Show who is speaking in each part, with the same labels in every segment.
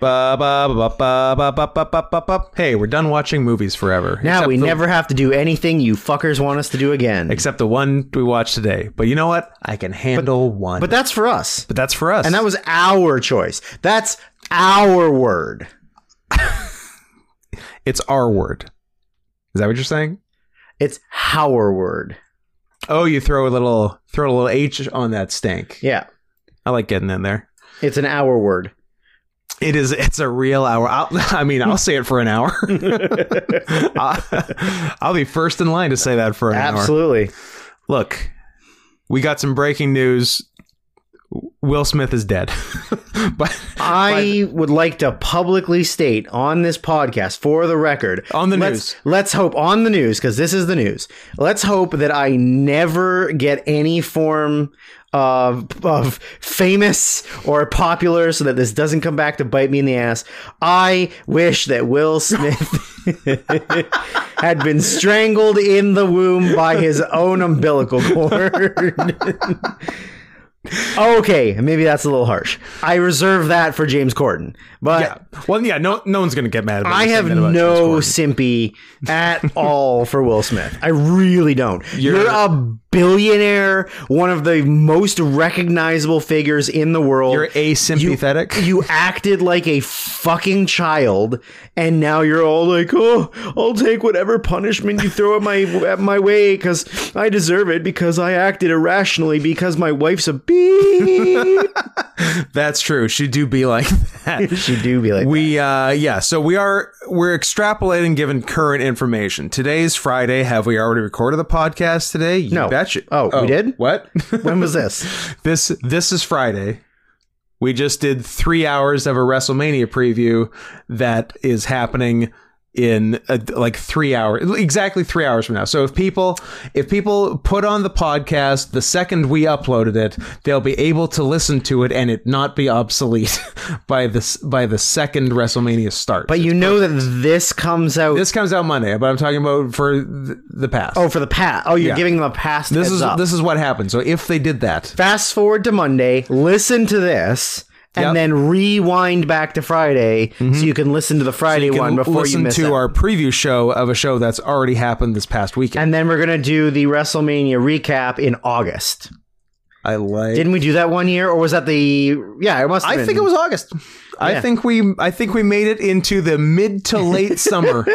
Speaker 1: Ba, ba, ba, ba, ba, ba, ba, ba, ba, ba. Hey, we're done watching movies forever.
Speaker 2: Now
Speaker 1: Except
Speaker 2: we
Speaker 1: the-
Speaker 2: never have to do anything you fuckers want us to do again.
Speaker 1: Except the one we watched today. But you know what? I can handle one.
Speaker 2: but that's for us.
Speaker 1: But that's for us.
Speaker 2: And that was our choice. That's our word.
Speaker 1: it's our word. Is that what you're saying?
Speaker 2: It's our word.
Speaker 1: Oh, you throw a little throw a little H on that stank.
Speaker 2: Yeah.
Speaker 1: I like getting in there.
Speaker 2: It's an our word.
Speaker 1: It is. It's a real hour. I'll, I mean, I'll say it for an hour. I'll, I'll be first in line to say that for an hour.
Speaker 2: Absolutely.
Speaker 1: Look, we got some breaking news. Will Smith is dead. but
Speaker 2: I would like to publicly state on this podcast for the record
Speaker 1: On the
Speaker 2: let's,
Speaker 1: news.
Speaker 2: Let's hope on the news because this is the news. Let's hope that I never get any form of of famous or popular so that this doesn't come back to bite me in the ass. I wish that Will Smith had been strangled in the womb by his own umbilical cord. okay, maybe that's a little harsh. I reserve that for James Corden, but.
Speaker 1: yeah, well, yeah. No, no one's gonna get mad. About
Speaker 2: I
Speaker 1: me saying
Speaker 2: have
Speaker 1: that about
Speaker 2: no
Speaker 1: James Corden.
Speaker 2: simpy at all for Will Smith. I really don't. You're,
Speaker 1: You're-
Speaker 2: a billionaire, one of the most recognizable figures in the world.
Speaker 1: You're asympathetic.
Speaker 2: you acted like a fucking child, and now you're all like, "Oh, I'll take whatever punishment you throw at my at my way because I deserve it because I acted irrationally because my wife's a bee."
Speaker 1: That's true. She do be like that.
Speaker 2: she do be like,
Speaker 1: we uh yeah so we are we're extrapolating given current information today's friday have we already recorded the podcast today you
Speaker 2: No.
Speaker 1: betcha
Speaker 2: Oh, we did?
Speaker 1: what
Speaker 2: "When was this?"
Speaker 1: this this is friday we just did three hours of a wrestlemania preview that is happening in uh like three hours exactly three hours from now so if people if people put on the podcast the second we uploaded it they'll be able to listen to it and it not be obsolete by this by the second wrestlemania start
Speaker 2: But you know that this comes out
Speaker 1: this comes out monday but i'm talking about for th- the past
Speaker 2: Oh, for the past. Oh, you're
Speaker 1: Yeah.
Speaker 2: giving them a past.
Speaker 1: this
Speaker 2: heads
Speaker 1: is
Speaker 2: up.
Speaker 1: this is what happened so if they did that
Speaker 2: Fast forward to Monday. Listen to this, and
Speaker 1: Yep. Mm-hmm.
Speaker 2: then rewind back to Friday, so you can listen to the Friday
Speaker 1: you
Speaker 2: one
Speaker 1: can
Speaker 2: before you
Speaker 1: listen
Speaker 2: miss
Speaker 1: to
Speaker 2: it.
Speaker 1: our preview show of a show that's already happened this past weekend.
Speaker 2: and then we're gonna do the WrestleMania recap in August.
Speaker 1: I like.
Speaker 2: Didn't we do that one year, or was that the? Yeah, it must. Have
Speaker 1: I
Speaker 2: been.
Speaker 1: think it was August.
Speaker 2: Yeah.
Speaker 1: I think we I think we made it into the mid to late summer.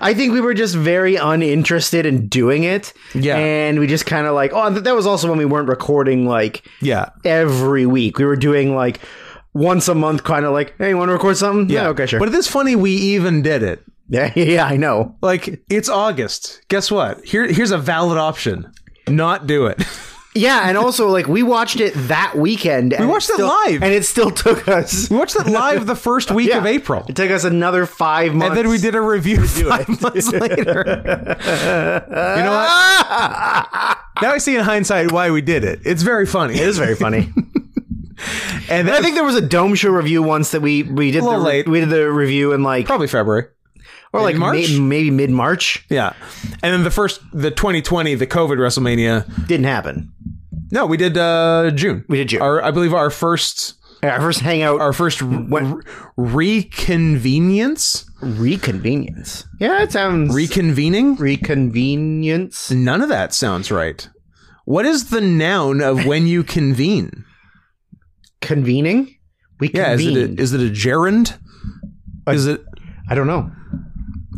Speaker 2: I think we were just very uninterested in doing it.
Speaker 1: Yeah.
Speaker 2: and we just kind of like. Oh, and th- that was also when we weren't recording like
Speaker 1: Yeah.
Speaker 2: every week. We were doing like once a month, kind of like, hey, you want to record something? okay, sure.
Speaker 1: But it is funny we even did it.
Speaker 2: Yeah, yeah, I know.
Speaker 1: Like it's August. Guess what? Here here's a valid option. Not do it.
Speaker 2: Yeah, and also like we watched it that weekend. We
Speaker 1: watched it live.
Speaker 2: and it still took us.
Speaker 1: We watched it live the first week
Speaker 2: Yeah.
Speaker 1: of April.
Speaker 2: It took us another five months.
Speaker 1: And then we did a review five months later. you know what? Now I see in hindsight why we did it. It's very funny.
Speaker 2: It is very funny.
Speaker 1: And
Speaker 2: I think there was a dome show review once that we we did the
Speaker 1: little
Speaker 2: re-
Speaker 1: late.
Speaker 2: we did the review in like
Speaker 1: probably February.
Speaker 2: or like
Speaker 1: March?
Speaker 2: may- maybe mid March.
Speaker 1: Yeah. And then the first, the 2020, the COVID WrestleMania.
Speaker 2: Didn't happen.
Speaker 1: No, we did uh, June.
Speaker 2: We did June.
Speaker 1: Our, I believe our first,
Speaker 2: Our first hangout
Speaker 1: our first re- reconvenience,
Speaker 2: reconvenience. Yeah, it sounds
Speaker 1: reconvening.
Speaker 2: reconvenience.
Speaker 1: None of that sounds right. What is the noun of when you convene?
Speaker 2: Convening. We
Speaker 1: Yeah, is
Speaker 2: convened.
Speaker 1: it a, is it a gerund? Is it?
Speaker 2: I don't know.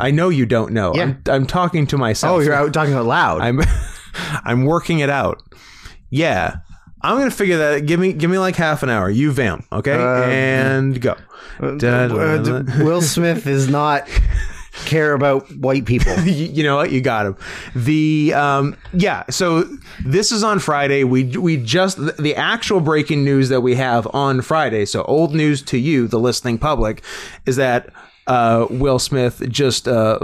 Speaker 1: I know you don't know.
Speaker 2: Yeah.
Speaker 1: I'm, I'm talking to myself.
Speaker 2: Oh, you're out talking out loud.
Speaker 1: I'm I'm working it out. Yeah. I'm gonna figure that. Give me, give me like half an hour. You vamp, okay, and go. Da- da- da- da.
Speaker 2: Uh, Will Smith does not care about white people.
Speaker 1: You you know what? You got him. The um, yeah. So this is on Friday. We we just the- the actual breaking news that we have on Friday. So old news to you, the listening public, is that uh, Will Smith just uh,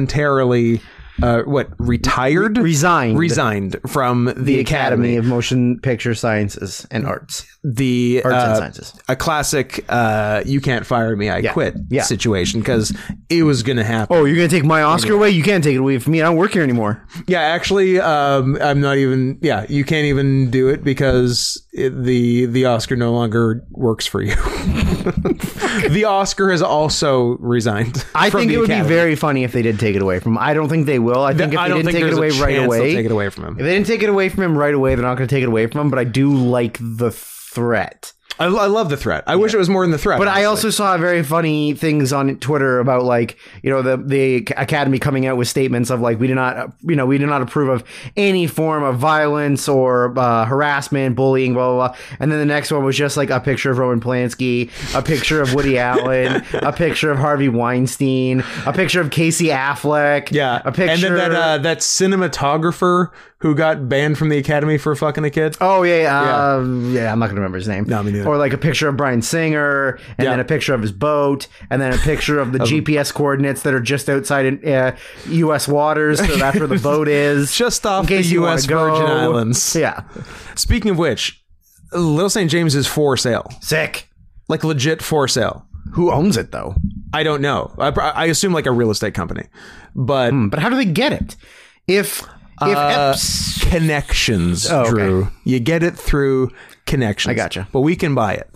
Speaker 1: voluntarily uh, what retired,
Speaker 2: Resigned.
Speaker 1: resigned from the, Academy.
Speaker 2: of Motion Picture Sciences and Arts.
Speaker 1: the
Speaker 2: Arts and
Speaker 1: uh,
Speaker 2: Sciences.
Speaker 1: a classic uh, "you can't fire me, I quit"
Speaker 2: Yeah.
Speaker 1: situation because it was going to happen.
Speaker 2: Oh, you're gonna take my Oscar away? You can't take it away from me. I don't work here anymore.
Speaker 1: Yeah, actually, um, I'm not even. Yeah, you can't even do it because it, the the Oscar no longer works for you. the Oscar has also resigned.
Speaker 2: I
Speaker 1: from
Speaker 2: think
Speaker 1: the
Speaker 2: it would
Speaker 1: Academy.
Speaker 2: be very funny if they did take it away from him. I don't think they will. I think if
Speaker 1: I
Speaker 2: they
Speaker 1: don't
Speaker 2: didn't
Speaker 1: think
Speaker 2: take it
Speaker 1: there's
Speaker 2: away
Speaker 1: a
Speaker 2: right
Speaker 1: chance they'll
Speaker 2: away,
Speaker 1: Take it away from him.
Speaker 2: if they didn't take it away from him right away, they're not gonna take it away from him. But I do like the threat.
Speaker 1: I, I love the threat. I wish it was more than the threat.
Speaker 2: But I
Speaker 1: honestly.
Speaker 2: also saw very funny things on Twitter about like you know the the academy coming out with statements of like we do not uh, you know we do not approve of any form of violence or uh, harassment, bullying, blah blah blah. And then the next one was just like a picture of Roman Polanski, a picture of Woody Allen, a picture of Harvey Weinstein, a picture of Casey Affleck,
Speaker 1: Yeah,
Speaker 2: a picture.
Speaker 1: and then that uh, that cinematographer who got banned from the Academy for fucking a kid.
Speaker 2: Oh yeah, yeah. Uh, yeah. I'm not gonna remember his name.
Speaker 1: No, me neither.
Speaker 2: Or like a picture of Brian Singer, and
Speaker 1: Yeah.
Speaker 2: then a picture of his boat, and then a picture of the GPS coordinates that are just outside in, uh, U.S. waters. So that's where the boat is,
Speaker 1: Just
Speaker 2: In
Speaker 1: off the
Speaker 2: case you wanna
Speaker 1: U.S. Virgin
Speaker 2: go.
Speaker 1: Islands.
Speaker 2: Yeah,
Speaker 1: Speaking of which, Little St. James is for sale,
Speaker 2: sick.
Speaker 1: like legit for sale.
Speaker 2: Who owns it though?
Speaker 1: I don't know. I, I assume like a real estate company, but
Speaker 2: But how do they get it? If if
Speaker 1: Uh,
Speaker 2: Epps,
Speaker 1: connections,
Speaker 2: Oh, okay.
Speaker 1: Drew. You get it through connections. I
Speaker 2: gotcha.
Speaker 1: But we can buy it.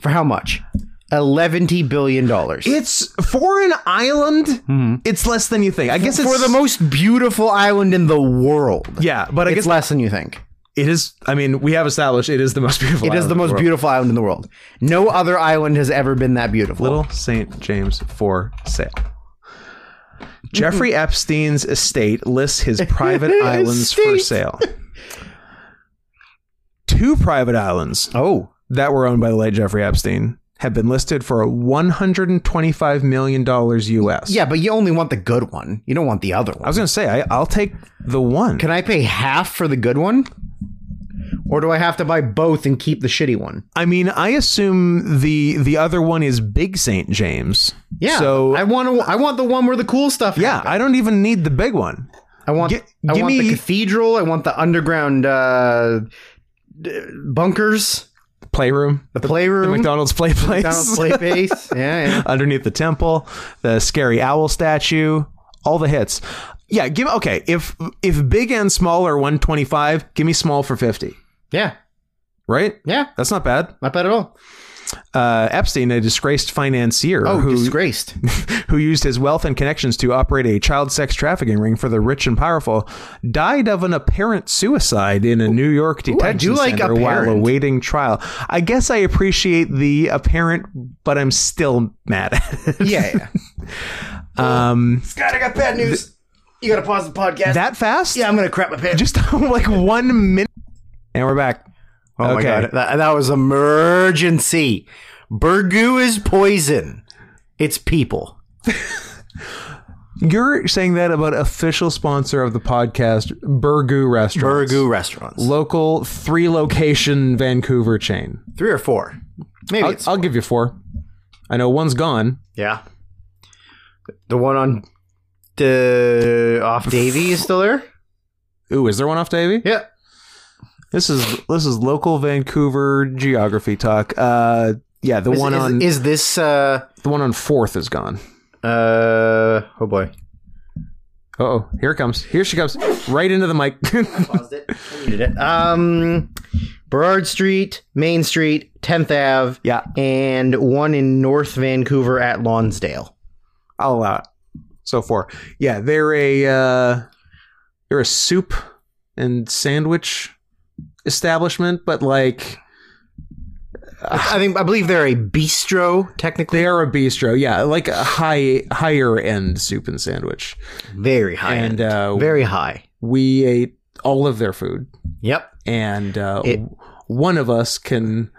Speaker 2: for how much? Eleventy billion dollars
Speaker 1: It's for an island. It's less than you think. I guess it's
Speaker 2: Hmm. for the most beautiful island in the world.
Speaker 1: Yeah, but I guess
Speaker 2: It's less than you think.
Speaker 1: it is. I mean, we have established it is the most beautiful.
Speaker 2: It is the most beautiful island in the world. No other island has ever been that beautiful.
Speaker 1: Little St. James for sale. Jeffrey Epstein's estate lists his private islands for
Speaker 2: Estate.
Speaker 1: sale. Two private islands
Speaker 2: Oh,
Speaker 1: that were owned by the late Jeffrey Epstein have been listed for $125 million US.
Speaker 2: yeah, but you only want the good one. You don't want the other
Speaker 1: I
Speaker 2: one.
Speaker 1: was going to say, I, I'll take the one.
Speaker 2: Can I pay half for the good one? Or do I have to buy both and keep the shitty one?
Speaker 1: I mean, I assume the the other one is Big St. James.
Speaker 2: Yeah.
Speaker 1: So,
Speaker 2: I want to. I want the one where the cool stuff.
Speaker 1: yeah, I don't even need the big one.
Speaker 2: I want.
Speaker 1: gi-
Speaker 2: I
Speaker 1: give
Speaker 2: want
Speaker 1: me-
Speaker 2: the cathedral. I want the underground uh, d- bunkers.
Speaker 1: Playroom,
Speaker 2: The playroom.
Speaker 1: the McDonald's play place.
Speaker 2: Mm-hmm. McDonald's play base. Yeah, yeah.
Speaker 1: underneath the temple, the scary owl statue, all the hits. Yeah, give okay. If if big and small are one twenty five, give me small for fifty.
Speaker 2: Yeah.
Speaker 1: Right,
Speaker 2: Yeah.
Speaker 1: that's not bad.
Speaker 2: Not bad at all.
Speaker 1: Uh, Epstein, a disgraced financier
Speaker 2: Oh,
Speaker 1: who
Speaker 2: disgraced.
Speaker 1: who used his wealth and connections to operate a child sex trafficking ring for the rich and powerful, died of an apparent suicide in a New York detention
Speaker 2: do like
Speaker 1: center while
Speaker 2: apparent.
Speaker 1: awaiting trial. I guess I appreciate the apparent, but I'm still mad at it.
Speaker 2: Yeah, yeah.
Speaker 1: Um,
Speaker 2: Scott, I got bad news. you gotta pause the podcast.
Speaker 1: that fast?
Speaker 2: yeah, I'm gonna crap my pants.
Speaker 1: just like one minute and we're back
Speaker 2: oh
Speaker 1: okay.
Speaker 2: my god, that, that was emergency. Burgoo is poison. It's people.
Speaker 1: you're saying that about official sponsor of the podcast burgoo restaurant
Speaker 2: Burgoo restaurants.
Speaker 1: local three location vancouver chain
Speaker 2: Three or four, maybe.
Speaker 1: i'll,
Speaker 2: it's,
Speaker 1: I'll give you four i know one's gone
Speaker 2: yeah, the one on the off Davy is still there.
Speaker 1: ooh is there one off davy
Speaker 2: Yeah,
Speaker 1: this is this is local vancouver geography talk uh yeah the
Speaker 2: is,
Speaker 1: one
Speaker 2: is-
Speaker 1: on
Speaker 2: is this uh
Speaker 1: the one on fourth is gone
Speaker 2: uh oh boy.
Speaker 1: oh here it comes here she comes right into the mic
Speaker 2: paused it. I needed it. Um, Burrard Street, Main Street, 10th Ave.
Speaker 1: Yeah.
Speaker 2: And one in North Vancouver at Lonsdale.
Speaker 1: I'll allow it. So far, yeah, they're a uh, they're a soup and sandwich establishment, but like
Speaker 2: I think I believe they're a bistro technically.
Speaker 1: they are a bistro, yeah, like a high higher end soup and sandwich.
Speaker 2: Very high.
Speaker 1: And
Speaker 2: end.
Speaker 1: uh,
Speaker 2: Very high.
Speaker 1: we ate all of their food,
Speaker 2: Yep.
Speaker 1: and uh,
Speaker 2: It-
Speaker 1: one of us can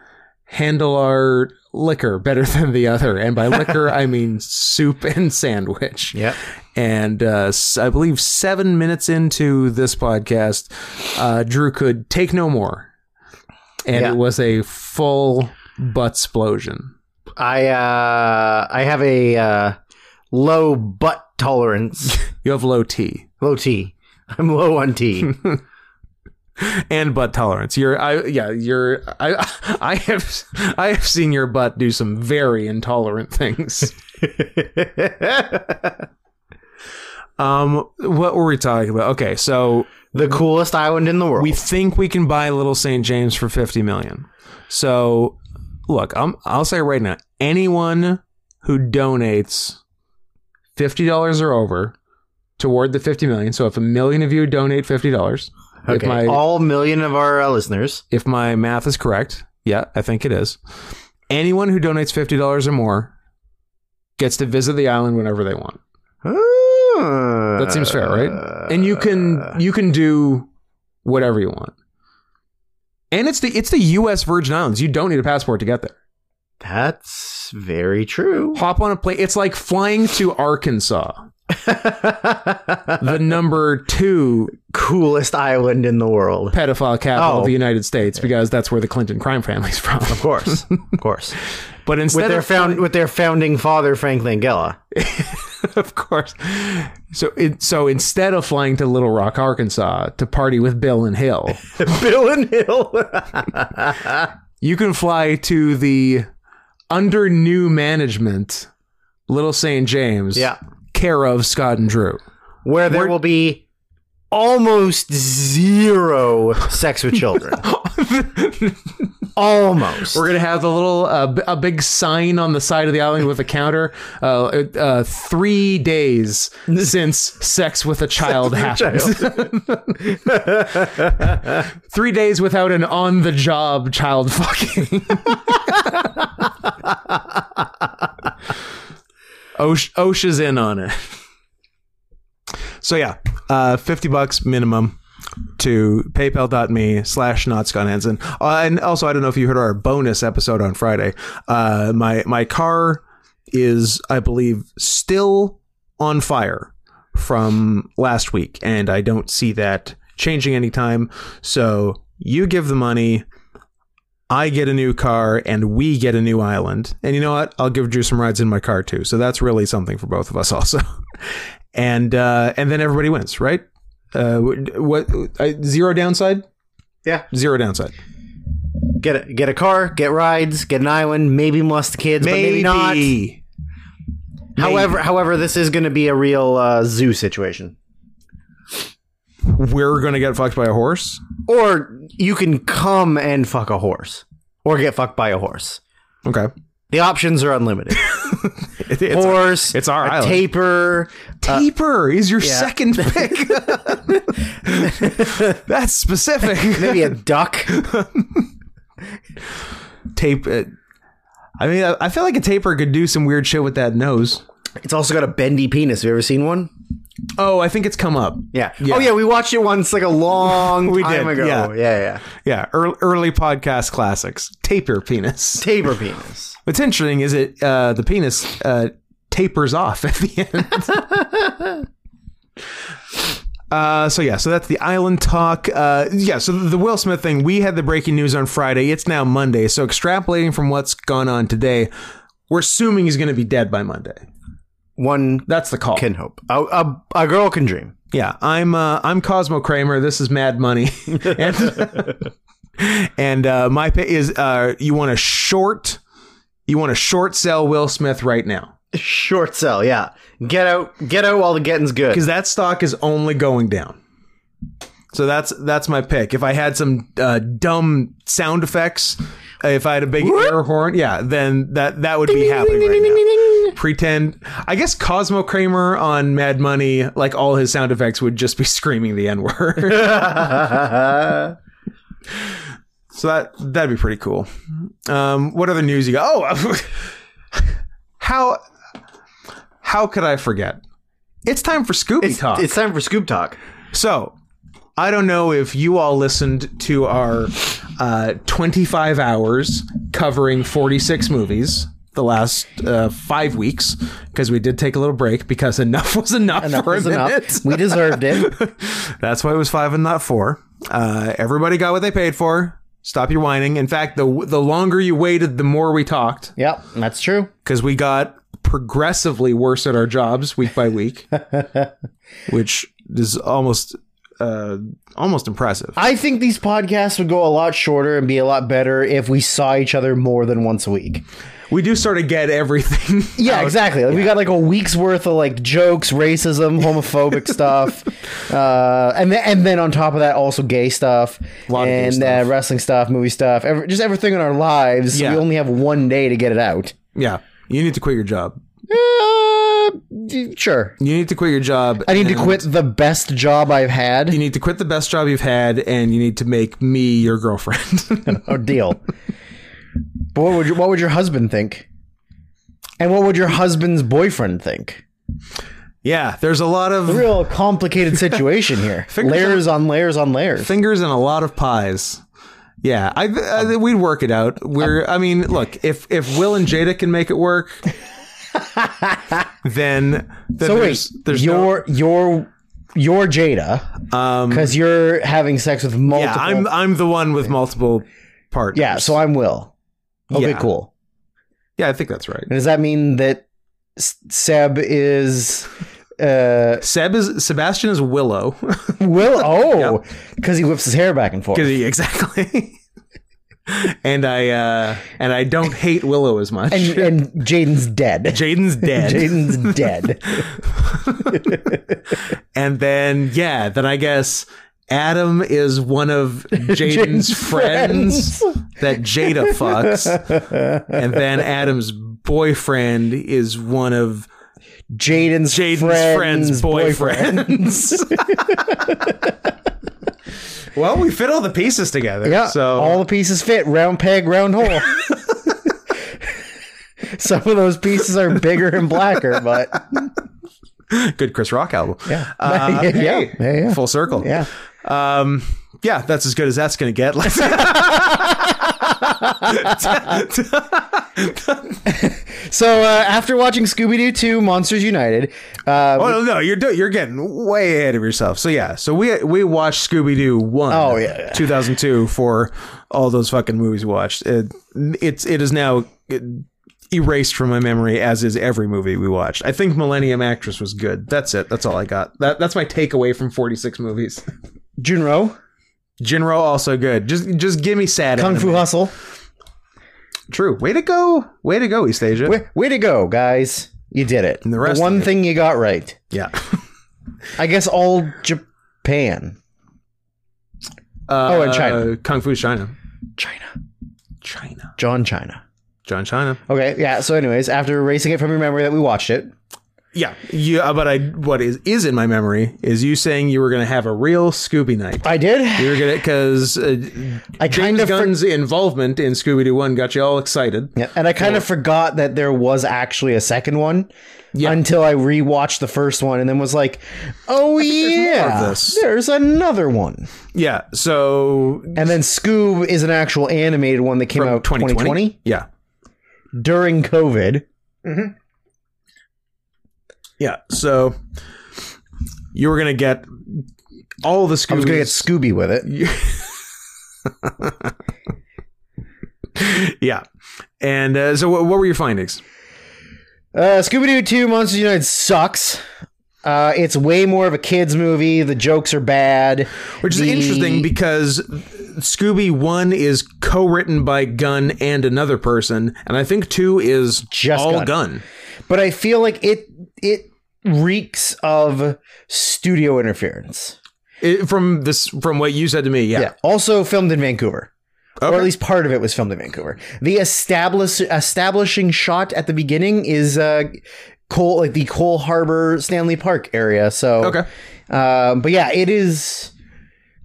Speaker 1: handle our liquor better than the other, and by liquor I mean soup and sandwich.
Speaker 2: Yep.
Speaker 1: And uh, s- I believe seven minutes into this podcast, uh, Drew could take no more. And
Speaker 2: Yeah.
Speaker 1: it was a full butt explosion.
Speaker 2: I uh I have a uh low butt tolerance.
Speaker 1: You have low T.
Speaker 2: low T. I'm low on T.
Speaker 1: and butt tolerance. Your I yeah, your I I have I have seen your butt do some very intolerant things. um what were we talking about? Okay, so
Speaker 2: the coolest island in the world.
Speaker 1: we think we can buy Little St. James for 50 million. So, look, I'm, I'll say right now anyone who donates $50 or over toward the 50 million, so if a million of you donate $50, if,
Speaker 2: okay.
Speaker 1: my,
Speaker 2: All million of our uh, listeners.
Speaker 1: if my math is correct, yeah, I think it is, anyone who donates $50 or more gets to visit the island whenever they want.
Speaker 2: That
Speaker 1: That seems fair, right? and you
Speaker 2: Uh.
Speaker 1: can you can do whatever you want. And it's the it's the U.S. Virgin Islands. You don't need a passport to get there.
Speaker 2: That's very true.
Speaker 1: Hop on a plane. It's like flying to Arkansas, the number two
Speaker 2: Coolest island in the world.
Speaker 1: pedophile capital
Speaker 2: Oh.
Speaker 1: of the United States, because that's where the Clinton crime family's from.
Speaker 2: Of course, of course.
Speaker 1: But
Speaker 2: with
Speaker 1: instead
Speaker 2: their
Speaker 1: of
Speaker 2: found with their founding father Frank Langella.
Speaker 1: of course, so it, so instead of flying to Little Rock, Arkansas, to party with Bill and Hill,
Speaker 2: Bill and Hill.
Speaker 1: you can fly to the under new management Little St. James.
Speaker 2: yeah,
Speaker 1: Care of Scott and Drew.
Speaker 2: where there
Speaker 1: We're-
Speaker 2: will be almost zero sex with children. almost.
Speaker 1: We're gonna have the little uh, b- a big sign on the side of the island with a counter. Uh, uh, three days since sex with a child happened. three days without an on the job child fucking. Osh, Osh is in on it. So yeah, uh, fifty bucks minimum to paypal.me slash not Scott Hansen. Uh, and also, I don't know if you heard our bonus episode on Friday. Uh, my my car is, I believe, still on fire from last week, and I don't see that changing anytime. So you give the money. I get a new car and we get a new island. And you know what? I'll give Drew some rides in my car too. So that's really something for both of us also. and uh, and then everybody wins, right? Uh, what uh, zero downside?
Speaker 2: Yeah.
Speaker 1: Zero downside.
Speaker 2: Get a, get a car, get rides, get an island, maybe must kids, but maybe not. However, however, this is going to be a real uh, zoo situation.
Speaker 1: we're gonna get fucked by a horse.
Speaker 2: Or you can come and fuck a horse, or get fucked by a horse.
Speaker 1: Okay,
Speaker 2: The options are unlimited.
Speaker 1: It- it's
Speaker 2: horse,
Speaker 1: it's our
Speaker 2: a
Speaker 1: island.
Speaker 2: taper,
Speaker 1: Taper is your second pick. That's specific.
Speaker 2: maybe a duck.
Speaker 1: Tape. uh, I mean, I- I feel like a taper could do some weird shit with that nose.
Speaker 2: It's also got a bendy penis. Have you ever seen one?
Speaker 1: Oh, I think it's come up.
Speaker 2: Yeah. Oh yeah, we watched it once like a long
Speaker 1: We
Speaker 2: time
Speaker 1: did,
Speaker 2: ago.
Speaker 1: yeah.
Speaker 2: Yeah, yeah. yeah.
Speaker 1: Yeah, early, early podcast classics. Taper penis.
Speaker 2: Taper penis.
Speaker 1: What's interesting is it uh, the penis uh, tapers off at the end. Uh, so yeah, so that's the island talk. Uh, yeah, so the Will Smith thing. We had the breaking news on Friday. It's now Monday. So extrapolating from what's gone on today, we're assuming he's going to be dead by Monday.
Speaker 2: One
Speaker 1: That's the call.
Speaker 2: can hope. A, a, a girl can dream.
Speaker 1: Yeah, I'm uh, I'm Cosmo Kramer. This is Mad Money, and, and uh, my pay is uh, you want to short, you want to short sell Will Smith right now
Speaker 2: Short sell. Yeah. Get out. Get out while the getting's good.
Speaker 1: because that stock is only going down. So that's that's my pick. If I had some uh, dumb sound effects, if I had a big air horn, yeah, then that that would be happening right now. Pretend, I guess Cosmo Kramer on Mad Money, like all his sound effects would just be screaming the N word. So that that'd be pretty cool. Um, what other news you got? Oh, how how could I forget? It's time for Scooby
Speaker 2: it's,
Speaker 1: Talk.
Speaker 2: it's time for scoop talk.
Speaker 1: so I don't know if you all listened to our uh, 25 hours covering 46 movies the last uh, five weeks because we did take a little break because enough was enough, for a
Speaker 2: Listen up.
Speaker 1: minute.
Speaker 2: We deserved it.
Speaker 1: That's why it was five and not four. Uh, everybody got what they paid for. Stop your whining. In fact, the the longer you waited, the more we talked
Speaker 2: yep, that's true.
Speaker 1: because we got progressively worse at our jobs week by week, which is almost uh, almost impressive.
Speaker 2: I think these podcasts would go a lot shorter and be a lot better if we saw each other more than once a week.
Speaker 1: We do sort of get everything.
Speaker 2: Yeah,
Speaker 1: out.
Speaker 2: exactly. Like, We got like a week's worth of like jokes, racism, homophobic stuff, uh, and then and then on top of that, also gay stuff
Speaker 1: Lot of gay
Speaker 2: and
Speaker 1: stuff.
Speaker 2: Uh, wrestling stuff, movie stuff, ever, just everything in our lives.
Speaker 1: Yeah.
Speaker 2: We only have one day to get it out.
Speaker 1: Yeah, you need to quit your job.
Speaker 2: Uh, d- sure.
Speaker 1: You need to quit your job.
Speaker 2: I need to
Speaker 1: and
Speaker 2: quit the best job I've had.
Speaker 1: You need to quit the best job you've had, and you need to make me your girlfriend.
Speaker 2: Oh, deal. but what would your, what would your husband think? And what would your husband's boyfriend think?
Speaker 1: yeah, there's a lot of
Speaker 2: Real complicated situation here.
Speaker 1: Fingers
Speaker 2: layers on layers on layers.
Speaker 1: fingers and a lot of pies. Yeah, I, I we'd work it out. We're, I mean, look, if if Will and Jada can make it work, then, then
Speaker 2: So
Speaker 1: there's,
Speaker 2: wait,
Speaker 1: there's no- um, Mm-hmm.
Speaker 2: your your your Jada, because you're having sex with multiple.
Speaker 1: yeah, I'm I'm the one with multiple partners.
Speaker 2: Yeah, so I'm Will. Okay,
Speaker 1: Yeah.
Speaker 2: cool.
Speaker 1: yeah, I think that's right.
Speaker 2: And does that mean that S- Seb is uh,
Speaker 1: Seb is Sebastian is Willow.
Speaker 2: Will? Oh, because he whips his hair back and forth.
Speaker 1: exactly. and I uh and I don't hate Willow as much.
Speaker 2: And, and Jaden's dead.
Speaker 1: Jaden's dead.
Speaker 2: Jaden's dead.
Speaker 1: And then yeah, then I guess Adam is one of Jaden's
Speaker 2: Jaden's
Speaker 1: friends, that Jada fucks. and then Adam's boyfriend is one of
Speaker 2: Jaden's
Speaker 1: Jaden's
Speaker 2: friend's,
Speaker 1: friends'
Speaker 2: boyfriend.
Speaker 1: boyfriends. well, we fit all the pieces together.
Speaker 2: Yeah.
Speaker 1: So
Speaker 2: all the pieces fit. Round peg, round hole. Some of those pieces are bigger and blacker, but
Speaker 1: good Chris Rock album.
Speaker 2: yeah,
Speaker 1: Uh,
Speaker 2: yeah,
Speaker 1: hey,
Speaker 2: yeah, yeah.
Speaker 1: Full circle.
Speaker 2: yeah.
Speaker 1: Um, yeah, that's as good as that's going to get. Like-
Speaker 2: So uh, after watching Scooby Doo Two: Monsters United, uh,
Speaker 1: oh no, no, you're do- you're getting way ahead of yourself. So yeah, so we we watched Scooby Doo one.
Speaker 2: Oh, yeah, yeah.
Speaker 1: 2002 for all those fucking movies we watched. It, it's it is now erased from my memory as is every movie we watched. I think Millennium Actress was good. That's it. That's all I got. That that's my takeaway from 46 movies.
Speaker 2: Junro,
Speaker 1: Jinro also good. Just just give me sad
Speaker 2: Kung Fu
Speaker 1: anime.
Speaker 2: Hustle,
Speaker 1: True. Way to go. Way to go, East Asia.
Speaker 2: way, way to go, guys! You did it.
Speaker 1: the rest of
Speaker 2: one
Speaker 1: it.
Speaker 2: thing you got right.
Speaker 1: yeah.
Speaker 2: I guess all Japan,
Speaker 1: Uh,
Speaker 2: Oh, and China.
Speaker 1: Kung Fu China.
Speaker 2: China,
Speaker 1: China.
Speaker 2: John China.
Speaker 1: John China.
Speaker 2: Okay, yeah. So, anyways, after erasing it from your memory that we watched it,
Speaker 1: Yeah. Yeah, uh, but I what is is in my memory is you saying you were going to have a real Scooby night.
Speaker 2: I did.
Speaker 1: You were going to cuz uh,
Speaker 2: I kind
Speaker 1: James
Speaker 2: of for-
Speaker 1: Gunn's involvement in Scooby Doo 1 got you all excited.
Speaker 2: Yeah, and I kind of forgot that there was actually a second one
Speaker 1: Yeah.
Speaker 2: until I rewatched the first one and then was like, "Oh
Speaker 1: there's more of
Speaker 2: yeah,
Speaker 1: this.
Speaker 2: there's another one."
Speaker 1: Yeah. So
Speaker 2: And then Scoob is an actual animated one that came
Speaker 1: from
Speaker 2: out
Speaker 1: 2020?
Speaker 2: 2020
Speaker 1: Yeah.
Speaker 2: during COVID.
Speaker 1: Yeah. So you were going to get all the
Speaker 2: I was going to
Speaker 1: Scooby
Speaker 2: get Scooby with it.
Speaker 1: Yeah. And uh, so what, what were your findings?
Speaker 2: Uh, Scooby Doo 2 Monsters United sucks. Uh, it's way more of a kids movie. The jokes are bad.
Speaker 1: Which is
Speaker 2: The-
Speaker 1: interesting because Scooby One is co-written by Gunn and another person, and I think two is
Speaker 2: Just
Speaker 1: all
Speaker 2: Gunn.
Speaker 1: Gunn.
Speaker 2: but I feel like it it reeks of studio interference.
Speaker 1: It- from this, from what you said to me, yeah,
Speaker 2: Yeah. Also filmed in Vancouver. Or
Speaker 1: Okay.
Speaker 2: at least part of it was filmed in Vancouver. The establish establishing shot at the beginning is uh Cole like the Cole Harbor Stanley Park area. So
Speaker 1: Okay.
Speaker 2: Um but yeah, it is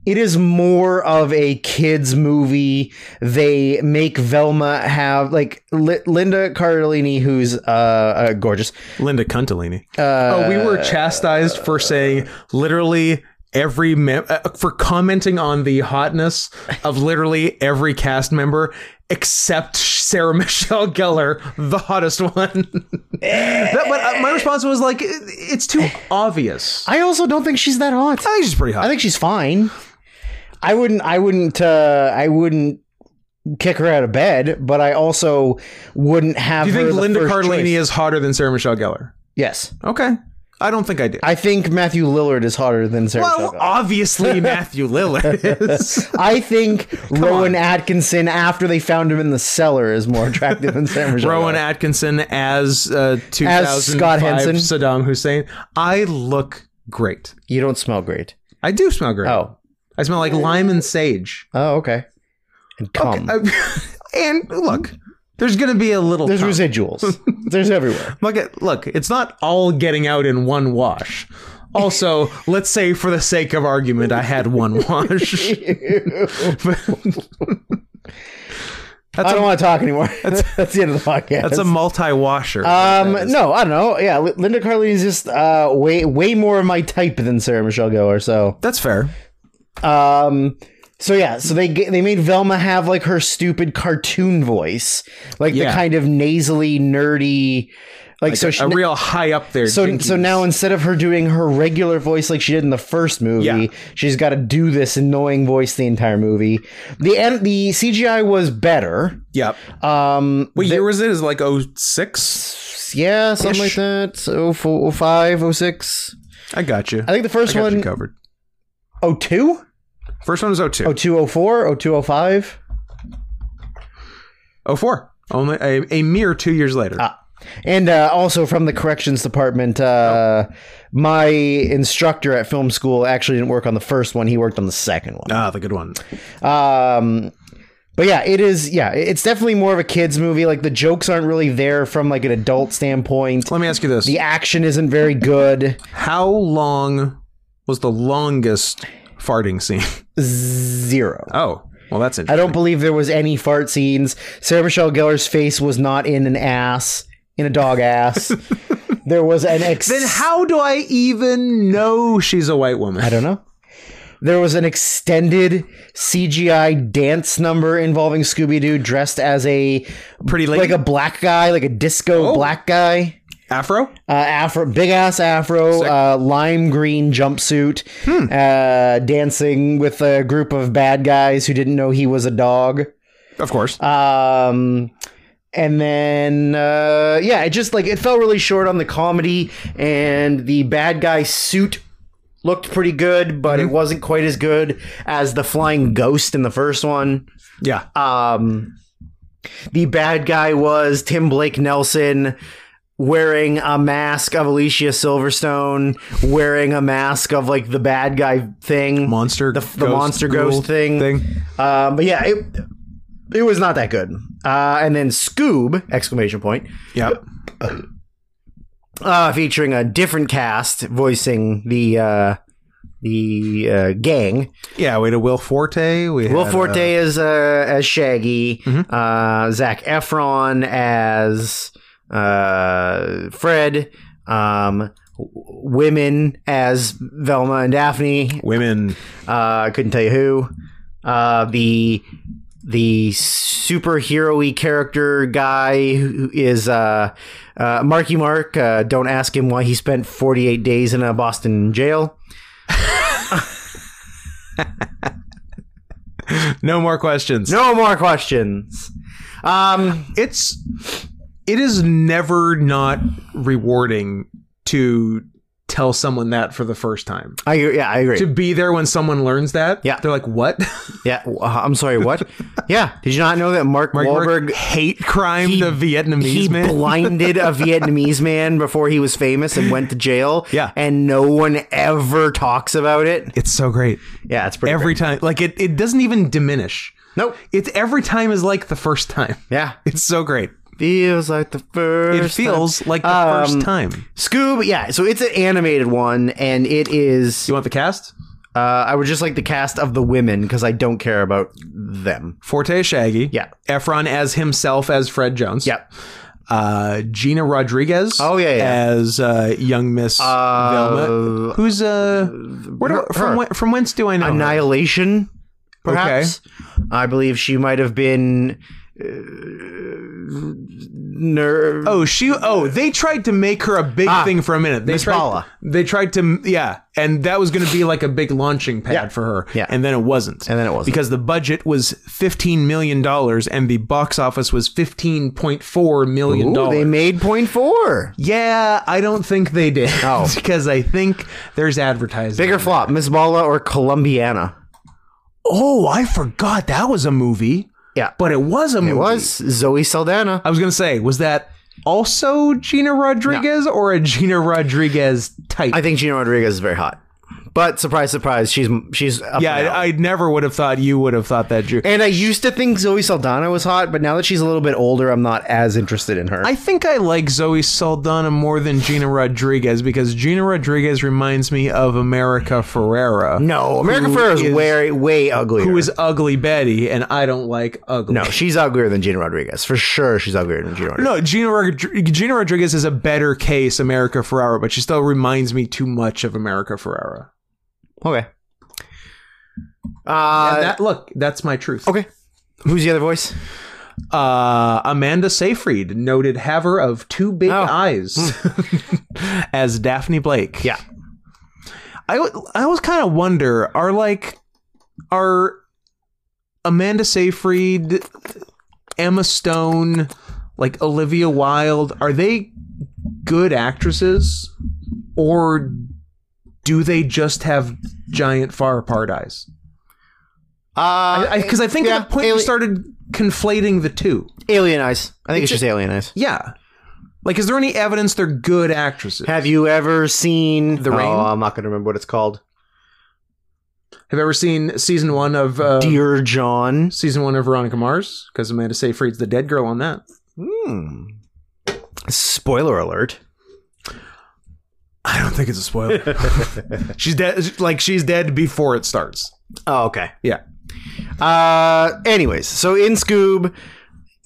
Speaker 2: it is more of a kids movie. They make Velma have like Li- Linda Cardellini who's uh, uh gorgeous.
Speaker 1: Linda Cuntalini.
Speaker 2: Uh,
Speaker 1: oh, we were chastised for saying literally every mem- uh, for commenting on the hotness of literally every cast member except Sarah Michelle Gellar, the hottest one. that, but uh, my response was like, it- it's too obvious.
Speaker 2: I also don't think she's that hot.
Speaker 1: I think she's pretty hot.
Speaker 2: I think she's fine. I wouldn't. I wouldn't. Uh, I wouldn't kick her out of bed. But I also wouldn't have.
Speaker 1: Do you
Speaker 2: her
Speaker 1: think
Speaker 2: the
Speaker 1: Linda
Speaker 2: first
Speaker 1: Cardellini
Speaker 2: choice.
Speaker 1: is hotter than Sarah Michelle Gellar?
Speaker 2: Yes.
Speaker 1: Okay. I don't think I did.
Speaker 2: I think Matthew Lillard is hotter than
Speaker 1: well,
Speaker 2: Sarah.
Speaker 1: obviously Matthew Lillard is.
Speaker 2: I think
Speaker 1: on.
Speaker 2: Rowan Atkinson, after they found him in the cellar, is more attractive than Sarah.
Speaker 1: Rowan Atkinson as uh, 2005
Speaker 2: Scott Henson.
Speaker 1: Saddam Hussein. I look great.
Speaker 2: You don't smell great.
Speaker 1: I do smell great.
Speaker 2: Oh.
Speaker 1: I smell like lime and sage.
Speaker 2: Oh, okay. And cum.
Speaker 1: I- and look, there's going to be a little.
Speaker 2: There's
Speaker 1: cum.
Speaker 2: residuals. There's everywhere.
Speaker 1: Look, at- look, it's not all getting out in one wash. Also, let's say for the sake of argument, I had one wash.
Speaker 2: I don't want to talk anymore. That's, the end of the podcast.
Speaker 1: That's a multi-washer.
Speaker 2: um, no, I don't know. Yeah, Li- Linda Carley is just uh, way way more of my type than Sarah Michelle Gellar. So,
Speaker 1: That's fair.
Speaker 2: um, so yeah, so they ga- they made Velma have like her stupid cartoon voice, like
Speaker 1: Yeah.
Speaker 2: the kind of nasally, nerdy, like, so she
Speaker 1: a real high up there.
Speaker 2: So,
Speaker 1: jinky.
Speaker 2: so now instead of her doing her regular voice like she did in the first movie,
Speaker 1: Yeah.
Speaker 2: she's got to do this annoying voice the entire movie. The end, the CGI was better.
Speaker 1: yep.
Speaker 2: Um,
Speaker 1: What year was it? Is like 06?
Speaker 2: yeah, something
Speaker 1: Ish.
Speaker 2: like that. Oh four, oh five, oh six.
Speaker 1: I got you.
Speaker 2: I think the
Speaker 1: I
Speaker 2: first
Speaker 1: got you
Speaker 2: one,
Speaker 1: covered.
Speaker 2: oh two,
Speaker 1: First one was 02.
Speaker 2: oh two, oh four, oh two, oh five.
Speaker 1: 04. Oh, Only a, a mere two years later.
Speaker 2: And uh, also from the corrections department, uh, my instructor at film school actually didn't work on the first one. He worked on the second one.
Speaker 1: ah, the good one.
Speaker 2: Um, but yeah, it is. Yeah, it- it's definitely more of a kids movie. Like the jokes aren't really there from like an adult standpoint.
Speaker 1: Let me ask you this.
Speaker 2: The action isn't very good.
Speaker 1: How long was the longest farting scene?
Speaker 2: Zero.
Speaker 1: Oh, well, that's interesting.
Speaker 2: I don't believe there was any fart scenes. Sarah Michelle Gellar's face was not in an ass, in a dog ass. there was an ex.
Speaker 1: Then how do I even know she's a white woman?
Speaker 2: I don't know. There was an extended CGI dance number involving Scooby Doo dressed as a
Speaker 1: Pretty lady.
Speaker 2: like a black guy, like a disco
Speaker 1: Oh.
Speaker 2: black guy.
Speaker 1: afro?
Speaker 2: uh, afro, big ass afro, uh, lime green jumpsuit, uh, dancing with a group of bad guys who didn't know he was a dog.
Speaker 1: Of course.
Speaker 2: Uh, Um, and then, uh, yeah, it just like it fell really short on the comedy, and the bad guy suit looked pretty good, but it wasn't quite as good as the flying ghost in the first one
Speaker 1: yeah.
Speaker 2: um the bad guy was Tim Blake Nelson wearing a mask of Alicia Silverstone, wearing a mask of like the bad guy thing.
Speaker 1: monster.
Speaker 2: the- the monster ghost
Speaker 1: ghoul
Speaker 2: thing. Um, but yeah, it it was not that good. Uh, and then Scoob exclamation point
Speaker 1: Yep.
Speaker 2: uh, featuring a different cast voicing the uh, the uh, gang.
Speaker 1: Yeah, we had a Will Forte. We
Speaker 2: Will
Speaker 1: had,
Speaker 2: Forte
Speaker 1: uh,
Speaker 2: is uh, as Shaggy.
Speaker 1: Mhm.
Speaker 2: Uh, Zach Efron as uh, Fred. Um, w- women as Velma and Daphne.
Speaker 1: women.
Speaker 2: Uh, I couldn't tell you who. Uh, the the superhero-y character guy who is uh, uh, Marky Mark. Uh, don't ask him why he spent 48 days in a Boston jail.
Speaker 1: No more questions.
Speaker 2: No more questions. Um,
Speaker 1: it's it is never not rewarding to tell someone that for the first time
Speaker 2: I yeah, I agree.
Speaker 1: to be there when someone learns that
Speaker 2: Yeah.
Speaker 1: they're like what
Speaker 2: Yeah, w- uh, I'm sorry. What? yeah, did you not know that Mark,
Speaker 1: Mark
Speaker 2: Wahlberg
Speaker 1: hate crime
Speaker 2: He-
Speaker 1: the vietnamese
Speaker 2: he
Speaker 1: man
Speaker 2: blinded a Vietnamese man before he was famous and went to jail?
Speaker 1: Yeah.
Speaker 2: and no one ever talks about it.
Speaker 1: it's so great
Speaker 2: Yeah, it's pretty.
Speaker 1: every time like it, it doesn't even diminish
Speaker 2: great. nope.
Speaker 1: it's every time is like the first time
Speaker 2: Yeah,
Speaker 1: it's so great
Speaker 2: feels like the first.
Speaker 1: it feels like the
Speaker 2: Um,
Speaker 1: first time
Speaker 2: Scoob. Yeah, so it's an animated one, and it is.
Speaker 1: do you want the cast
Speaker 2: Uh, I would just like the cast of the women because I don't care about them.
Speaker 1: forte is shaggy
Speaker 2: Yeah.
Speaker 1: efron as himself as fred jones
Speaker 2: Yep.
Speaker 1: uh, Gina Rodriguez.
Speaker 2: Oh, yeah, yeah.
Speaker 1: as uh, young Miss Velma. Who's uh, where do-
Speaker 2: her-
Speaker 1: from
Speaker 2: her.
Speaker 1: when, from whence do I know? her?
Speaker 2: Annihilation, perhaps. I believe she might have been uh, nerve.
Speaker 1: Oh, she. Oh, they tried to make her a big
Speaker 2: Ah,
Speaker 1: thing for a minute. They
Speaker 2: Miss
Speaker 1: tried,
Speaker 2: Paula.
Speaker 1: They tried to. Yeah, and that was going to be like a big launching pad
Speaker 2: Yeah.
Speaker 1: for her.
Speaker 2: Yeah.
Speaker 1: and then it wasn't.
Speaker 2: And then it wasn't.
Speaker 1: because the budget was fifteen million dollars, and the box office was fifteen point four million
Speaker 2: Ooh,
Speaker 1: dollars.
Speaker 2: they made point four.
Speaker 1: yeah, I don't think they did.
Speaker 2: Oh.
Speaker 1: because I think there's advertising.
Speaker 2: Bigger flop, Miss Bala or Columbiana?
Speaker 1: Oh, I forgot that was a movie.
Speaker 2: Yeah.
Speaker 1: but it was a movie.
Speaker 2: It was Zoe Saldana.
Speaker 1: I was gonna say, was that also Gina Rodriguez or a Gina Rodriguez type?
Speaker 2: I think Gina Rodriguez is very hot, but surprise, surprise, she's she's up
Speaker 1: yeah,
Speaker 2: and out.
Speaker 1: I, I never would have thought you would have thought that, Drew.
Speaker 2: And I used to think Zoe Saldana was hot, but now that she's a little bit older, I'm not as interested in her.
Speaker 1: I think I like Zoe Saldana more than Gina Rodriguez because Gina Rodriguez reminds me of America Ferrera,
Speaker 2: no, America Ferrera is,
Speaker 1: is-
Speaker 2: way way uglier.
Speaker 1: who is Ugly Betty, and I don't like ugly.
Speaker 2: no, she's uglier than Gina Rodriguez for sure. She's uglier than Gina Rodriguez.
Speaker 1: No, Gina, Rod- Gina Rodriguez is a better case America Ferrera, but she still reminds me too much of America Ferrera.
Speaker 2: Okay. Uh,
Speaker 1: And that look, that's my truth.
Speaker 2: okay. Who's the other voice?
Speaker 1: uh, Amanda Seyfried, noted haver of two big
Speaker 2: Oh. Hmm.
Speaker 1: eyes, as Daphne Blake.
Speaker 2: Yeah.
Speaker 1: I al- I always kind of wonder are like are Amanda Seyfried, Emma Stone, like Olivia Wilde, are they good actresses or do they just have giant far apart eyes?
Speaker 2: Uh,
Speaker 1: Because I, think
Speaker 2: yeah,
Speaker 1: at that point we
Speaker 2: Ali-
Speaker 1: started conflating the two.
Speaker 2: Alien Eyes. I think it's, just Alien Eyes.
Speaker 1: Yeah. Like, is there any evidence they're good actresses? Have,
Speaker 2: Have you ever seen
Speaker 1: The Rain?
Speaker 2: Oh, I'm not going to remember what it's called.
Speaker 1: you ever seen season one of uh,
Speaker 2: Dear John.
Speaker 1: season one of Veronica Mars? Because Amanda Seyfried's the dead girl on that.
Speaker 2: Hmm. Spoiler alert.
Speaker 1: I don't think it's a spoiler. she's dead. Like she's dead before it starts.
Speaker 2: Oh, okay.
Speaker 1: Yeah.
Speaker 2: Uh, anyways, so in Scoob,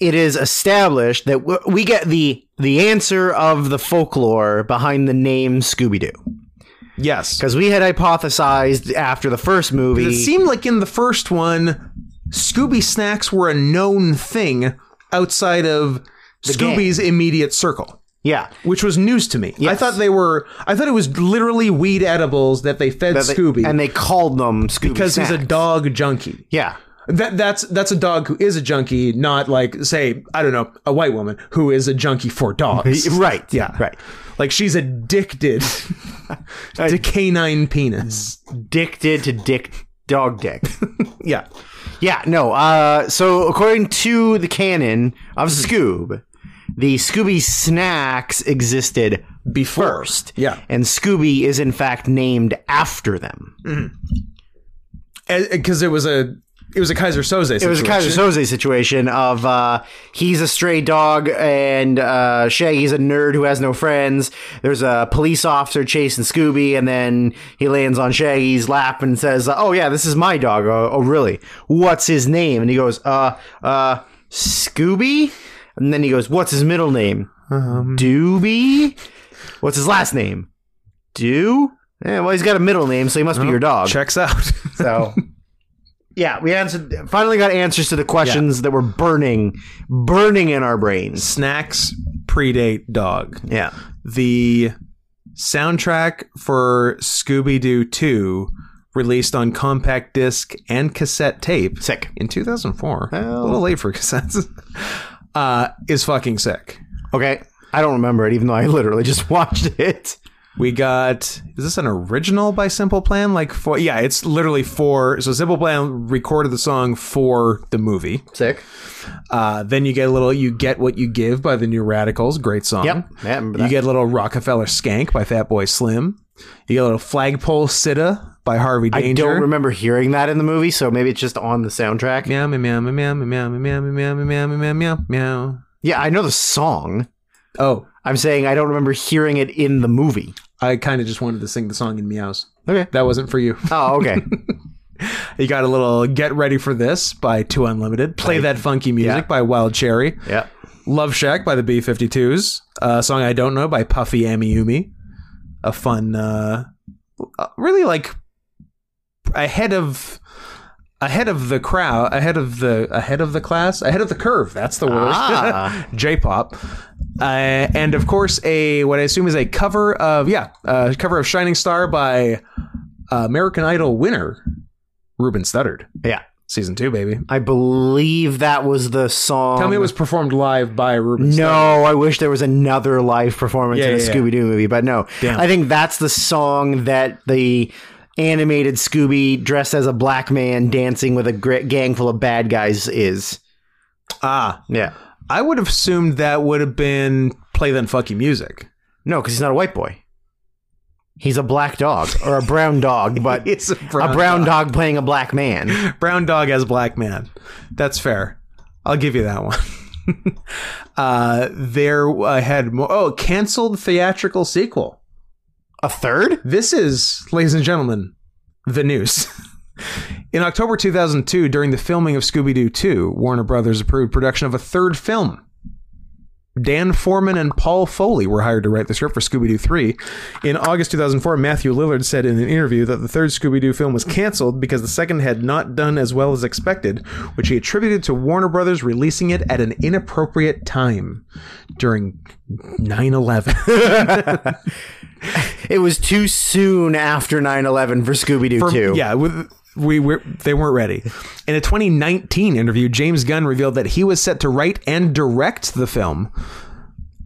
Speaker 2: it is established that w- we get the the answer of the folklore behind the name Scooby Doo
Speaker 1: Yes.
Speaker 2: because we had hypothesized after the first movie.
Speaker 1: It seemed like in the first one, Scooby snacks were a known thing outside of Scooby's immediate circle.
Speaker 2: yeah,
Speaker 1: Which was news to me. I
Speaker 2: Yes.
Speaker 1: thought they were. I thought it was literally weed edibles that they fed
Speaker 2: They-
Speaker 1: Scooby
Speaker 2: and they called them Scooby
Speaker 1: because he's a
Speaker 2: snacks.
Speaker 1: dog junkie.
Speaker 2: Yeah,
Speaker 1: That that's that's a dog who is a junkie, not like say I don't know a white woman who is a junkie for dogs.
Speaker 2: right.
Speaker 1: Yeah,
Speaker 2: right.
Speaker 1: Like she's addicted to canine penis.
Speaker 2: Addicted to dick dog dick.
Speaker 1: Yeah,
Speaker 2: Yeah, no. Uh, so according to the canon of Scoob, the Scooby snacks existed
Speaker 1: Before.
Speaker 2: first.
Speaker 1: Yeah.
Speaker 2: and Scooby is in fact named after them.
Speaker 1: because Eh, it was a it was a Kaiser Soze. Situation.
Speaker 2: It was a Kaiser Soze situation of uh, he's a stray dog and uh, Shaggy's a nerd who has no friends. There's a police officer chasing Scooby, and then he lands on Shaggy's lap and says, "Oh yeah, this is my dog. Oh, oh really? What's his name?" And he goes, "Uh, uh, Scooby." And then he goes, "What's his middle name?
Speaker 1: Um,
Speaker 2: Dooby. What's his last name? Do." Eh, well, he's got a middle name, so he must be your dog.
Speaker 1: Checks out.
Speaker 2: So, yeah, we answered. Finally, got answers to the questions that were burning, burning in our brains.
Speaker 1: Snacks predate dog.
Speaker 2: Yeah,
Speaker 1: the soundtrack for Scooby Doo 2 released on compact disc and cassette tape
Speaker 2: sick.
Speaker 1: in 2004.
Speaker 2: Well.
Speaker 1: A little late for cassettes. Uh, is fucking sick.
Speaker 2: Okay, I don't remember it, even though I literally just watched it.
Speaker 1: We got is this an original by Simple Plan? Like for yeah, it's literally for so Simple Plan recorded the song for the movie.
Speaker 2: Sick.
Speaker 1: Uh, then you get a little you get what you give by the New Radicals, great song.
Speaker 2: Yep. Hmm. Yeah, I remember
Speaker 1: You
Speaker 2: that.
Speaker 1: get a little Rockefeller Skank by Fat Boy Slim. You get a little Flagpole Sitta by Harvey
Speaker 2: I
Speaker 1: Danger.
Speaker 2: don't remember hearing that in the movie, so maybe it's just on the soundtrack. Yeah,
Speaker 1: Meow meow meow meow meow meow meow meow meow meow meow meow meow.
Speaker 2: I know the song.
Speaker 1: Oh,
Speaker 2: I'm saying I don't remember hearing it in the movie.
Speaker 1: I kind of just wanted to sing the song in meows.
Speaker 2: Okay.
Speaker 1: That wasn't for you.
Speaker 2: Oh, okay.
Speaker 1: You got a little "Get Ready for This" by Two Unlimited. Play that funky music
Speaker 2: Yeah.
Speaker 1: by Wild Cherry.
Speaker 2: yeah.
Speaker 1: Love Shack by the B52s. A song I don't know by Puffy Amiyumi. A uh, fun, uh, really like ahead of ahead of the crowd, ahead of the ahead of the class, ahead of the curve. That's the word.
Speaker 2: Ah.
Speaker 1: J-pop, uh, and of course a what I assume is a cover of yeah, uh, cover of Shining Star by uh, American Idol winner Ruben Studdard,
Speaker 2: Yeah.
Speaker 1: season two, baby.
Speaker 2: I believe that was the song.
Speaker 1: Tell me it was performed live by Ruben. Studdard.
Speaker 2: Um, No, I wish there was another live performance
Speaker 1: Yeah,
Speaker 2: in a
Speaker 1: yeah, yeah.
Speaker 2: Scooby Doo movie, but no.
Speaker 1: Damn.
Speaker 2: I think that's the song that the animated Scooby dressed as a black man dancing with a gr- gang full of bad guys is.
Speaker 1: Ah,
Speaker 2: Yeah.
Speaker 1: I would have assumed that would have been play then fucking music.
Speaker 2: No, because he's not a white boy. He's a black dog or a brown dog, but
Speaker 1: It's a brown,
Speaker 2: a brown dog. playing a black man.
Speaker 1: brown dog as black man. That's fair. I'll give you that one. uh, there I had more. Oh, canceled theatrical sequel.
Speaker 2: A third?
Speaker 1: This is, ladies and gentlemen, the news. In October 2002, during the filming of Scooby Doo 2, Warner Brothers approved production of a third film. Dan Foreman and Paul Foley were hired to write the script for Scooby Doo 3. In August 2004, Matthew Lillard said in an interview that the third Scooby Doo film was canceled because the second had not done as well as expected, which he attributed to Warner Brothers releasing it at an inappropriate time during 9 11.
Speaker 2: It was too soon after 9 11 for Scooby Doo 2.
Speaker 1: Yeah, with, we were they weren't ready. In a 2019 interview, James Gunn revealed that he was set to write and direct the film.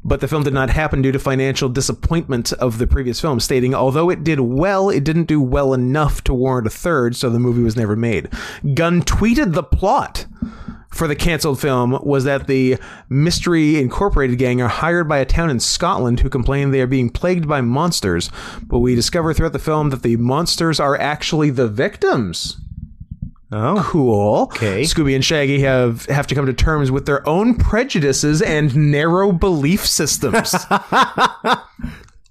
Speaker 1: But the film did not happen due to financial disappointment of the previous film, stating, although it did well, it didn't do well enough to warrant a third, so the movie was never made. Gunn tweeted the plot for the canceled film was that the Mystery Incorporated gang are hired by a town in Scotland who complain they are being plagued by monsters, but we discover throughout the film that the monsters are actually the victims. Oh, cool.
Speaker 2: Okay.
Speaker 1: Scooby and Shaggy have have to come to terms with their own prejudices and narrow belief systems.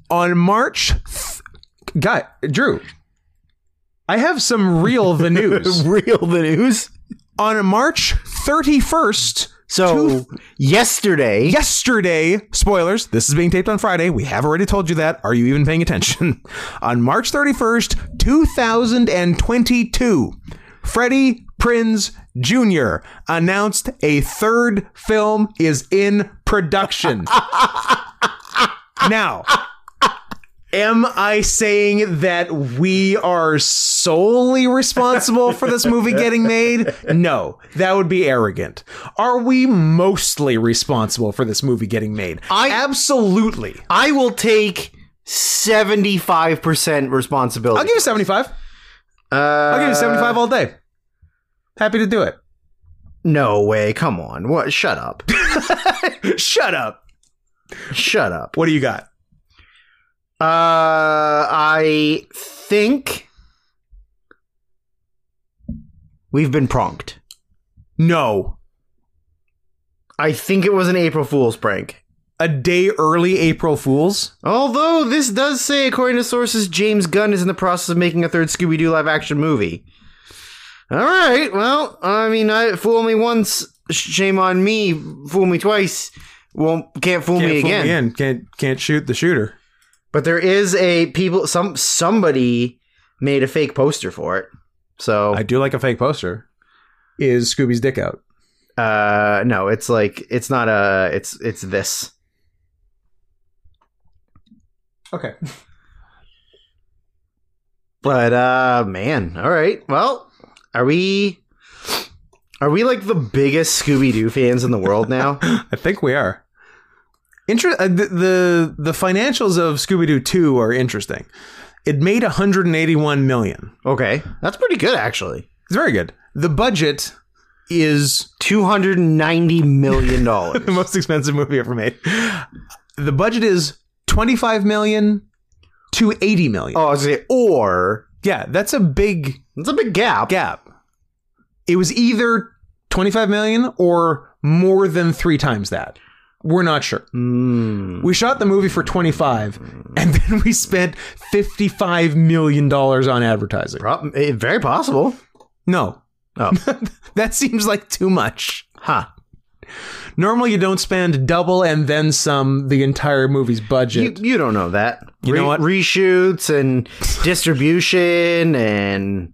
Speaker 1: On March, th- God, Drew, I have some real the news
Speaker 2: Real the news?
Speaker 1: on March 31st.
Speaker 2: So, yesterday.
Speaker 1: Yesterday, spoilers, this is being taped on Friday. We have already told you that. Are you even paying attention? on March 31st, 2022, Freddie Prinz Jr. announced a third film is in production. now, Am I saying that we are solely responsible for this movie getting made? No, that would be arrogant. Are we mostly responsible for this movie getting made?
Speaker 2: I-
Speaker 1: absolutely.
Speaker 2: I will take 75% responsibility.
Speaker 1: I'll give you 75.
Speaker 2: uh,
Speaker 1: I'll give you 75 all day. Happy to do it.
Speaker 2: No way. Come on. What? Shut up.
Speaker 1: Shut up.
Speaker 2: Shut up.
Speaker 1: What do you got?
Speaker 2: Uh, I think we've been pranked.
Speaker 1: No.
Speaker 2: I think it was an April Fool's prank.
Speaker 1: A day early April Fools?
Speaker 2: Although this does say, according to sources, James Gunn is in the process of making a third Scooby Doo live action movie. All right, well, I mean, I, fool me once, shame on me. Fool me twice, won't can't fool
Speaker 1: Can't
Speaker 2: me
Speaker 1: fool
Speaker 2: again.
Speaker 1: in. Can't can't shoot the shooter.
Speaker 2: But there is a people some somebody made a fake poster for it. So
Speaker 1: I do like a fake poster. Is Scooby's dick out?
Speaker 2: uh no, it's like it's not a it's it's this.
Speaker 1: Okay.
Speaker 2: But uh man, all right. Well, are we are we like the biggest Scooby Doo fans in the world now?
Speaker 1: I think we are. Inter- uh, the, the the financials of Scooby Doo Two are interesting. It made 181 million.
Speaker 2: okay. That's pretty good actually.
Speaker 1: It's very good. The budget is
Speaker 2: 290 million dollars.
Speaker 1: the most expensive movie ever made. The budget is 25 million to 80 million.
Speaker 2: oh, I was gonna say or
Speaker 1: Yeah, that's a big
Speaker 2: it's a big gap.
Speaker 1: gap. It was either 25 million or more than 3 times that. We're not sure.
Speaker 2: Mm.
Speaker 1: We shot the movie for 25 and then we spent 55 million dollars on advertising.
Speaker 2: Prob- eh, very possible.
Speaker 1: No.
Speaker 2: Oh.
Speaker 1: that seems like too much.
Speaker 2: Huh.
Speaker 1: Normally you don't spend double and then some the entire movie's
Speaker 2: You,
Speaker 1: budget.
Speaker 2: you don't know that.
Speaker 1: You know what?
Speaker 2: Reshoots and distribution and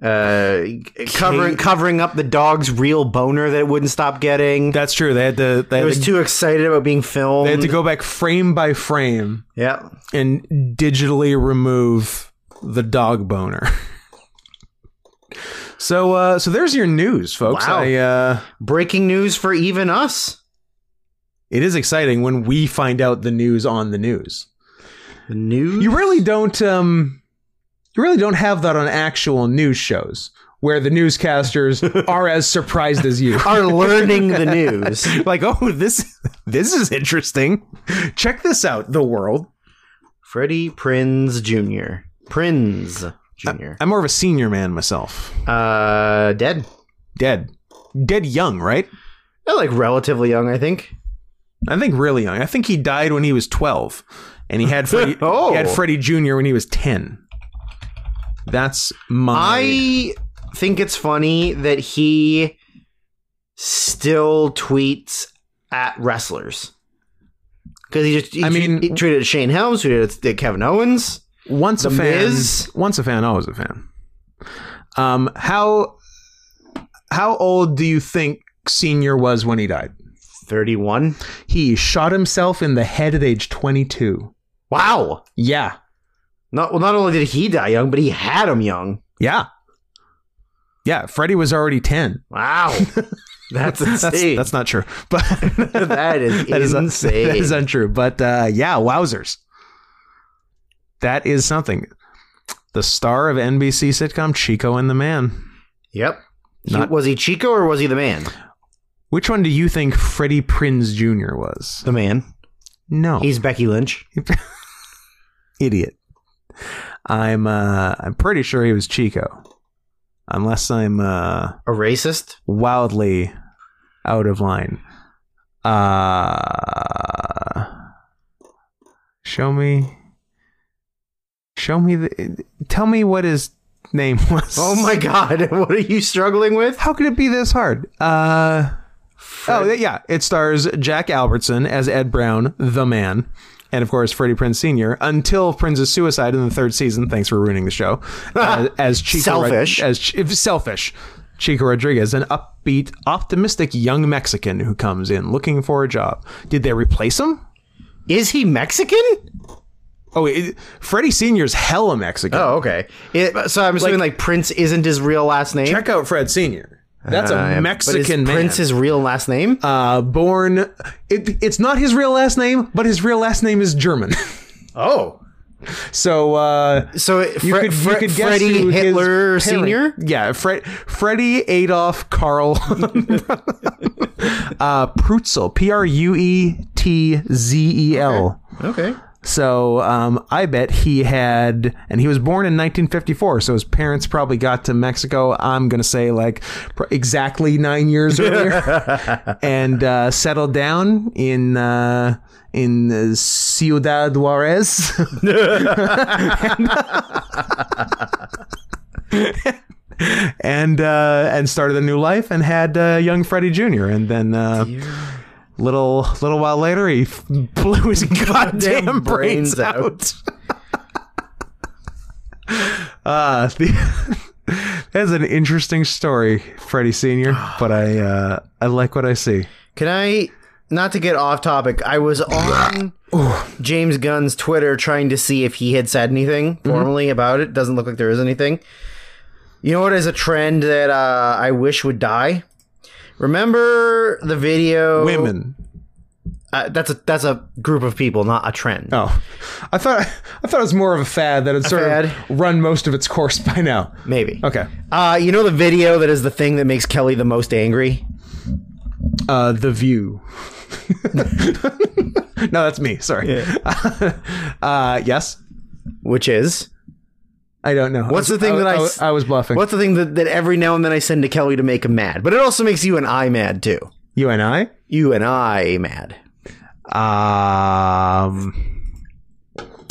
Speaker 2: uh, covering covering up the dog's real boner that it wouldn't stop getting.
Speaker 1: That's true. They had to. They
Speaker 2: It
Speaker 1: had,
Speaker 2: was
Speaker 1: to,
Speaker 2: too excited about being filmed.
Speaker 1: they had to go back frame by frame
Speaker 2: yeah,
Speaker 1: and digitally remove the dog boner. so, uh, so there's your news, folks.
Speaker 2: Wow.
Speaker 1: I, uh,
Speaker 2: breaking news for even us.
Speaker 1: it is exciting when we find out the news on the news.
Speaker 2: The news.
Speaker 1: You really don't. Um, you really don't have that on actual news shows where the newscasters are as surprised as you.
Speaker 2: are learning the news.
Speaker 1: like, oh, this this is interesting. Check this out, the world.
Speaker 2: Freddie Prinz Jr. Prinz Jr.
Speaker 1: I'm more of a senior man myself.
Speaker 2: Uh, dead.
Speaker 1: Dead. Dead young, right?
Speaker 2: They're like relatively young, I think.
Speaker 1: I think really young. I think he died when he was 12, and he had Freddie,
Speaker 2: Oh.
Speaker 1: he had Freddie Jr. when he was 10. That's my.
Speaker 2: I think it's funny that he still tweets at wrestlers because he just. He
Speaker 1: I mean-
Speaker 2: he tweeted at Shane Helms, tweeted at Kevin Owens.
Speaker 1: once a
Speaker 2: The
Speaker 1: fan,
Speaker 2: Miz?
Speaker 1: once a fan, always a fan. Um, how how old do you think Senior was when he died?
Speaker 2: Thirty-one.
Speaker 1: He shot himself in the head at age 22.
Speaker 2: Wow.
Speaker 1: Yeah,
Speaker 2: Not well. Not only did he die young, but he had him young.
Speaker 1: yeah, yeah. Freddie was already 10.
Speaker 2: Wow. That's
Speaker 1: That's,
Speaker 2: insane.
Speaker 1: that's not true, but
Speaker 2: that is
Speaker 1: that is
Speaker 2: insane.
Speaker 1: that is untrue. But uh, yeah, wowzers, that is something. The star of NBC sitcom Chico and the Man.
Speaker 2: yep. He-
Speaker 1: Not-
Speaker 2: was he Chico or was he the man?
Speaker 1: Which one do you think Freddie Prinz Jr. was?
Speaker 2: The man.
Speaker 1: No,
Speaker 2: He's Becky Lynch.
Speaker 1: idiot. I'm uh, I'm pretty sure he was Chico, unless I'm uh,
Speaker 2: A racist.
Speaker 1: wildly out of line. Uh, show me, show me the. Tell me what his name was.
Speaker 2: Oh my god, what are you struggling with?
Speaker 1: How could it be this hard? Uh, oh yeah, it stars Jack Albertson as Ed Brown, the man, and of course Freddie Prinze Sr. Until Prince's suicide in the third season. Thanks for ruining the show. Uh, as Chico Rod-
Speaker 2: Selfish.
Speaker 1: as Ch- if- selfish. Chico Rodriguez, an upbeat, optimistic young Mexican who comes in looking for a job. Did they replace him?
Speaker 2: Is he Mexican?
Speaker 1: Oh, it, Freddie Sr.'s hella Mexican.
Speaker 2: Oh, okay. It- so I'm assuming like, Prince isn't his real last name.
Speaker 1: Check out Fred Sr. That's
Speaker 2: Uh,
Speaker 1: a
Speaker 2: but
Speaker 1: Mexican
Speaker 2: is
Speaker 1: man.
Speaker 2: Prince his real last name?
Speaker 1: uh, born it, it's not his real last name but his real last name is german
Speaker 2: oh.
Speaker 1: so uh
Speaker 2: So
Speaker 1: you
Speaker 2: Fre-
Speaker 1: could, you
Speaker 2: Fre-
Speaker 1: could guess who
Speaker 2: Freddie
Speaker 1: his
Speaker 2: Hitler
Speaker 1: parent-
Speaker 2: Sr.?
Speaker 1: yeah Fred, freddie adolf karl uh prutzel E p-r-u-e-t-z-e-l
Speaker 2: Okay.
Speaker 1: E so um, I bet he had, and he was born in 1954. So his parents probably got to Mexico. I'm gonna say like pr- exactly nine years earlier, and uh, settled down in uh, in uh, Ciudad Juarez. And uh, and started a new life and had uh, young Freddie Jr. and then uh, little little while later he f- blew his goddamn,
Speaker 2: Goddamn
Speaker 1: brains,
Speaker 2: brains
Speaker 1: out. uh, the, that's an interesting story, Freddie Senior. But I uh, I like what I see.
Speaker 2: Can I not to get off topic, I was on James Gunn's Twitter trying to see if he had said anything
Speaker 1: Mm-hmm.
Speaker 2: formally about it. Doesn't look like there is anything. You know what is a trend that uh, I wish would die? Remember the video
Speaker 1: Women.
Speaker 2: Uh, that's a that's a group of people, not a trend.
Speaker 1: Oh, I thought I thought it was more of a fad that had sort
Speaker 2: fad?
Speaker 1: of run most of its course by now.
Speaker 2: Maybe.
Speaker 1: Okay,
Speaker 2: Uh, you know the video that is the thing that makes Kelly the most angry?
Speaker 1: uh, the View. no, that's me. Sorry. uh, yes,
Speaker 2: Which is
Speaker 1: I don't know.
Speaker 2: What's
Speaker 1: I
Speaker 2: the thing that I
Speaker 1: I,
Speaker 2: s-
Speaker 1: I was bluffing?
Speaker 2: what's the thing that, that every now and then I send to Kelly to make him mad? But it also makes you and I mad too.
Speaker 1: You and I?
Speaker 2: You and I mad.
Speaker 1: Um.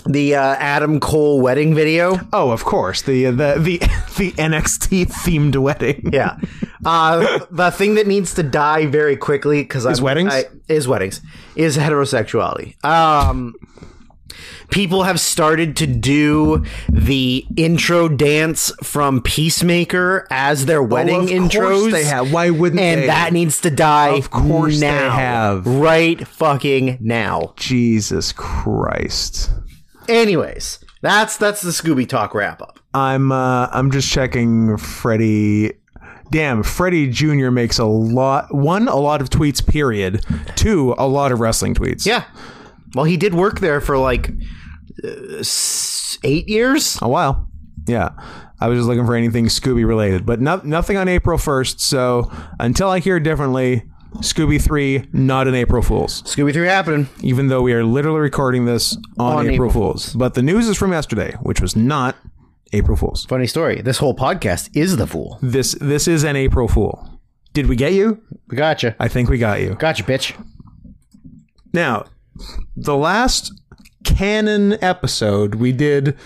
Speaker 2: the uh, Adam Cole wedding video.
Speaker 1: Oh, of course the the the the NXT themed wedding.
Speaker 2: Yeah, uh, the thing that needs to die very quickly because
Speaker 1: weddings?
Speaker 2: I, is weddings is heterosexuality. Um, people have started to do the intro dance from Peacemaker as their wedding
Speaker 1: Oh, of course
Speaker 2: intros.
Speaker 1: they have. Why wouldn't
Speaker 2: and
Speaker 1: they?
Speaker 2: that needs to die.
Speaker 1: Of course they
Speaker 2: now.
Speaker 1: have.
Speaker 2: Right fucking now.
Speaker 1: Jesus Christ.
Speaker 2: Anyways, that's that's the Scooby Talk wrap up.
Speaker 1: I'm uh, I'm just checking Freddie. Damn, Freddie Jr. makes a lot. One, a lot of tweets. Period. Two, a lot of wrestling tweets.
Speaker 2: Yeah. Well, he did work there for like uh, s- eight years.
Speaker 1: a while. Oh, Yeah, I was just looking for anything Scooby related, but no, nothing on April first. So until I hear differently, Scooby three not an April Fools.
Speaker 2: Scooby Three happening.
Speaker 1: Even though we are literally recording this on,
Speaker 2: On
Speaker 1: April,
Speaker 2: April
Speaker 1: Fools, but the news is from yesterday, which was not April Fools.
Speaker 2: Funny story. This whole podcast is the fool.
Speaker 1: This this is an April Fool. Did we get you?
Speaker 2: We gotcha.
Speaker 1: I think we got you.
Speaker 2: Gotcha, bitch.
Speaker 1: Now, the last canon episode we did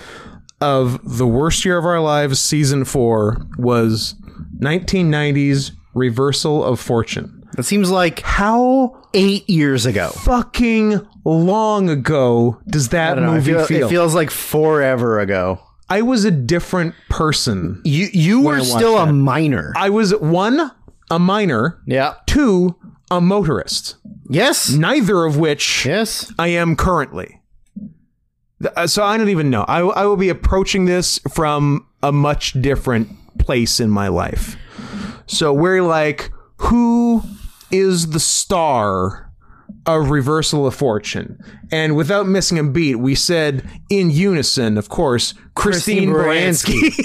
Speaker 1: of The Worst Year of Our Lives season 4 was 1990's Reversal of Fortune.
Speaker 2: That seems like
Speaker 1: How
Speaker 2: eight years ago.
Speaker 1: fucking long ago does that
Speaker 2: I don't know,
Speaker 1: movie
Speaker 2: it, feel-
Speaker 1: feel?
Speaker 2: it feels like forever ago.
Speaker 1: I was a different person.
Speaker 2: You you were
Speaker 1: watched
Speaker 2: still a
Speaker 1: that.
Speaker 2: minor.
Speaker 1: I was one a minor,
Speaker 2: yeah. Mm.
Speaker 1: two a motorist,
Speaker 2: Yes.
Speaker 1: neither of which
Speaker 2: Yes.
Speaker 1: I am currently. Th- uh, So I don't even know. I, I will be approaching this from a much different place in my life. So we're like, who is the star of Reversal of Fortune? And without missing a beat, we said in unison, of course, Christine, Baranski.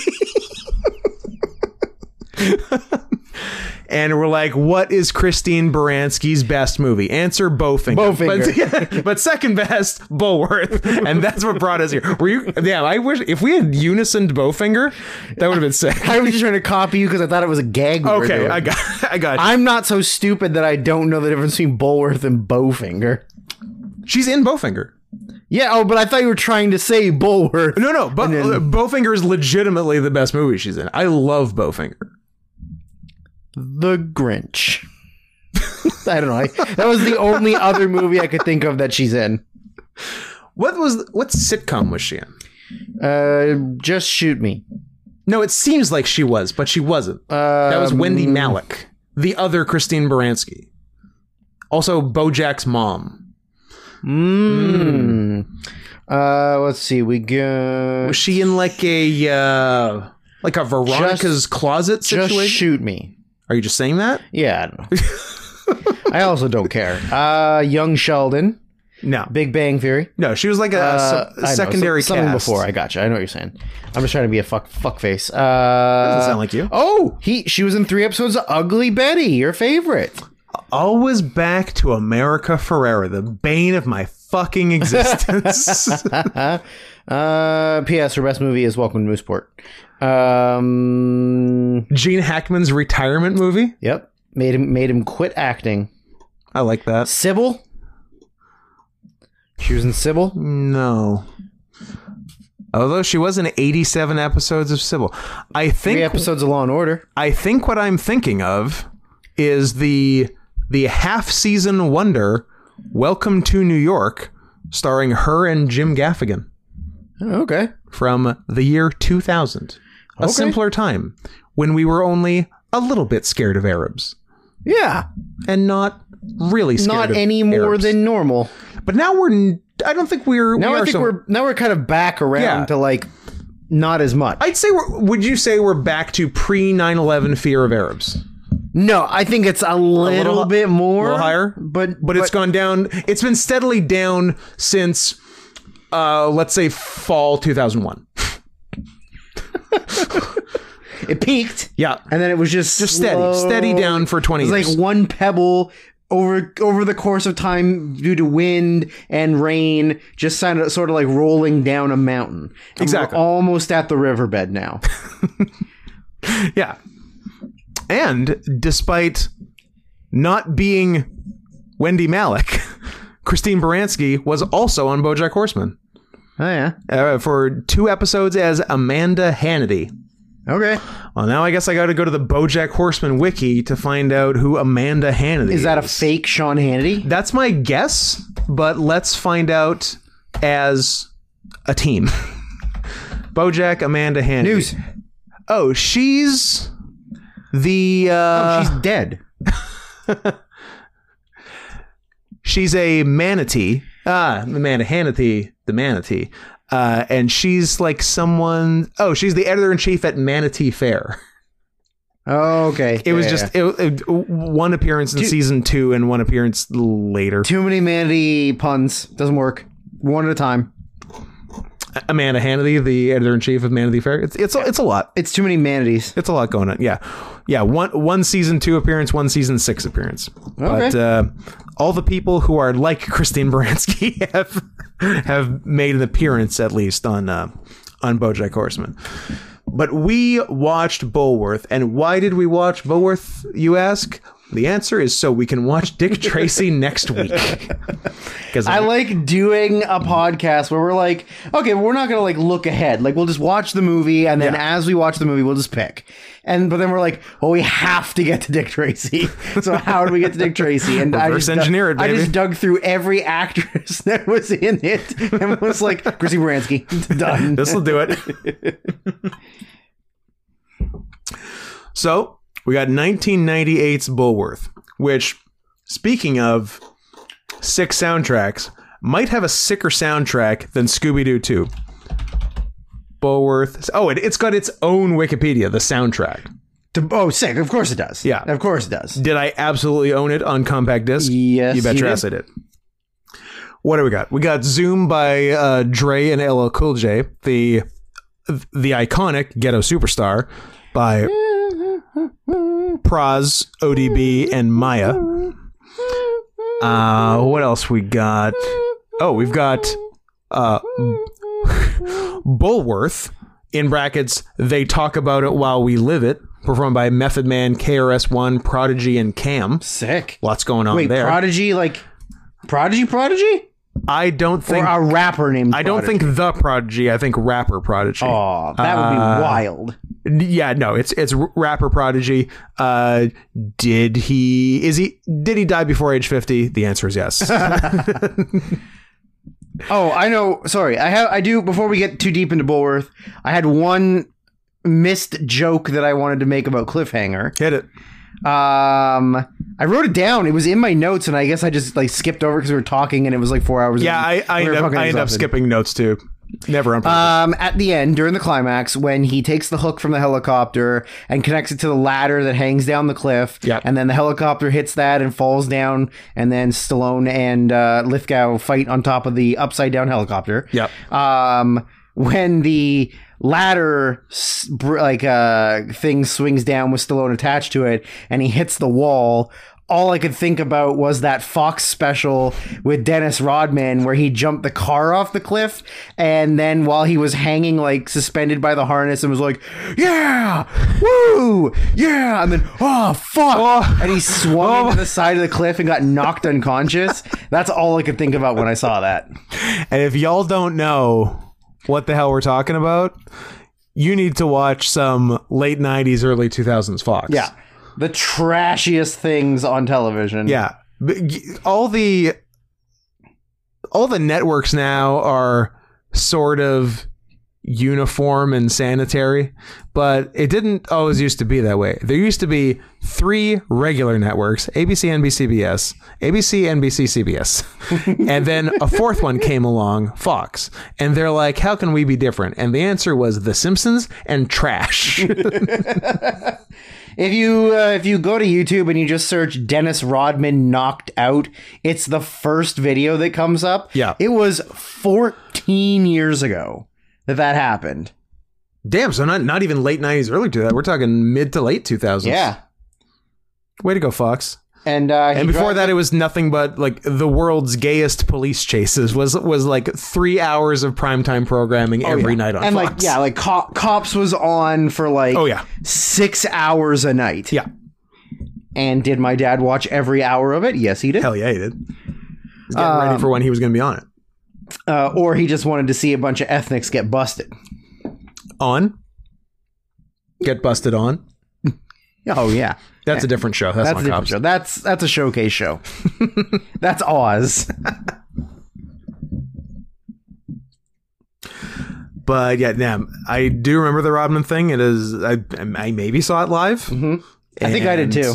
Speaker 1: And we're like, what is Christine Baranski's best movie? Answer Bowfinger.
Speaker 2: Bowfinger.
Speaker 1: But, but second best, Bullworth. And that's what brought us here. Were you, yeah, I wish, if we had unisoned Bowfinger, that would have been sick.
Speaker 2: I was just trying to copy you because I thought it was a gag. We were
Speaker 1: Okay,
Speaker 2: doing.
Speaker 1: I got, I got.
Speaker 2: I'm not so stupid that I don't know the difference between Bulworth and Bowfinger.
Speaker 1: She's in Bowfinger.
Speaker 2: Yeah. Oh, but I thought you were trying to say Bulworth.
Speaker 1: No, no, but
Speaker 2: then-
Speaker 1: Bowfinger is legitimately the best movie she's in. I love Bowfinger.
Speaker 2: The Grinch. I don't know. I, that was the only other movie I could think of that she's in.
Speaker 1: What was, what sitcom was she in?
Speaker 2: Uh, just shoot me.
Speaker 1: No, it seems like she was, but she wasn't. that
Speaker 2: Um,
Speaker 1: was Wendy Malik, the other Christine Baranski. Also, Bojack's mom.
Speaker 2: Mm. Uh, let's see. We go.
Speaker 1: Was she in like a uh like a Veronica's closet
Speaker 2: Just
Speaker 1: situation?
Speaker 2: shoot me.
Speaker 1: Are you just saying that?
Speaker 2: Yeah. I, don't know. I also don't care. Uh, young Sheldon,
Speaker 1: No.
Speaker 2: Big Bang Theory.
Speaker 1: No, she was like a,
Speaker 2: Uh,
Speaker 1: se-
Speaker 2: I know,
Speaker 1: secondary
Speaker 2: so- something
Speaker 1: cast.
Speaker 2: before. I gotcha. I know what you're saying. I'm just trying to be a fuck fuckface. Uh,
Speaker 1: Doesn't sound like you.
Speaker 2: Oh, he she was in three episodes of Ugly Betty, your favorite.
Speaker 1: Always back to America Ferrera, the bane of my fucking existence.
Speaker 2: Uh, P.S. Her best movie is Welcome to Mooseport. Um,
Speaker 1: Gene Hackman's retirement movie.
Speaker 2: yep, made him made him quit acting.
Speaker 1: I like that.
Speaker 2: Sybil. She was in Sybil.
Speaker 1: No. Although she was in 87 episodes of Sybil. I think
Speaker 2: Three episodes of Law and Order.
Speaker 1: I think what I'm thinking of is the the half season wonder Welcome to New York starring her and Jim Gaffigan
Speaker 2: Oh, Okay.
Speaker 1: from the year 2000 a
Speaker 2: Okay.
Speaker 1: simpler time when we were only a little bit scared of Arabs
Speaker 2: Yeah.
Speaker 1: and not really scared
Speaker 2: Not
Speaker 1: of
Speaker 2: any more
Speaker 1: Arabs.
Speaker 2: than normal.
Speaker 1: but now we're n- I don't think we're
Speaker 2: Now
Speaker 1: we
Speaker 2: I
Speaker 1: are
Speaker 2: think
Speaker 1: so-
Speaker 2: we're now we're kind of back around
Speaker 1: Yeah.
Speaker 2: to like not as much.
Speaker 1: I'd say we're would you say we're back to pre 9/11 fear of Arabs
Speaker 2: No, I think it's a little,
Speaker 1: little-
Speaker 2: bit more,
Speaker 1: little higher?
Speaker 2: but
Speaker 1: but it's gone down. It's been steadily down since, uh, let's say, fall 2001.
Speaker 2: it peaked,
Speaker 1: Yeah,
Speaker 2: and then it was just
Speaker 1: just steady,
Speaker 2: slow-
Speaker 1: steady down for 20
Speaker 2: It was
Speaker 1: years.
Speaker 2: like one pebble over over the course of time due to wind and rain, just kind of sort of like rolling down a mountain. And we're
Speaker 1: Exactly.
Speaker 2: almost at the riverbed now.
Speaker 1: yeah, and despite not being Wendy Malik, Christine Baranski was also on BoJack Horseman
Speaker 2: oh yeah.
Speaker 1: uh, for two episodes as Amanda Hannity.
Speaker 2: Okay.
Speaker 1: Well, now I guess I got to go to the BoJack Horseman wiki to find out who Amanda Hannity
Speaker 2: Is that a fake Sean Hannity?
Speaker 1: That's my guess, but let's find out as a team. Bojack Amanda Handy.
Speaker 2: News.
Speaker 1: Oh, she's the
Speaker 2: Oh,
Speaker 1: uh,
Speaker 2: she's dead.
Speaker 1: she's a manatee. Ah, the manatee, the manatee. Uh, and she's like someone. Oh, she's the editor in chief at Manatee Fair.
Speaker 2: Oh, okay.
Speaker 1: It was
Speaker 2: Yeah, yeah.
Speaker 1: just it, it- one appearance in
Speaker 2: Do-
Speaker 1: season two and one appearance later.
Speaker 2: too many manatee puns. Doesn't work. One at a time.
Speaker 1: Amanda Hannity, the editor in chief of Manatee Fair. It's it's a, it's a lot.
Speaker 2: It's too many manatees.
Speaker 1: It's a lot going on. Yeah, yeah. One one season two appearance, one season six appearance. But
Speaker 2: Okay.
Speaker 1: uh, all the people who are like Christine Baranski have have made an appearance at least on uh, on BoJack Horseman. But we watched Bulworth, and why did we watch Bulworth? You ask. The answer is so we can watch Dick Tracy next week. Because
Speaker 2: I like doing a podcast where we're like, okay, we're not gonna like look ahead. Like we'll just watch the movie, and then as we watch the movie, we'll just pick. And but then we're like, oh, we have to get to Dick Tracy. So how do we get to Dick Tracy? And I
Speaker 1: Reverse
Speaker 2: just dug-
Speaker 1: engineer it,
Speaker 2: I
Speaker 1: baby.
Speaker 2: just dug through every actress that was in it, and was like, Chrissy Baranski, done.
Speaker 1: This will do it. so we got 1998's Bullworth, which, speaking of sick soundtracks, might have a sicker soundtrack than Scooby Doo 2. Bullworth. Oh, it, it's got its own Wikipedia, the soundtrack.
Speaker 2: To- oh, sick. Of course it does.
Speaker 1: Yeah.
Speaker 2: of course it does.
Speaker 1: Did I absolutely own it on compact disc?
Speaker 2: Yes,
Speaker 1: You bet
Speaker 2: you
Speaker 1: your ass I did. What do we got? We got Zoom by uh, Dre and LL Cool J, the the iconic ghetto superstar by Praz, ODB, and Maya. Uh, what else we got? Oh, we've got uh, Bullworth in brackets. They talk about it while we live it. Performed by Method Man, KRS One, Prodigy, and Cam.
Speaker 2: Sick.
Speaker 1: Lots going on
Speaker 2: Wait,
Speaker 1: there.
Speaker 2: Prodigy, like Prodigy, Prodigy,
Speaker 1: I don't
Speaker 2: or
Speaker 1: think
Speaker 2: a rapper named?
Speaker 1: I don't think the prodigy. I think rapper prodigy.
Speaker 2: Oh, that would be
Speaker 1: Uh,
Speaker 2: wild.
Speaker 1: N- Yeah, no, it's it's r- rapper prodigy. Uh, did he is he did he die before age fifty? The answer is yes.
Speaker 2: Oh, I know. Sorry, I have. I do. Before we get too deep into Bulworth, I had one missed joke that I wanted to make about cliffhanger.
Speaker 1: Hit it.
Speaker 2: Um, I wrote it down. It was in my notes, and I guess I just like skipped over because we were talking, and it was like four hours.
Speaker 1: Yeah, I
Speaker 2: in.
Speaker 1: I
Speaker 2: We were
Speaker 1: end up,
Speaker 2: fucking
Speaker 1: I end up
Speaker 2: exhausted.
Speaker 1: skipping notes too. Never on purpose.
Speaker 2: Um, at the end, during the climax, when he takes the hook from the helicopter and connects it to the ladder that hangs down the cliff,
Speaker 1: Yep.
Speaker 2: and then the helicopter hits that and falls down, and then Stallone and uh, Lithgow fight on top of the upside down helicopter.
Speaker 1: Yep.
Speaker 2: Um, when the ladder s- br- like uh thing swings down with Stallone attached to it, and he hits the wall. All I could think about was that Fox special with Dennis Rodman where he jumped the car off the cliff and then while he was hanging like suspended by the harness and was like, "Yeah! Woo! Yeah!" and then, "Oh, fuck."
Speaker 1: Oh.
Speaker 2: And he swung into the side of the cliff and got knocked unconscious. That's all I could think about when I saw that.
Speaker 1: and if y'all don't know what the hell we're talking about, you need to watch some late '90s, early 2000s Fox.
Speaker 2: Yeah. The trashiest things on television.
Speaker 1: Yeah. But g- All the all the networks now are sort of uniform and sanitary, but it didn't always used to be that way. There used to be three regular networks, ABC, NBC, CBS, ABC, NBC, CBS. and then a fourth one came along, Fox. And they're like, "How can we be different?" And the answer was The Simpsons and trash.
Speaker 2: If you uh, if you go to YouTube and you just search Dennis Rodman knocked out, it's the first video that comes up.
Speaker 1: Yeah.
Speaker 2: It was 14 years ago that that happened.
Speaker 1: Damn, so not not even late 90s early to that. We're talking mid to late 2000s.
Speaker 2: Yeah.
Speaker 1: Way to go, Fox.
Speaker 2: And uh, he
Speaker 1: And before
Speaker 2: dri-
Speaker 1: that, it was nothing but like the world's gayest police chases was was like three hours of primetime programming every night on
Speaker 2: and
Speaker 1: Fox.
Speaker 2: like Oh, yeah, like Co- cops was on for like
Speaker 1: Oh yeah.
Speaker 2: 6 hours a night.
Speaker 1: Yeah.
Speaker 2: And did my dad watch every hour of it? Yes, he did.
Speaker 1: Hell yeah, he did. He's getting
Speaker 2: Um,
Speaker 1: ready for when he was going to be on it.
Speaker 2: Uh, or he just wanted to see a bunch of ethnics get busted.
Speaker 1: On. Get busted on.
Speaker 2: Oh yeah.
Speaker 1: That's a different show. That's,
Speaker 2: That's a
Speaker 1: not
Speaker 2: different
Speaker 1: cops.
Speaker 2: show. That's that's a showcase show. that's Oz.
Speaker 1: But yeah, damn, I do remember the Rodman thing. It is I, I maybe saw it live.
Speaker 2: Mm-hmm. I think I did too.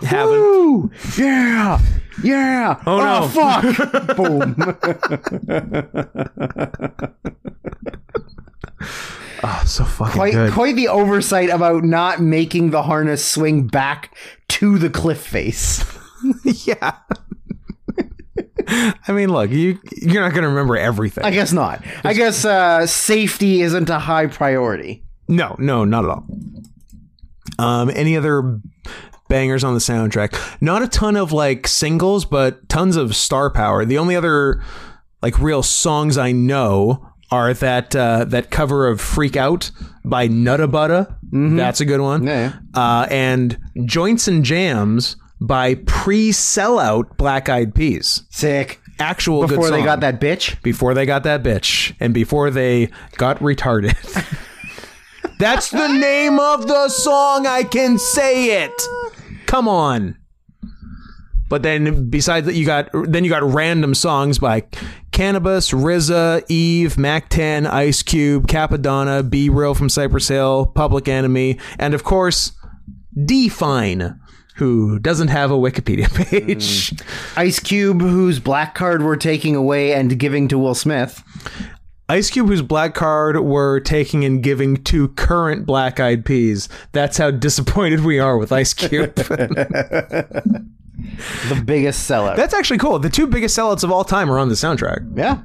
Speaker 1: And Haven't.
Speaker 2: Woo! Yeah! Yeah!
Speaker 1: Oh, no.
Speaker 2: fuck! Boom.
Speaker 1: Oh, so fucking
Speaker 2: Quite,
Speaker 1: good.
Speaker 2: quite the oversight about not making the harness swing back to the cliff face.
Speaker 1: yeah. I mean, look, you you're not gonna remember everything.
Speaker 2: I guess not. I guess uh, safety isn't a high priority.
Speaker 1: no, no, not at all. Um, any other bangers on the soundtrack? Not a ton of like singles, but tons of star power. The only other like real songs I know are that uh, that cover of "Freak Out" by Nutta Butta. That's a good one.
Speaker 2: Mm-hmm. Yeah,
Speaker 1: Uh, and "Joints and Jams" by pre-sellout Black Eyed Peas.
Speaker 2: Sick.
Speaker 1: Actual good
Speaker 2: Before they
Speaker 1: song.
Speaker 2: got that bitch.
Speaker 1: before they got that bitch and before they got retarded. That's the name of the song. I can say it. Come on. But then besides that you got then you got random songs by Cannabis, RZA, Eve, Mac 10, Ice Cube, Capadonna, B Real from Cypress Hill, Public Enemy, and of course Define, who doesn't have a Wikipedia page.
Speaker 2: Ice Cube, whose black card we're taking away and giving to Will Smith.
Speaker 1: Ice Cube, whose black card we're taking and giving to current Black Eyed Peas. That's how disappointed we are with Ice Cube.
Speaker 2: The biggest sellout.
Speaker 1: That's actually cool. The two biggest sellouts of all time are on the soundtrack.
Speaker 2: yeah.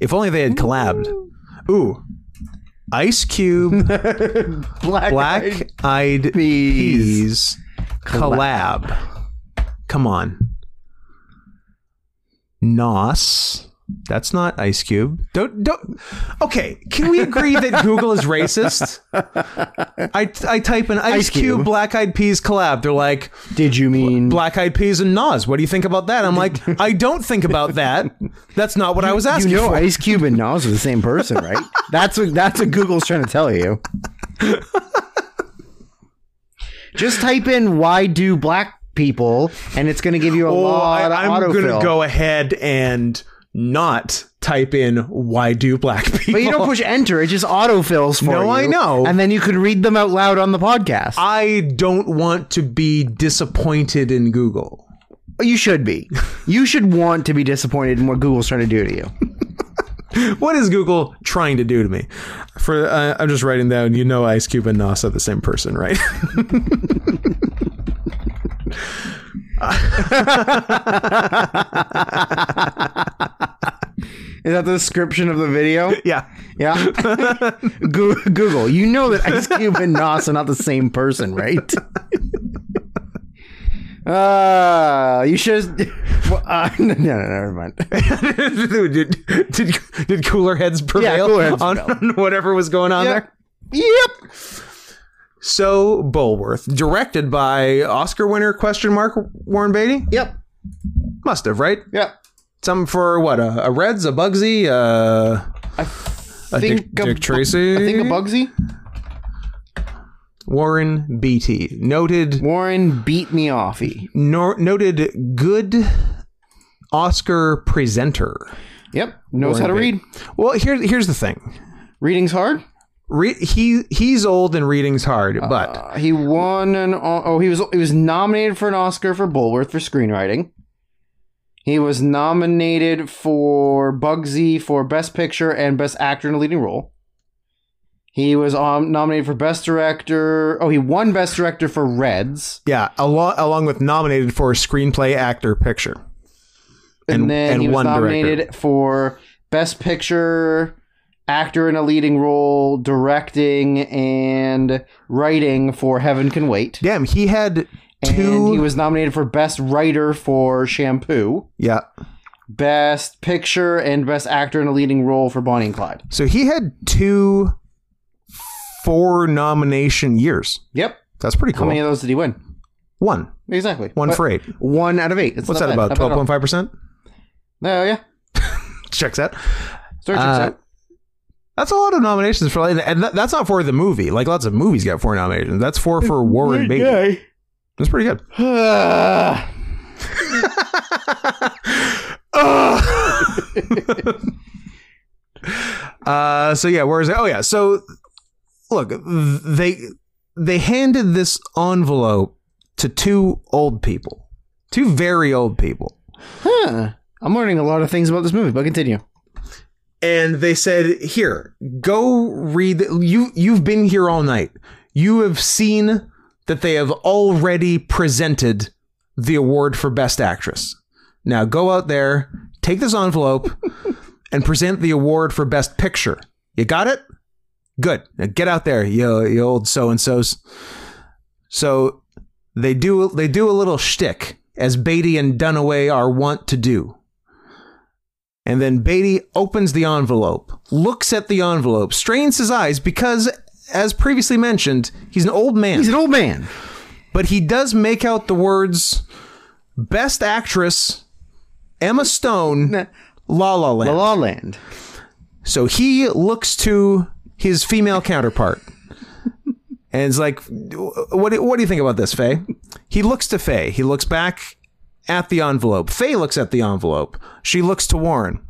Speaker 1: If only they had collabed. Ooh. Ice Cube,
Speaker 2: Black.
Speaker 1: Black Eyed
Speaker 2: Peas.
Speaker 1: Peas collab. Come on. Nos. That's not Ice Cube. Don't don't. Okay, can we agree that Google is racist? I I type in Ice,
Speaker 2: Ice
Speaker 1: Cube,
Speaker 2: Cube.
Speaker 1: Black Eyed Peas collab. They're like
Speaker 2: Did you mean.
Speaker 1: Black Eyed Peas and Nas. What do you think about that? I'm like, I don't think about that. That's not what I was
Speaker 2: You
Speaker 1: asking
Speaker 2: know
Speaker 1: for.
Speaker 2: Ice Cube and Nas are the same person, right? that's what that's what Google's trying to tell you. Just type in why do black people and it's going to give you a
Speaker 1: Oh,
Speaker 2: lot
Speaker 1: I,
Speaker 2: of
Speaker 1: am
Speaker 2: autofill.
Speaker 1: gonna go ahead and not type in why do black people.
Speaker 2: but you don't push enter, it just autofills for you.
Speaker 1: No, I know.
Speaker 2: And then you can read them out loud on the podcast.
Speaker 1: I don't want to be disappointed in Google.
Speaker 2: you should be. You should want to be disappointed in what Google's trying to do to you.
Speaker 1: What is Google trying to do to me? For uh, I'm just writing down. You know, Ice Cube and Nas are the same person, right?
Speaker 2: Is that the description of the video?
Speaker 1: yeah.
Speaker 2: Yeah. Goo- Google, you know that Ice Cube and Nas are not the same person, right? Uh, you should. Well, uh, no, no, no, never mind.
Speaker 1: did, did did cooler heads prevail
Speaker 2: cooler heads
Speaker 1: on, on whatever was going on there?
Speaker 2: Yep.
Speaker 1: So Bulworth, directed by Oscar winner question mark Warren Beatty,
Speaker 2: Yep.
Speaker 1: must have right.
Speaker 2: Yep.
Speaker 1: Some for what? A, a Reds, a Bugsy, uh,
Speaker 2: I
Speaker 1: a
Speaker 2: think
Speaker 1: Dick,
Speaker 2: a
Speaker 1: Dick
Speaker 2: Bu-
Speaker 1: Tracy,
Speaker 2: I think a Bugsy.
Speaker 1: Warren Beatty, noted
Speaker 2: Warren beat me offy.
Speaker 1: nor, noted good Oscar presenter.
Speaker 2: Yep.
Speaker 1: Warren
Speaker 2: Knows how to
Speaker 1: Beatty.
Speaker 2: read.
Speaker 1: Well, here's here's the thing.
Speaker 2: Reading's hard.
Speaker 1: Re- he he's old and reading's hard, but
Speaker 2: Uh, he won an. O- Oh, he was he was nominated for an Oscar for Bulworth for screenwriting. He was nominated for Bugsy for Best Picture and Best Actor in a Leading Role. He was um, nominated for Best Director. Oh, he won Best Director for Reds,
Speaker 1: yeah, along along with nominated for screenplay, actor, picture.
Speaker 2: and,
Speaker 1: And-
Speaker 2: then
Speaker 1: and
Speaker 2: he was
Speaker 1: one director.
Speaker 2: nominated for Best Picture, Actor in a Leading Role, Directing, and Writing for Heaven Can Wait.
Speaker 1: Damn, he had two.
Speaker 2: And he was nominated for Best Writer for Shampoo,
Speaker 1: yeah,
Speaker 2: Best Picture, and Best Actor in a Leading Role for Bonnie and Clyde.
Speaker 1: so he had two four nomination years.
Speaker 2: Yep.
Speaker 1: That's pretty
Speaker 2: How
Speaker 1: cool.
Speaker 2: many of those did he win?
Speaker 1: One,
Speaker 2: Exactly.
Speaker 1: one
Speaker 2: But-
Speaker 1: for eight.
Speaker 2: One out of eight. It's
Speaker 1: What's
Speaker 2: not
Speaker 1: that
Speaker 2: bad.
Speaker 1: about?
Speaker 2: Not bad at
Speaker 1: Twelve
Speaker 2: all.
Speaker 1: point five percent.
Speaker 2: No, yeah.
Speaker 1: Checks out.
Speaker 2: Search
Speaker 1: Uh,
Speaker 2: yourself.
Speaker 1: That's a lot of nominations for, and that, that's not for the movie. Like lots of movies got four nominations. That's four for Warren Beatty. That's pretty good.
Speaker 2: Ah.
Speaker 1: Ah! Ugh. Uh, so yeah, where is it? Oh yeah, so look, they they handed this envelope to two old people, two very old people.
Speaker 2: Huh. I'm learning a lot of things about this movie, but continue.
Speaker 1: and they said, "Here, go read. You you've been here all night. You have seen that they have already presented the award for best actress. Now go out there, take this envelope, and present the award for best picture. You got it? Good. Now get out there, you you old so and so's." So they do they do a little shtick as Beatty and Dunaway are wont to do. And then Beatty opens the envelope, looks at the envelope, strains his eyes because, as previously mentioned, he's an old man.
Speaker 2: He's an old man.
Speaker 1: but he does make out the words Best Actress, Emma Stone, La La Land.
Speaker 2: La La Land.
Speaker 1: So he looks to his female counterpart and is like, what do, what do you think about this, Faye? He looks to Faye. He looks back at the envelope. Faye looks at the envelope. She looks to Warren.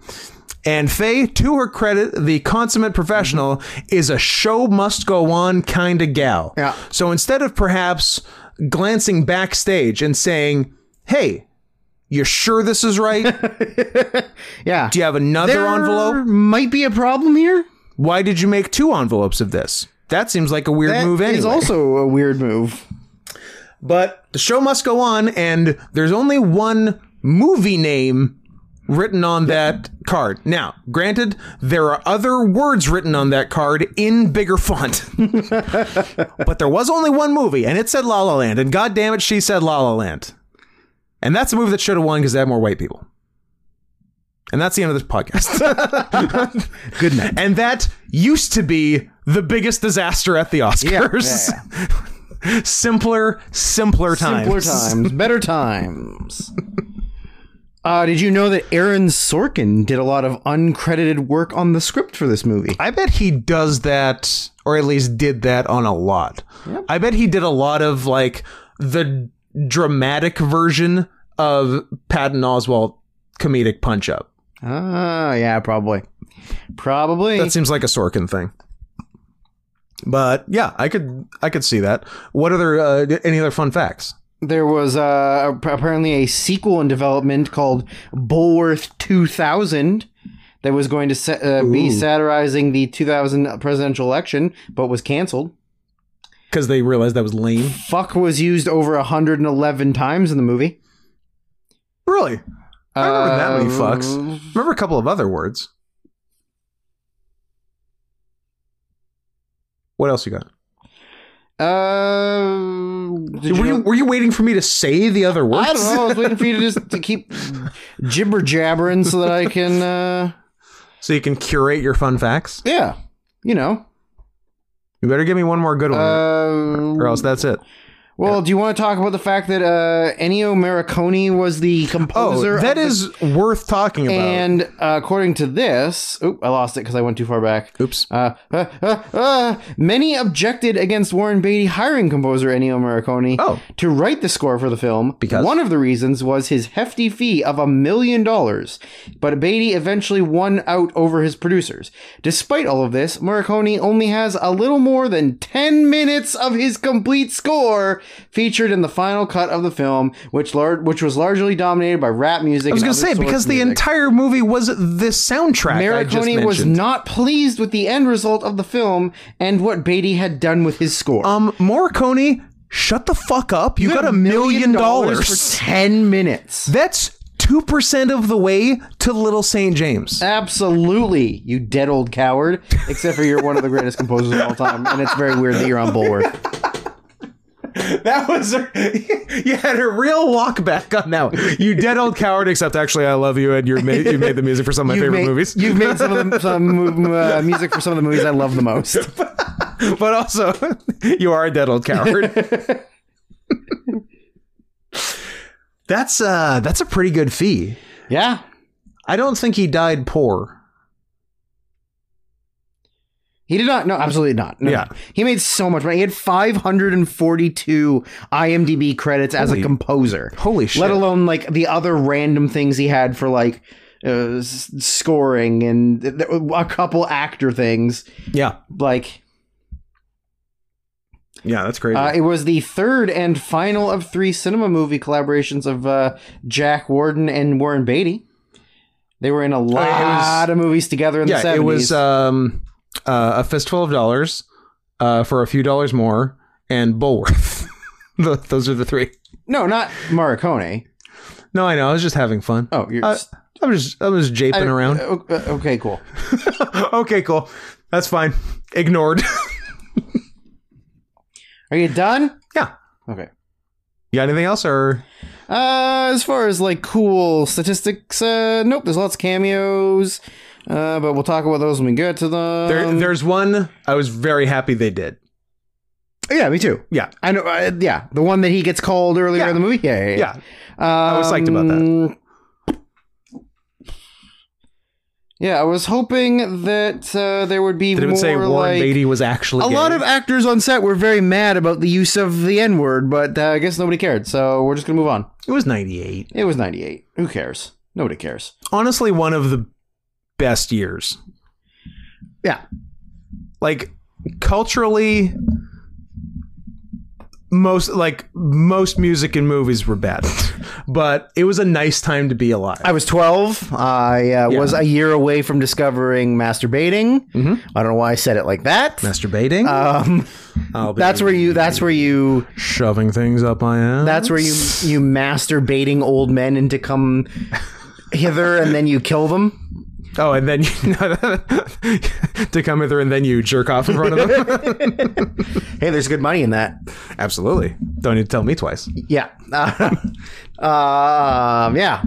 Speaker 1: And Faye, to her credit, the consummate professional, is a show must go on kind of gal.
Speaker 2: Yeah.
Speaker 1: So instead of perhaps glancing backstage and saying, hey, you sure this is right? Do
Speaker 2: Yeah.
Speaker 1: you have another envelope?
Speaker 2: might be a problem here.
Speaker 1: why did you make two envelopes of this? That seems like a weird
Speaker 2: That
Speaker 1: move anyway.
Speaker 2: is also a weird move.
Speaker 1: but the show must go on, and there's only one movie name written on that card. Now, granted, there are other words written on that card in bigger font. but there was only one movie, and it said La La Land, and god damn it, she said La La Land. And that's a movie that should have won because they had more white people. And that's the end of this podcast.
Speaker 2: Good night.
Speaker 1: and that used to be the biggest disaster at the Oscars.
Speaker 2: Yeah,
Speaker 1: simpler, simpler times.
Speaker 2: Simpler times, better times. Uh, did you know that Aaron Sorkin did a lot of uncredited work on the script for this movie?
Speaker 1: I bet he does that, or at least did that on a lot. I bet he did a lot of like the dramatic version of Patton Oswalt comedic punch up.
Speaker 2: Ah, yeah, probably. Probably.
Speaker 1: That seems like a Sorkin thing. But yeah, I could I could see that. What other uh, any other fun facts?
Speaker 2: there was uh, ap- apparently a sequel in development called Bullworth 2000 that was going to sa- uh, be satirizing the 2000 presidential election, but was canceled.
Speaker 1: Because they realized that was lame.
Speaker 2: Fuck was used over 111 times in the movie.
Speaker 1: Really? I don't remember that many
Speaker 2: Uh,
Speaker 1: fucks. Remember a couple of other words. What else you got?
Speaker 2: Uh, did
Speaker 1: were you,
Speaker 2: know-
Speaker 1: were you waiting for me to say the other words?
Speaker 2: I don't know. I was waiting for you to just to keep jibber jabbering so that I can, uh,
Speaker 1: so you can curate your fun facts.
Speaker 2: yeah, you know.
Speaker 1: You better give me one more good one,
Speaker 2: Uh,
Speaker 1: or else that's it.
Speaker 2: Well, do you want to talk about the fact that uh, Ennio Morricone was the composer?
Speaker 1: Oh,
Speaker 2: of
Speaker 1: that
Speaker 2: the-
Speaker 1: is worth talking about.
Speaker 2: And uh, according to this, oop, I lost it because I went too far back.
Speaker 1: Oops.
Speaker 2: Uh, uh, uh, uh, many objected against Warren Beatty hiring composer Ennio Morricone
Speaker 1: Oh.
Speaker 2: to write the score for the film.
Speaker 1: Because?
Speaker 2: one of the reasons was his hefty fee of a million dollars, but Beatty eventually won out over his producers. Despite all of this, Morricone only has a little more than ten minutes of his complete score featured in the final cut of the film, which lar- which was largely dominated by rap music.
Speaker 1: I was going to say because the entire movie was this soundtrack. I just
Speaker 2: Maricone was
Speaker 1: mentioned.
Speaker 2: not pleased with the end result of the film and what Beatty had done with his score.
Speaker 1: Um, Morricone, shut the fuck up! You, got a million dollars.
Speaker 2: for ten minutes.
Speaker 1: That's two percent of the way to Little Saint James.
Speaker 2: Absolutely, you dead old coward. Except for you're one of the greatest composers of all time, and it's very weird that you're on Bulworth.
Speaker 1: That was a, you had a real walk back on that one. You dead old coward. Except actually, I love you, and you made you made the music for some of my favorite
Speaker 2: made,
Speaker 1: movies.
Speaker 2: You've made some of the some, uh, music for some of the movies I love the most.
Speaker 1: but also, you are a dead old coward. that's uh that's a pretty good fee.
Speaker 2: Yeah,
Speaker 1: I don't think he died poor.
Speaker 2: He did not. No, absolutely not. No,
Speaker 1: Yeah.
Speaker 2: no. he made so much money. He had 542 IMDb credits as a
Speaker 1: Holy-
Speaker 2: composer.
Speaker 1: holy shit.
Speaker 2: Let alone like the other random things he had for like uh, s- scoring and th- th- a couple actor things.
Speaker 1: Yeah.
Speaker 2: Like
Speaker 1: Yeah, that's crazy.
Speaker 2: uh, it was the third and final of three cinema movie collaborations of uh, Jack Warden and Warren Beatty. They were in a lot of movies together in
Speaker 1: Uh, yeah,
Speaker 2: the 70s.
Speaker 1: it was um, uh, a fistful of dollars uh, for a few dollars more and Bulworth. Th- Those are the three.
Speaker 2: no, not Morricone.
Speaker 1: No, I know. I was just having fun.
Speaker 2: Oh, you're
Speaker 1: Uh, I'm just I was japing
Speaker 2: I-
Speaker 1: around.
Speaker 2: o- o- Okay, cool.
Speaker 1: okay, cool. That's fine. Ignored.
Speaker 2: Are you done?
Speaker 1: yeah.
Speaker 2: Okay.
Speaker 1: You got anything else or
Speaker 2: Uh, as far as like cool statistics, uh, nope. There's lots of cameos, uh, but we'll talk about those when we get to them.
Speaker 1: there, there's one I was very happy they did.
Speaker 2: yeah, me too.
Speaker 1: Yeah.
Speaker 2: I know. Uh, yeah, the one that he gets called earlier
Speaker 1: Yeah.
Speaker 2: in the movie. Yeah, yeah.
Speaker 1: Yeah.
Speaker 2: I
Speaker 1: was psyched about that.
Speaker 2: Um, Yeah, I was hoping that uh, there would be
Speaker 1: Did
Speaker 2: more
Speaker 1: it say Warren
Speaker 2: like
Speaker 1: Beatty was actually
Speaker 2: a
Speaker 1: gay?
Speaker 2: lot of actors on set were very mad about the use of the N word, but uh, I guess nobody cared. So we're just gonna move on.
Speaker 1: It was 98.
Speaker 2: It was 98. Who cares? Nobody cares.
Speaker 1: Honestly, one of the best years.
Speaker 2: Yeah.
Speaker 1: like culturally most like most music and movies were bad but it was a nice time to be alive
Speaker 2: I was 12. I uh,
Speaker 1: Yeah.
Speaker 2: was a year away from discovering masturbating.
Speaker 1: Mhm.
Speaker 2: I don't know why I said it like that.
Speaker 1: masturbating
Speaker 2: Um,
Speaker 1: I'll be
Speaker 2: that's where you. That's where you.
Speaker 1: shoving things up my ass
Speaker 2: That's where you. You masturbating old men into come hither, and then you kill them.
Speaker 1: oh and then you to come hither and then you jerk off in front of them
Speaker 2: Hey, there's good money in that.
Speaker 1: absolutely don't need to tell me twice
Speaker 2: Yeah. um, yeah.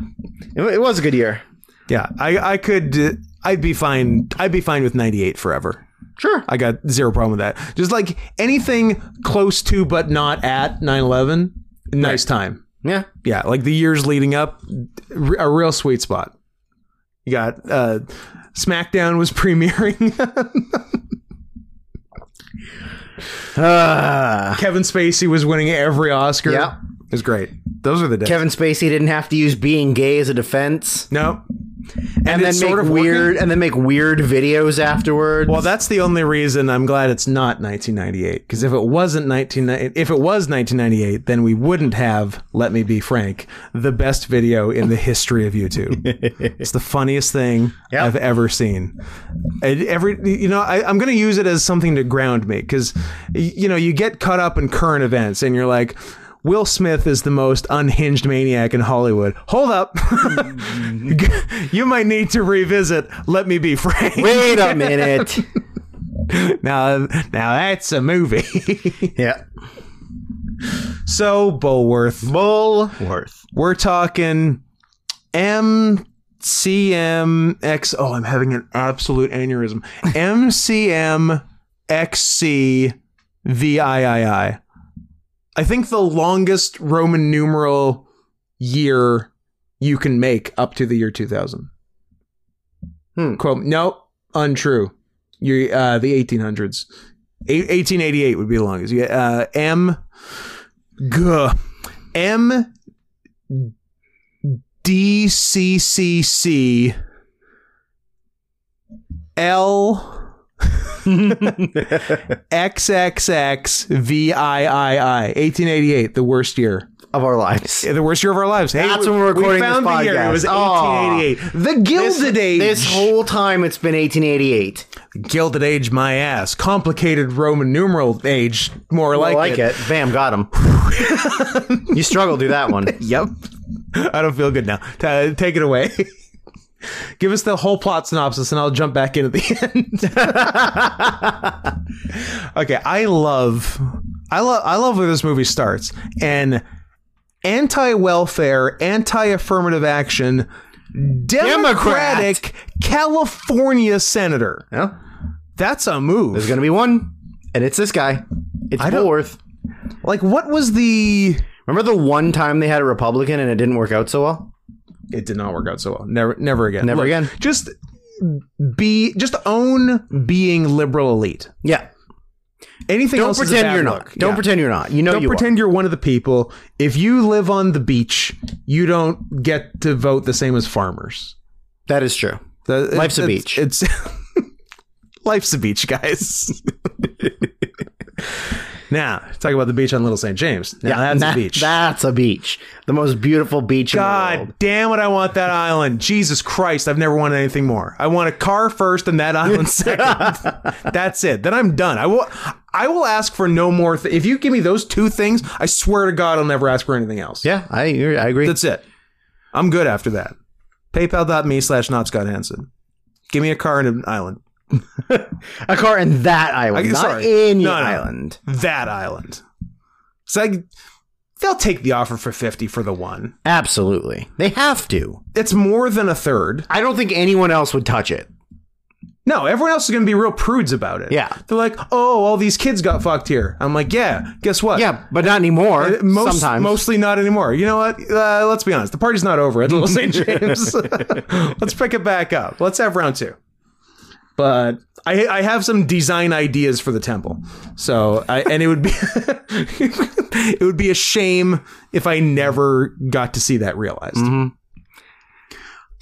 Speaker 2: It, it was a good year.
Speaker 1: yeah i i could uh, i'd be fine i'd be fine with 98 forever
Speaker 2: Sure.
Speaker 1: I got zero problem with that. Just like anything close to but not at 9/11, nice time.
Speaker 2: Yeah.
Speaker 1: Yeah, like the years leading up, r- a real sweet spot. You got uh, SmackDown was premiering.
Speaker 2: Uh,
Speaker 1: Kevin Spacey was winning every Oscar.
Speaker 2: Yeah.
Speaker 1: it was great. Those are the days.
Speaker 2: Kevin Spacey didn't have to use being gay as a defense.
Speaker 1: no, and,
Speaker 2: and then
Speaker 1: it's
Speaker 2: make
Speaker 1: sort of
Speaker 2: weird
Speaker 1: working.
Speaker 2: and then make weird videos afterwards.
Speaker 1: Well, that's the only reason I'm glad it's not 1998. Because if it wasn't 19, if it was 1998, then we wouldn't have. Let me be frank, the best video in the history of YouTube. it's the funniest thing
Speaker 2: Yep.
Speaker 1: I've ever seen. And every, you know, I, I'm going to use it as something to ground me because, you know, you get caught up in current events and you're like. Will Smith is the most unhinged maniac in Hollywood. Hold up. you might need to revisit Let Me Be Frank.
Speaker 2: Mm-hmm. wait a minute.
Speaker 1: Now, now that's a movie.
Speaker 2: yeah,
Speaker 1: so Bullworth,
Speaker 2: Bullworth.
Speaker 1: we're talking M C M X. Oh, I'm having an absolute aneurysm. M C M X C V I I I. I think the longest Roman numeral year you can make up to the year 2000.
Speaker 2: Hmm.
Speaker 1: Quote, nope, untrue. You uh, the 1800s. Eight- 1888 would be the longest. You, uh, M. Guh. M. D C C C L X X X V I I I 1888, the worst year.
Speaker 2: of our lives.
Speaker 1: Yeah, the worst year of our lives. Hey,
Speaker 2: That's
Speaker 1: we-
Speaker 2: when we're
Speaker 1: we
Speaker 2: recording this
Speaker 1: found the year. It
Speaker 2: podcast.
Speaker 1: was
Speaker 2: Aw.
Speaker 1: 1888. The Gilded Age.
Speaker 2: This whole time it's been 1888.
Speaker 1: Gilded Age, my ass. Complicated Roman numeral age, more
Speaker 2: I
Speaker 1: like,
Speaker 2: like
Speaker 1: it.
Speaker 2: it. Bam, got him. you struggled through that one.
Speaker 1: Yep. I don't feel good now. Ta take it away. Give us the whole plot synopsis and I'll jump back in at the end. okay, I love I love I love where this movie starts. And anti-welfare, anti-affirmative action democratic California senator.
Speaker 2: Yeah.
Speaker 1: That's a move.
Speaker 2: There's gonna be one, and it's this guy. It's
Speaker 1: don't-
Speaker 2: Bullworth.
Speaker 1: like what was the
Speaker 2: Remember the one time they had a Republican and it didn't work out so well?
Speaker 1: it did not work out so well. Never, never again.
Speaker 2: Never again.
Speaker 1: Just be, just own being liberal elite.
Speaker 2: Yeah.
Speaker 1: Anything
Speaker 2: Don't
Speaker 1: else is a
Speaker 2: pretend
Speaker 1: bad
Speaker 2: you're
Speaker 1: look.
Speaker 2: not. Don't
Speaker 1: Yeah.
Speaker 2: pretend you're not. You know
Speaker 1: Don't
Speaker 2: you
Speaker 1: pretend you're one of the people. If you live on the beach, you don't get to vote the same as farmers.
Speaker 2: are. That is true.
Speaker 1: The-
Speaker 2: Life's a
Speaker 1: it's-
Speaker 2: beach.
Speaker 1: It's life's a beach, guys. now talk about the beach on Little St. James. Now that's
Speaker 2: that-
Speaker 1: a beach.
Speaker 2: That's a beach. The most beautiful beach in the
Speaker 1: God
Speaker 2: world.
Speaker 1: damn it! I want that island. Jesus Christ! I've never wanted anything more. I want a car first and that island second. That's it. Then I'm done. I will. I will ask for no more. Th- if you give me those two things, I swear to God, I'll never ask for anything else.
Speaker 2: Yeah, I I agree.
Speaker 1: That's it. I'm good after that. PayPal.me slash not Scott Hansen. Give me a car and an island.
Speaker 2: a car in that
Speaker 1: I-
Speaker 2: island, not
Speaker 1: sorry.
Speaker 2: any
Speaker 1: No, no.
Speaker 2: island.
Speaker 1: That island. It's like they'll take the offer for 50 for the one.
Speaker 2: Absolutely, they have to.
Speaker 1: It's more than a third.
Speaker 2: I don't think anyone else would touch it.
Speaker 1: No, everyone else is going to be real prudes about it.
Speaker 2: Yeah.
Speaker 1: They're like, oh, all these kids got fucked here. I'm like, yeah, guess what?
Speaker 2: Yeah, but not anymore.
Speaker 1: Uh, Most,
Speaker 2: Sometimes.
Speaker 1: Mostly not anymore. You know what? Uh, let's be honest. The party's not over at Little St. James. let's pick it back up. Let's have round two. But I, I have some design ideas for the temple. So I, and it would be it would be a shame if I never got to see that realized.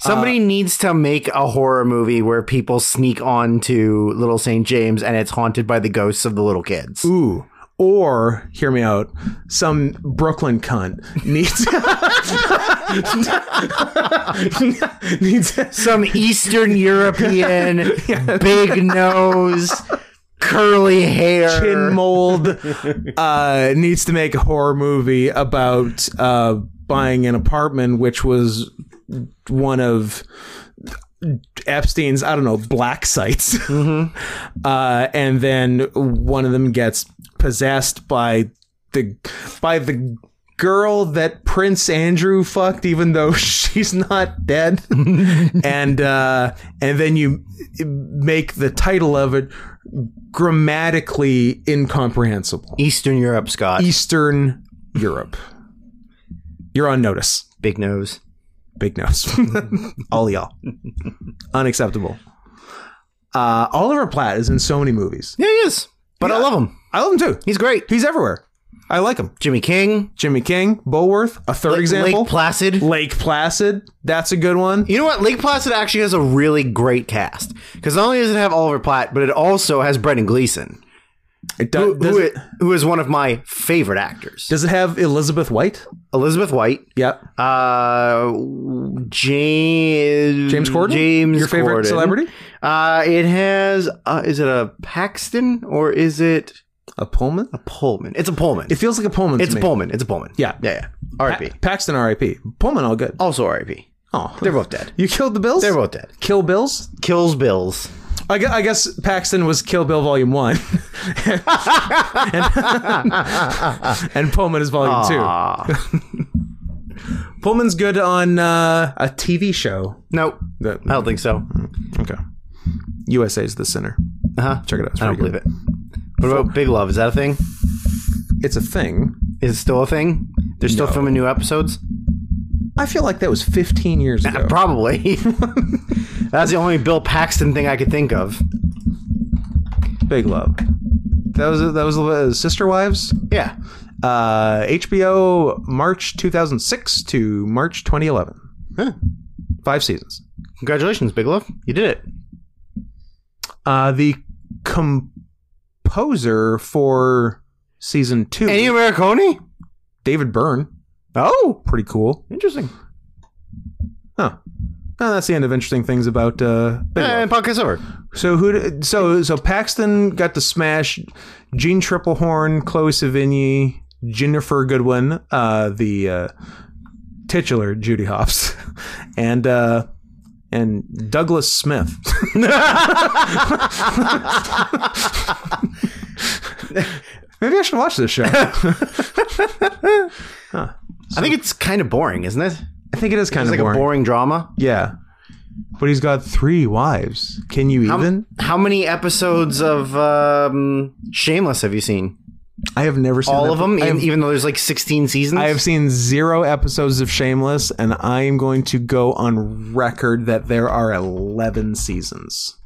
Speaker 2: Somebody needs to make a horror movie where people sneak onto Little St. James and it's haunted by the ghosts of the little kids.
Speaker 1: Ooh. Or hear me out. Some Brooklyn cunt needs needs
Speaker 2: Some Eastern European, big nose, curly hair.
Speaker 1: chin mold uh, needs to make a horror movie about uh, buying an apartment, which was one of Epstein's, I don't know, black sites. Uh, and then one of them gets possessed by the by the girl that Prince Andrew fucked, even though she's not dead. and uh, and then you make the title of it grammatically incomprehensible.
Speaker 2: Eastern Europe, Scott.
Speaker 1: Eastern Europe. You're on notice.
Speaker 2: big nose.
Speaker 1: Big nose. All y'all. Unacceptable. Uh, Oliver Platt is in so many movies.
Speaker 2: Yeah, he is. But I love him.
Speaker 1: I love him too.
Speaker 2: He's great.
Speaker 1: He's everywhere. I like him.
Speaker 2: Jimmy King,
Speaker 1: Jimmy King, Bulworth, a third
Speaker 2: Lake-
Speaker 1: example.
Speaker 2: Lake Placid.
Speaker 1: Lake Placid. That's a good one.
Speaker 2: You know what? Lake Placid actually has a really great cast because not only does it have Oliver Platt, but it also has Brendan Gleeson,
Speaker 1: It do-
Speaker 2: who,
Speaker 1: does,
Speaker 2: who
Speaker 1: it,
Speaker 2: i- who is one of my favorite actors.
Speaker 1: does it have Elizabeth White?
Speaker 2: Elizabeth White,
Speaker 1: Yep.
Speaker 2: uh, James
Speaker 1: James Corden?
Speaker 2: James
Speaker 1: Your favorite
Speaker 2: Corden.
Speaker 1: celebrity?
Speaker 2: Uh, it has. Uh, is it a Paxton or is it
Speaker 1: A Pullman?
Speaker 2: Pullman? It's a Pullman.
Speaker 1: It feels like a Pullman. to
Speaker 2: it's a
Speaker 1: me.
Speaker 2: Pullman. It's a Pullman.
Speaker 1: Yeah.
Speaker 2: yeah, yeah. R.I.P.
Speaker 1: Pa- Paxton R.I.P. Pullman all good.
Speaker 2: also R.I.P.
Speaker 1: Oh,
Speaker 2: They're both dead.
Speaker 1: you killed the Bills.
Speaker 2: They're both dead.
Speaker 1: Kill Bills.
Speaker 2: Kills Bills.
Speaker 1: I gue- I guess Paxton was Kill Bill Volume One, and, and Pullman is Volume
Speaker 2: Ah,
Speaker 1: Two. Pullman's good on uh, a TV show.
Speaker 2: no,
Speaker 1: That,
Speaker 2: I don't think so.
Speaker 1: okay, USA's the center.
Speaker 2: Uh huh.
Speaker 1: Check it out. It's
Speaker 2: I don't
Speaker 1: pretty
Speaker 2: believe it. What about Big Love? Is that a thing?
Speaker 1: good. It's a thing.
Speaker 2: Is it still a thing? They're still filming new episodes?
Speaker 1: I feel like that was 15 years ago.
Speaker 2: Probably. That's the only Bill Paxton thing I could think of.
Speaker 1: Big Love. That was that was uh, Sister Wives.
Speaker 2: Yeah.
Speaker 1: Uh, HBO March 2006 to March 2011.
Speaker 2: Huh.
Speaker 1: Five seasons.
Speaker 2: Congratulations, Big Love. You did it.
Speaker 1: Uh, the composer for season two,
Speaker 2: Ennio Morricone?
Speaker 1: David Byrne,
Speaker 2: Oh,
Speaker 1: pretty cool.
Speaker 2: interesting.
Speaker 1: Huh. Well, that's the end of interesting things about uh, Big Love.
Speaker 2: And Eh, podcast over.
Speaker 1: So who? d- So so Paxton got to smash Gene Triplehorn, Chloe Sevigny, Jennifer Goodwin, uh, the uh, titular Judy Hopps, and uh, and Douglas Smith. Maybe I should watch this show. I
Speaker 2: I think it's kind of boring, isn't it? It's
Speaker 1: think it is kind
Speaker 2: like
Speaker 1: of boring.
Speaker 2: a boring drama.
Speaker 1: yeah, but he's got three wives. Can you
Speaker 2: How,
Speaker 1: even?
Speaker 2: how many episodes of um, Shameless have you seen?
Speaker 1: I have never seen
Speaker 2: All
Speaker 1: that
Speaker 2: of them,
Speaker 1: I have-
Speaker 2: even, even though there's like 16 seasons?
Speaker 1: I have seen zero episodes of Shameless, and I am going to go on record that there are 11 seasons.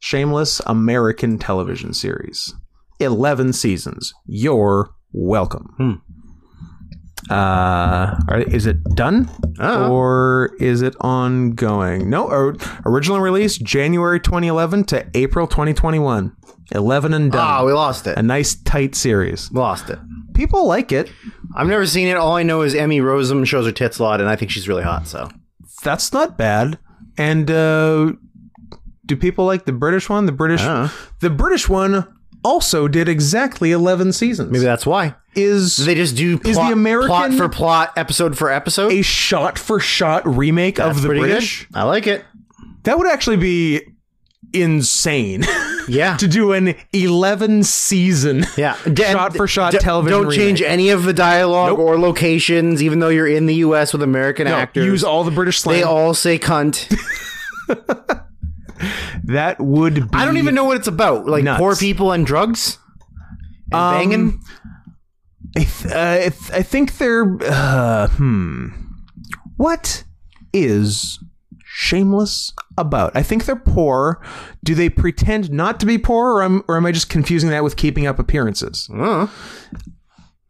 Speaker 1: Shameless American television series. 11 seasons. You're welcome. Uh, are- is it done
Speaker 2: Oh.
Speaker 1: or is it ongoing? No, or, original release January 2011 to April 2021. 11 and done.
Speaker 2: Ah, we lost it.
Speaker 1: a nice tight series.
Speaker 2: Lost it.
Speaker 1: People like it.
Speaker 2: I've never seen it. All I know is Emmy Rossum shows her tits a lot, and I think she's really hot. So
Speaker 1: That's not bad. And uh, do people like the British one? The British,
Speaker 2: Uh-huh.
Speaker 1: the British one also did exactly 11 seasons.
Speaker 2: maybe that's why
Speaker 1: is
Speaker 2: they just do plot,
Speaker 1: the American-
Speaker 2: plot for plot, episode for episode.
Speaker 1: a shot for shot remake
Speaker 2: That's
Speaker 1: of the
Speaker 2: pretty good.
Speaker 1: British?
Speaker 2: I like it.
Speaker 1: That would actually be insane
Speaker 2: Yeah.
Speaker 1: to do an 11 season
Speaker 2: Yeah, D-
Speaker 1: shot for shot
Speaker 2: d-
Speaker 1: television.
Speaker 2: Don't change any of the dialogue or locations, even though you're in the U.S. with American actors.
Speaker 1: Use all the British
Speaker 2: they
Speaker 1: slang.
Speaker 2: all say "cunt."
Speaker 1: that would be.
Speaker 2: I don't even know what it's about. Like
Speaker 1: Nuts.
Speaker 2: poor people and drugs. And banging.
Speaker 1: Um, I, th- uh, I, th- I think they're. Uh, hmm. What is Shameless about? I think they're poor. Do they pretend not to be poor, or am, or am I just confusing that with keeping up appearances?
Speaker 2: Oh,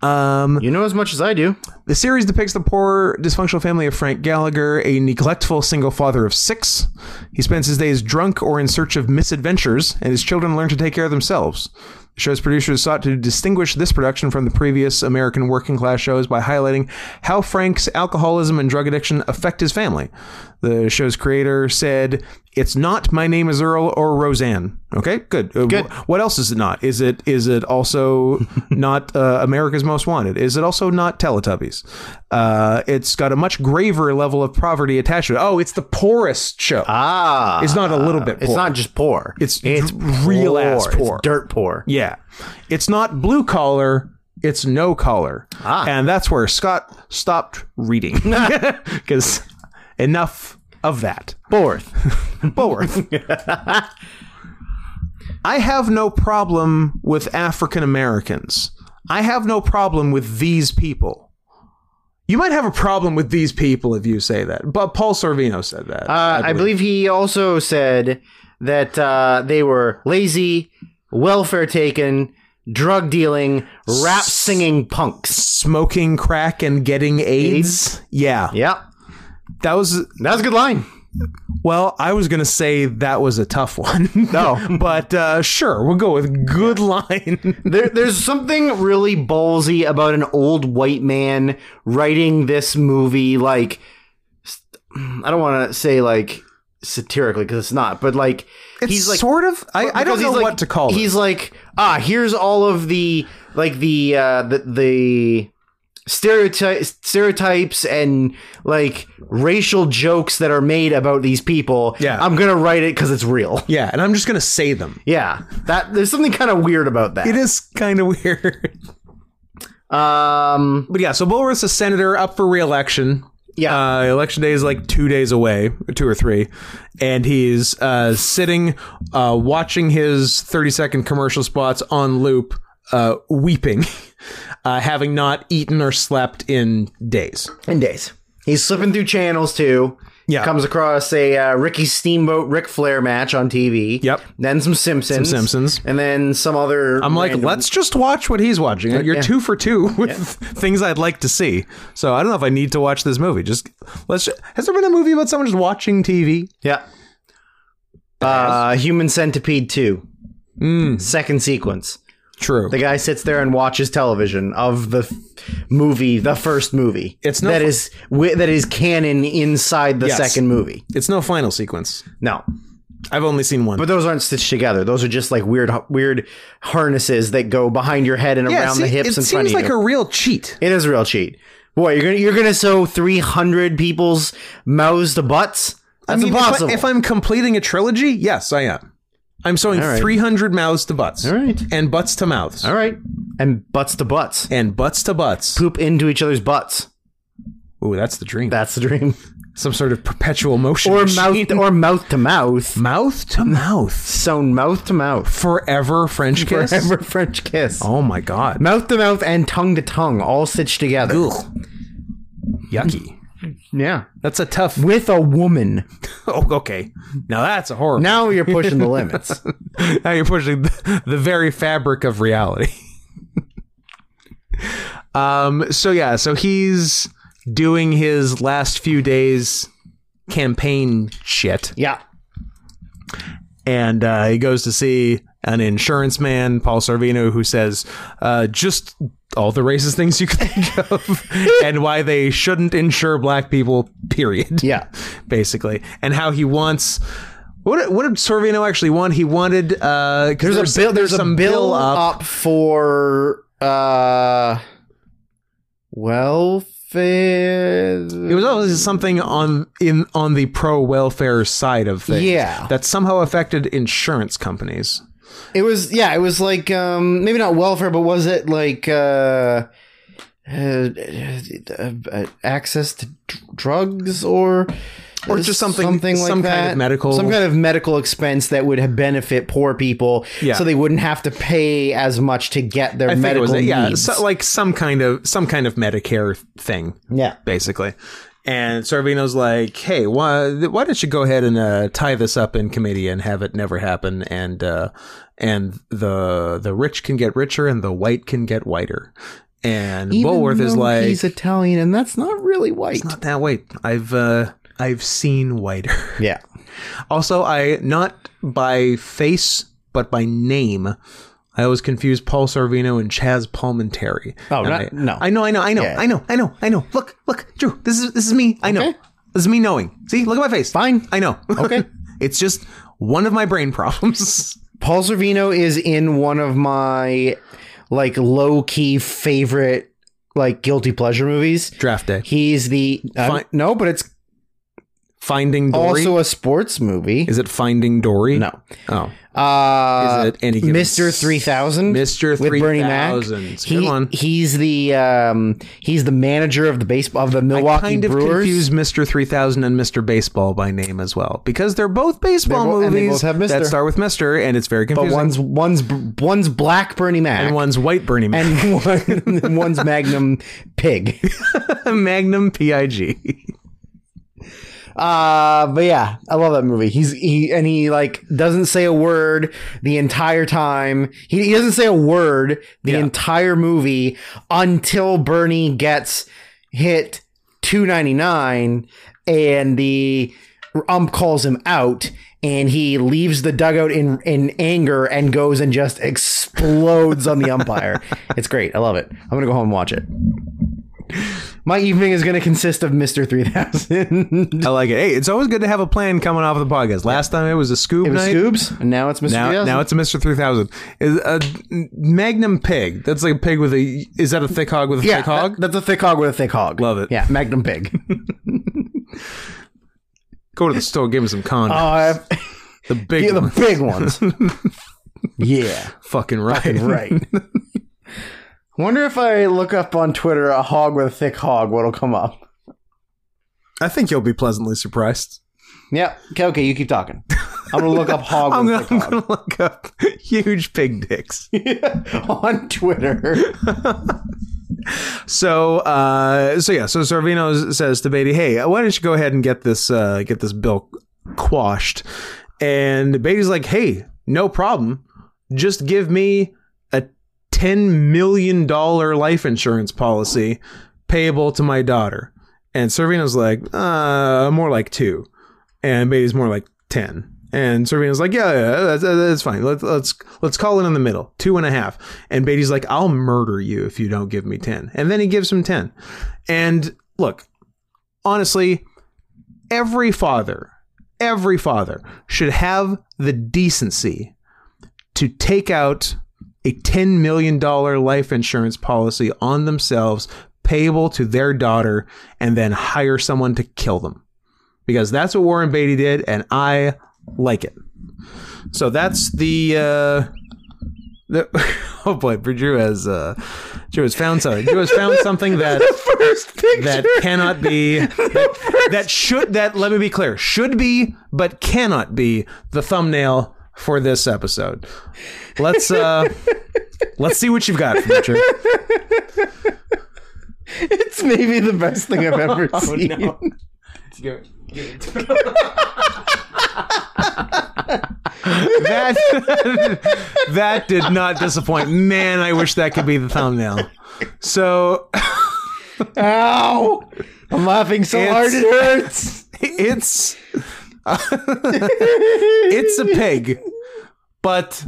Speaker 1: Um,
Speaker 2: you know as much as I do.
Speaker 1: The series depicts the poor, dysfunctional family of Frank Gallagher, a neglectful single father of six. He spends his days drunk or in search of misadventures, and his children learn to take care of themselves. The show's producers sought to distinguish this production from the previous American working class shows by highlighting how Frank's alcoholism and drug addiction affect his family. The show's creator said, "It's not My Name Is Earl or Roseanne." Okay, good. Uh,
Speaker 2: Good.
Speaker 1: wh- What else is it not? Is it is it also not uh, America's Most Wanted? Is it also not Teletubbies? Uh, it's got a much graver level of poverty attached to it. Oh, it's the poorest show.
Speaker 2: Ah,
Speaker 1: it's not a little bit. Poor.
Speaker 2: It's not just poor.
Speaker 1: It's dr- real ass
Speaker 2: It's
Speaker 1: poor.
Speaker 2: dirt poor.
Speaker 1: Yeah. It's not blue collar, it's no collar.
Speaker 2: Ah.
Speaker 1: And that's where Scott stopped reading. Because enough of that.
Speaker 2: Fourth.
Speaker 1: Boworth. I have no problem with African Americans. I have no problem with these people. You might have a problem with these people if you say that, but Paul Sorvino said that.
Speaker 2: Uh, I believe he also said that uh, they were lazy, welfare taken, drug dealing, rap singing punks.
Speaker 1: smoking crack and getting AIDS. Yeah,
Speaker 2: Yeah,
Speaker 1: that was
Speaker 2: that was a good line.
Speaker 1: Well, I was going to say that was a tough one.
Speaker 2: No.
Speaker 1: but uh, sure, we'll go with good line.
Speaker 2: There, there's something really ballsy about an old white man writing this movie. Like, I don't want to say like satirically because it's not, but like he's like
Speaker 1: sort of. I, I don't
Speaker 2: because
Speaker 1: know
Speaker 2: he's like-
Speaker 1: what to call
Speaker 2: He's
Speaker 1: it.
Speaker 2: like, ah, here's all of the like the uh, the, the stereotypes, stereotypes, and like racial jokes that are made about these people.
Speaker 1: Yeah.
Speaker 2: I'm gonna write it because it's real.
Speaker 1: Yeah, and I'm just going to say them.
Speaker 2: Yeah, that there's something kind of weird about that.
Speaker 1: It is kind of weird.
Speaker 2: Um,
Speaker 1: But yeah, so Bulworth's a senator up for re-election.
Speaker 2: yeah,
Speaker 1: Uh, election day is like two days away, two or three, and he's uh, sitting, uh, watching his thirty-second commercial spots on loop, uh, weeping, uh, having not eaten or slept in days.
Speaker 2: in days. He's slipping through channels too.
Speaker 1: Yeah.
Speaker 2: Comes across a uh, Ricky Steamboat Ric Flair match on TV.
Speaker 1: Yep.
Speaker 2: Then some Simpsons.
Speaker 1: Some Simpsons.
Speaker 2: And then some other.
Speaker 1: I'm like,
Speaker 2: random-
Speaker 1: let's just watch what he's watching. You're two for two with things I'd like to see. So I don't know if I need to watch this movie. Just let's. ju- has there been a movie about someone just watching TV?
Speaker 2: Yeah. Uh, Human Centipede 2.
Speaker 1: Hmm.
Speaker 2: Second sequence.
Speaker 1: True.
Speaker 2: The guy sits there and watches television of the f- movie, the first movie.
Speaker 1: It's no
Speaker 2: that
Speaker 1: fu-
Speaker 2: is wi- that is canon inside the
Speaker 1: Yes.
Speaker 2: second movie.
Speaker 1: it's no final sequence.
Speaker 2: No,
Speaker 1: I've only seen one.
Speaker 2: but those aren't stitched together. Those are just like weird, weird harnesses that go behind your head and around
Speaker 1: see,
Speaker 2: the hips
Speaker 1: it
Speaker 2: and front
Speaker 1: seems
Speaker 2: of
Speaker 1: like
Speaker 2: you.
Speaker 1: a real cheat.
Speaker 2: it is a real cheat. Boy, you're gonna you're gonna sew three hundred people's mouths to butts. That's
Speaker 1: I mean, if I-
Speaker 2: impossible.
Speaker 1: If, I, am completing a trilogy, yes, I am. I'm sewing
Speaker 2: right.
Speaker 1: 300 mouths to butts.
Speaker 2: All right.
Speaker 1: And butts to mouths.
Speaker 2: all right, and butts to butts,
Speaker 1: And butts to butts.
Speaker 2: poop into each other's butts.
Speaker 1: Ooh, that's the dream.
Speaker 2: That's the dream.
Speaker 1: Some sort of perpetual motion.
Speaker 2: Or
Speaker 1: machine.
Speaker 2: mouth or mouth to mouth.
Speaker 1: mouth to mouth.
Speaker 2: Sewn mouth to mouth.
Speaker 1: Forever French kiss.
Speaker 2: Forever French kiss.
Speaker 1: Oh my god.
Speaker 2: Mouth to mouth and tongue to tongue all stitched together.
Speaker 1: Yucky.
Speaker 2: Yeah.
Speaker 1: That's a tough.
Speaker 2: With a woman.
Speaker 1: Oh, okay. Now that's a horror.
Speaker 2: Now you're pushing the limits.
Speaker 1: now you're pushing the, the very fabric of reality. Um, so yeah, so he's doing his last few days campaign shit,
Speaker 2: Yeah.
Speaker 1: and uh, he goes to see an insurance man, Paul Sorvino, who says uh, just all the racist things you could think of, and why they shouldn't insure black people. Period
Speaker 2: Yeah.
Speaker 1: basically, and how he wants. What, what did Sorvino actually want? He wanted uh, 'cause
Speaker 2: There's, a bill. There's a bill up, for uh, welfare.
Speaker 1: It was always something on in on the pro welfare side of things.
Speaker 2: Yeah.
Speaker 1: that somehow affected insurance companies.
Speaker 2: It was yeah, it was like um maybe not welfare, but was it like uh, uh, uh, uh access to d- drugs or
Speaker 1: Or just something- some kind of medical-
Speaker 2: some kind of medical expense that would have benefit poor people,
Speaker 1: Yeah.
Speaker 2: so they wouldn't have to pay as much to get their
Speaker 1: I think it
Speaker 2: medical
Speaker 1: was yeah,
Speaker 2: needs.
Speaker 1: so, like some kind of some kind of Medicare thing,
Speaker 2: yeah,
Speaker 1: basically. And Sorvino's like, "Hey, why why don't you go ahead and uh, tie this up in committee and have it never happen and uh, and the the rich can get richer and the white can get whiter." And
Speaker 2: Even
Speaker 1: Bulworth is
Speaker 2: though
Speaker 1: like,
Speaker 2: he's Italian, and that's not really white.
Speaker 1: "Not that white. I've uh, I've seen whiter."
Speaker 2: yeah,
Speaker 1: Also, I not by face but by name. I always confuse Paul Sorvino and Chaz Palminteri.
Speaker 2: Oh,
Speaker 1: And
Speaker 2: not-
Speaker 1: I,
Speaker 2: no.
Speaker 1: I know, I know, I know,
Speaker 2: Yeah.
Speaker 1: I know, I know, I know. Look, look, Drew. This is this is me. I know.
Speaker 2: Okay.
Speaker 1: This is me knowing. See, look at my face.
Speaker 2: fine.
Speaker 1: I know.
Speaker 2: Okay.
Speaker 1: it's just one of my brain problems.
Speaker 2: Paul Servino is in one of my like low key favorite like guilty pleasure movies.
Speaker 1: Draft day.
Speaker 2: He's the uh,
Speaker 1: Fine.
Speaker 2: no, but it's
Speaker 1: Finding Dory.
Speaker 2: also a sports movie.
Speaker 1: is it Finding Dory?
Speaker 2: No,
Speaker 1: Oh.
Speaker 2: uh,
Speaker 1: Is it any given
Speaker 2: Mister Three Thousand?
Speaker 1: Mr.
Speaker 2: With Bernie Mac.
Speaker 1: 3000. Good
Speaker 2: He,
Speaker 1: one.
Speaker 2: he's the um, he's the manager of the baseball of the Milwaukee
Speaker 1: kind of
Speaker 2: Brewers.
Speaker 1: confuse Mr. 3000 and Mr. Baseball by name as well because they're both baseball
Speaker 2: They're bo- and they
Speaker 1: movies
Speaker 2: both have Mr..
Speaker 1: that start with Mr. and it's very
Speaker 2: but
Speaker 1: confusing.
Speaker 2: one's one's one's black Bernie Mac
Speaker 1: and one's white Bernie Mac.
Speaker 2: and one, one's Magnum Pig.
Speaker 1: Magnum PIG.
Speaker 2: Uh, but yeah, I love that movie. He's he and he like doesn't say a word the entire time. He, he doesn't say a word the
Speaker 1: Yeah.
Speaker 2: entire movie until Bernie gets hit 299 and the ump calls him out and he leaves the dugout in in anger and goes and just explodes on the umpire. It's great. I love it. I'm going to go home and watch it. My evening is going to consist of Mr. 3000.
Speaker 1: I like it. Hey, it's always good to have a plan coming off of the podcast. Last time it was a Scoob
Speaker 2: It was
Speaker 1: night.
Speaker 2: Scoobs, and now it's Mr.
Speaker 1: Now,
Speaker 2: 3000.
Speaker 1: now it's a Mr. 3000. Is a Magnum pig. That's like a pig with a. Is that a thick hog with a
Speaker 2: yeah,
Speaker 1: thick hog?
Speaker 2: that- that's a thick hog with a thick hog.
Speaker 1: Love it.
Speaker 2: Yeah, Magnum Pig.
Speaker 1: Go to the store, give him some condoms.
Speaker 2: Uh,
Speaker 1: the big
Speaker 2: yeah, the
Speaker 1: one.
Speaker 2: big ones. yeah,
Speaker 1: Fucking right.
Speaker 2: right. Wonder if I look up on Twitter a hog with a thick hog, what'll come up?
Speaker 1: I think you'll be pleasantly surprised.
Speaker 2: Yep. Okay, okay you keep talking. I'm gonna look up hog
Speaker 1: I'm
Speaker 2: with
Speaker 1: gonna,
Speaker 2: a
Speaker 1: I'm
Speaker 2: thick hog
Speaker 1: gonna look up huge pig dicks.
Speaker 2: on Twitter.
Speaker 1: So, uh, so yeah, so Sorvino says to Beatty, "Hey, why don't you go ahead and get this uh, get this bill quashed?" And Beatty's like, "Hey, no problem. Just give me a ten million dollar life insurance policy payable to my daughter." And Sorvino's like, "Uh, more like two. and Beatty's more like ten. And Servino's like, yeah, yeah, that's, that's fine. Let's let's let's call it in the middle, two and a half. And Beatty's like, I'll murder you if you don't give me ten. And then he gives him ten. And look, honestly, every father, every father should have the decency to take out a ten million dollar life insurance policy on themselves, payable to their daughter, and then hire someone to kill them because that's what Warren Beatty did, and I like it. So that's the. Uh, the oh boy, Drew has uh, Drew has found something. Drew has found something that
Speaker 2: First picture.
Speaker 1: that cannot be that, that should that let me be clear should be but cannot be the thumbnail for this episode. Let's uh, let's see what you've got, Drew.
Speaker 2: it's maybe the best thing I've ever
Speaker 1: Oh,
Speaker 2: seen.
Speaker 1: that that did not disappoint. Man, I wish that could be the thumbnail. So
Speaker 2: Ow! I'm laughing so
Speaker 1: It's-
Speaker 2: hard it hurts.
Speaker 1: it's uh, it's a pig, but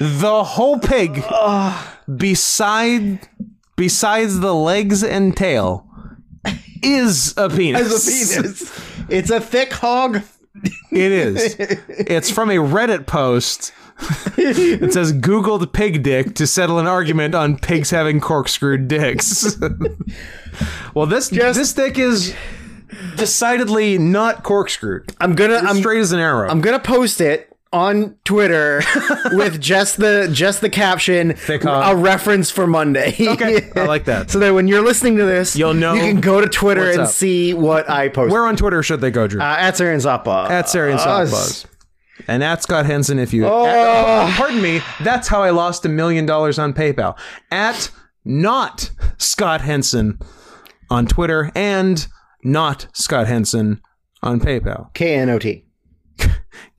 Speaker 1: the whole pig
Speaker 2: Ugh.
Speaker 1: beside besides the legs and tail is a penis.
Speaker 2: It's a penis. It's a thick hog.
Speaker 1: It is. It's from a Reddit post. It says Googled pig dick to settle an argument on pigs having corkscrewed dicks. well, this
Speaker 2: Just-
Speaker 1: this dick is decidedly not corkscrewed.
Speaker 2: I'm gonna I'm
Speaker 1: Straight as an arrow.
Speaker 2: I'm gonna post it on Twitter with just the just the caption
Speaker 1: hog.
Speaker 2: a reference for Monday.
Speaker 1: okay, I like that.
Speaker 2: So that when you're listening to this,
Speaker 1: You'll know
Speaker 2: you can go to Twitter
Speaker 1: what's
Speaker 2: and
Speaker 1: up.
Speaker 2: see what I post.
Speaker 1: Where on Twitter should they go, Drew?
Speaker 2: uh, at Sarian Zappa.
Speaker 1: at Sarian
Speaker 2: Uh,
Speaker 1: Soft Buzz. And at Scott Henson, if you.
Speaker 2: Oh.
Speaker 1: at- pardon me. That's how I lost a million dollars on PayPal. At not Scott Henson on Twitter and not Scott Henson on PayPal.
Speaker 2: K N O T.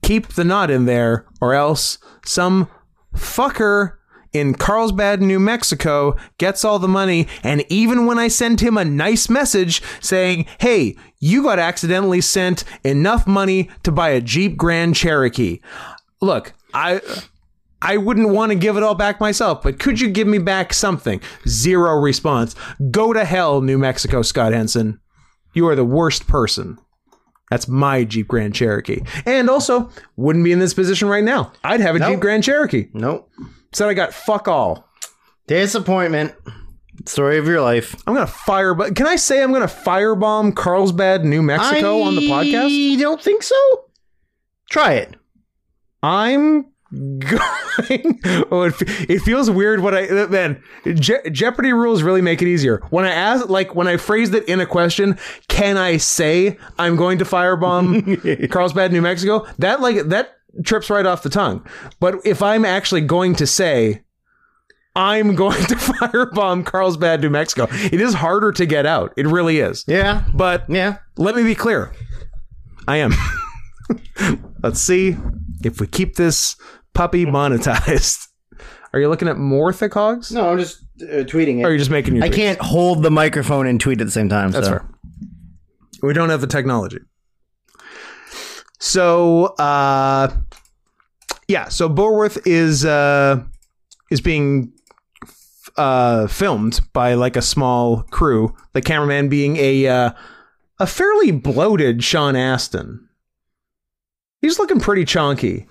Speaker 1: Keep the knot in there, or else some fucker in Carlsbad, New Mexico gets all the money. And even when I send him a nice message saying, hey, you got accidentally sent enough money to buy a Jeep Grand Cherokee. Look, I. I wouldn't want to give it all back myself, but could you give me back something? Zero response. Go to hell, New Mexico, Scott Henson. You are the worst person. That's my Jeep Grand Cherokee. And also, wouldn't be in this position right now. I'd have a
Speaker 2: No.
Speaker 1: Jeep Grand Cherokee.
Speaker 2: Nope.
Speaker 1: Said I got fuck all.
Speaker 2: Disappointment. Story of your life.
Speaker 1: I'm gonna fire. But can I say I'm gonna firebomb Carlsbad, New Mexico, on the podcast?
Speaker 2: I don't think so. Try it.
Speaker 1: I'm going. oh, it, fe- it feels weird when I uh, man. Je- Jeopardy rules really make it easier. When I ask, like when I phrased it in a question, can I say I'm going to firebomb Carlsbad, New Mexico? That like that trips right off the tongue. But if I'm actually going to say. I'm going to firebomb Carlsbad, New Mexico. It is harder to get out. It really is.
Speaker 2: Yeah.
Speaker 1: But
Speaker 2: Yeah.
Speaker 1: let me be clear. I am. Let's see if we keep this puppy monetized. Are you looking at more thick hogs?
Speaker 2: No, I'm just uh, tweeting
Speaker 1: Or are
Speaker 2: it.
Speaker 1: you just making your
Speaker 2: I
Speaker 1: tweets?
Speaker 2: can't hold the microphone and tweet at the same time.
Speaker 1: That's
Speaker 2: so.
Speaker 1: fair. We don't have the technology. So uh yeah, so Borworth is uh is being uh filmed by like a small crew, the cameraman being a uh a fairly bloated Sean Aston. He's looking pretty chonky.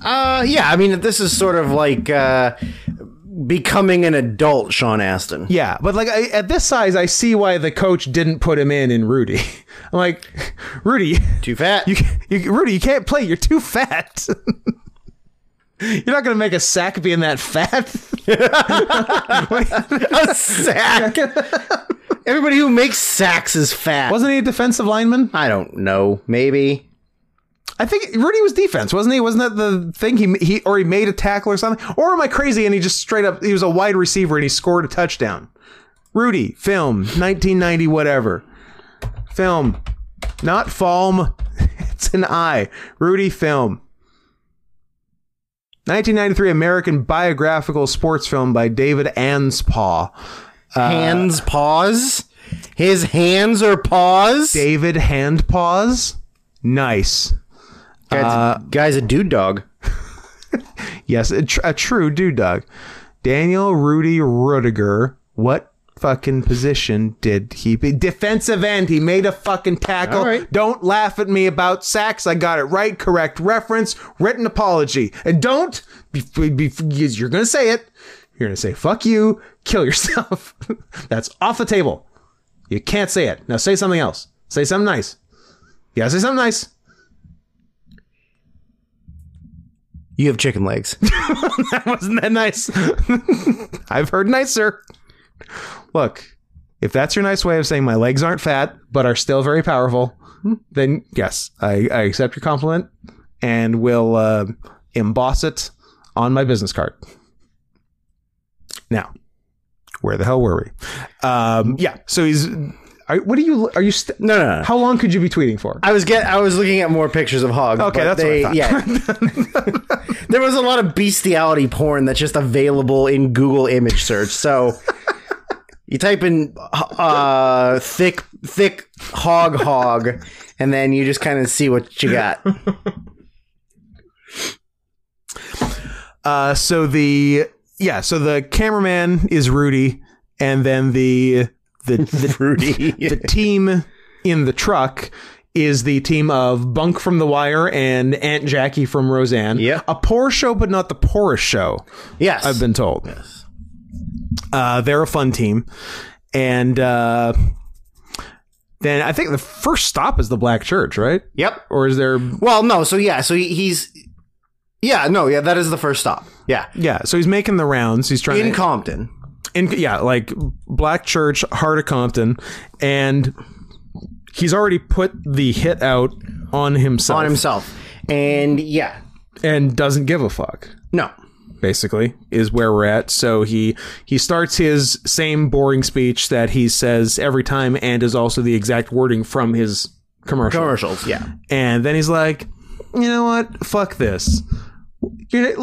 Speaker 2: Uh, yeah, I mean, this is sort of like uh, becoming an adult, Sean Aston.
Speaker 1: Yeah, but like I, at this size, I see why the coach didn't put him in in Rudy. I'm like, Rudy,
Speaker 2: Too fat.
Speaker 1: You, you, Rudy, you can't play. You're too fat. You're not going to make a sack being that fat.
Speaker 2: a sack. Everybody who makes sacks is fat.
Speaker 1: Wasn't he a defensive lineman?
Speaker 2: I don't know. Maybe.
Speaker 1: I think Rudy was defense, wasn't he? Wasn't that the thing he he or he made a tackle or something? Or am I crazy and he just straight up he was a wide receiver and he scored a touchdown? Rudy, film, 1990 whatever. Film. Not Falm. It's an I. Rudy film. 1993 American biographical sports film by David Anspaugh.
Speaker 2: Uh, hands, paws. His hands are paws.
Speaker 1: David Handpaws. Nice.
Speaker 2: guy's, a, guy's a dude dog.
Speaker 1: Yes, a, tr- a true dude dog. Daniel Rudy Rudiger. What fucking position did he be? Defensive end. He made a fucking tackle.
Speaker 2: All right.
Speaker 1: Don't laugh at me about sacks. I got it right. Correct reference. Written apology. And don't. Be, be, be- you're gonna say it. You're gonna say fuck you. Kill yourself. That's off the table. You can't say it. Now say something else. Say something nice. Yeah, say something nice.
Speaker 2: You have chicken legs.
Speaker 1: Wasn't that nice? I've heard nicer. Look, if that's your nice way of saying my legs aren't fat but are still very powerful, then yes, I, I accept your compliment and will uh, emboss it on my business card. Now, where the hell were we? Um, yeah, so he's. Are, what are you? Are you? St-
Speaker 2: No, no, no.
Speaker 1: How long could you be tweeting for?
Speaker 2: I was get. I was looking at more pictures of hogs.
Speaker 1: Okay,
Speaker 2: but
Speaker 1: that's
Speaker 2: they,
Speaker 1: what I
Speaker 2: yeah. there was a lot of bestiality porn that's just available in Google image search. So You type in uh, thick thick hog hog, and then you just kind of see what you got.
Speaker 1: Uh, so the yeah, so the cameraman is Rudy, and then the the the,
Speaker 2: Rudy.
Speaker 1: the team in the truck is the team of Bunk from The Wire and Aunt Jackie from Roseanne.
Speaker 2: Yeah.
Speaker 1: a poor show, but not the poorest show.
Speaker 2: yes.
Speaker 1: I've been told. Yes. Uh, they're a fun team. And uh, then I think the first stop is the black church, right?
Speaker 2: yep.
Speaker 1: Or is there.
Speaker 2: Well, no. So yeah. So he, he's. Yeah. No. Yeah. That is the first stop. Yeah.
Speaker 1: Yeah, so he's making the rounds. He's trying
Speaker 2: In
Speaker 1: to.
Speaker 2: Compton.
Speaker 1: in, yeah, like black church, heart of Compton. And he's already put the hit out on himself
Speaker 2: on himself. And yeah,
Speaker 1: and doesn't give a fuck.
Speaker 2: no.
Speaker 1: basically is where we're at so he he starts his same boring speech that he says every time and is also the exact wording from his commercial
Speaker 2: Commercials, yeah.
Speaker 1: and then he's like you know what fuck this You're-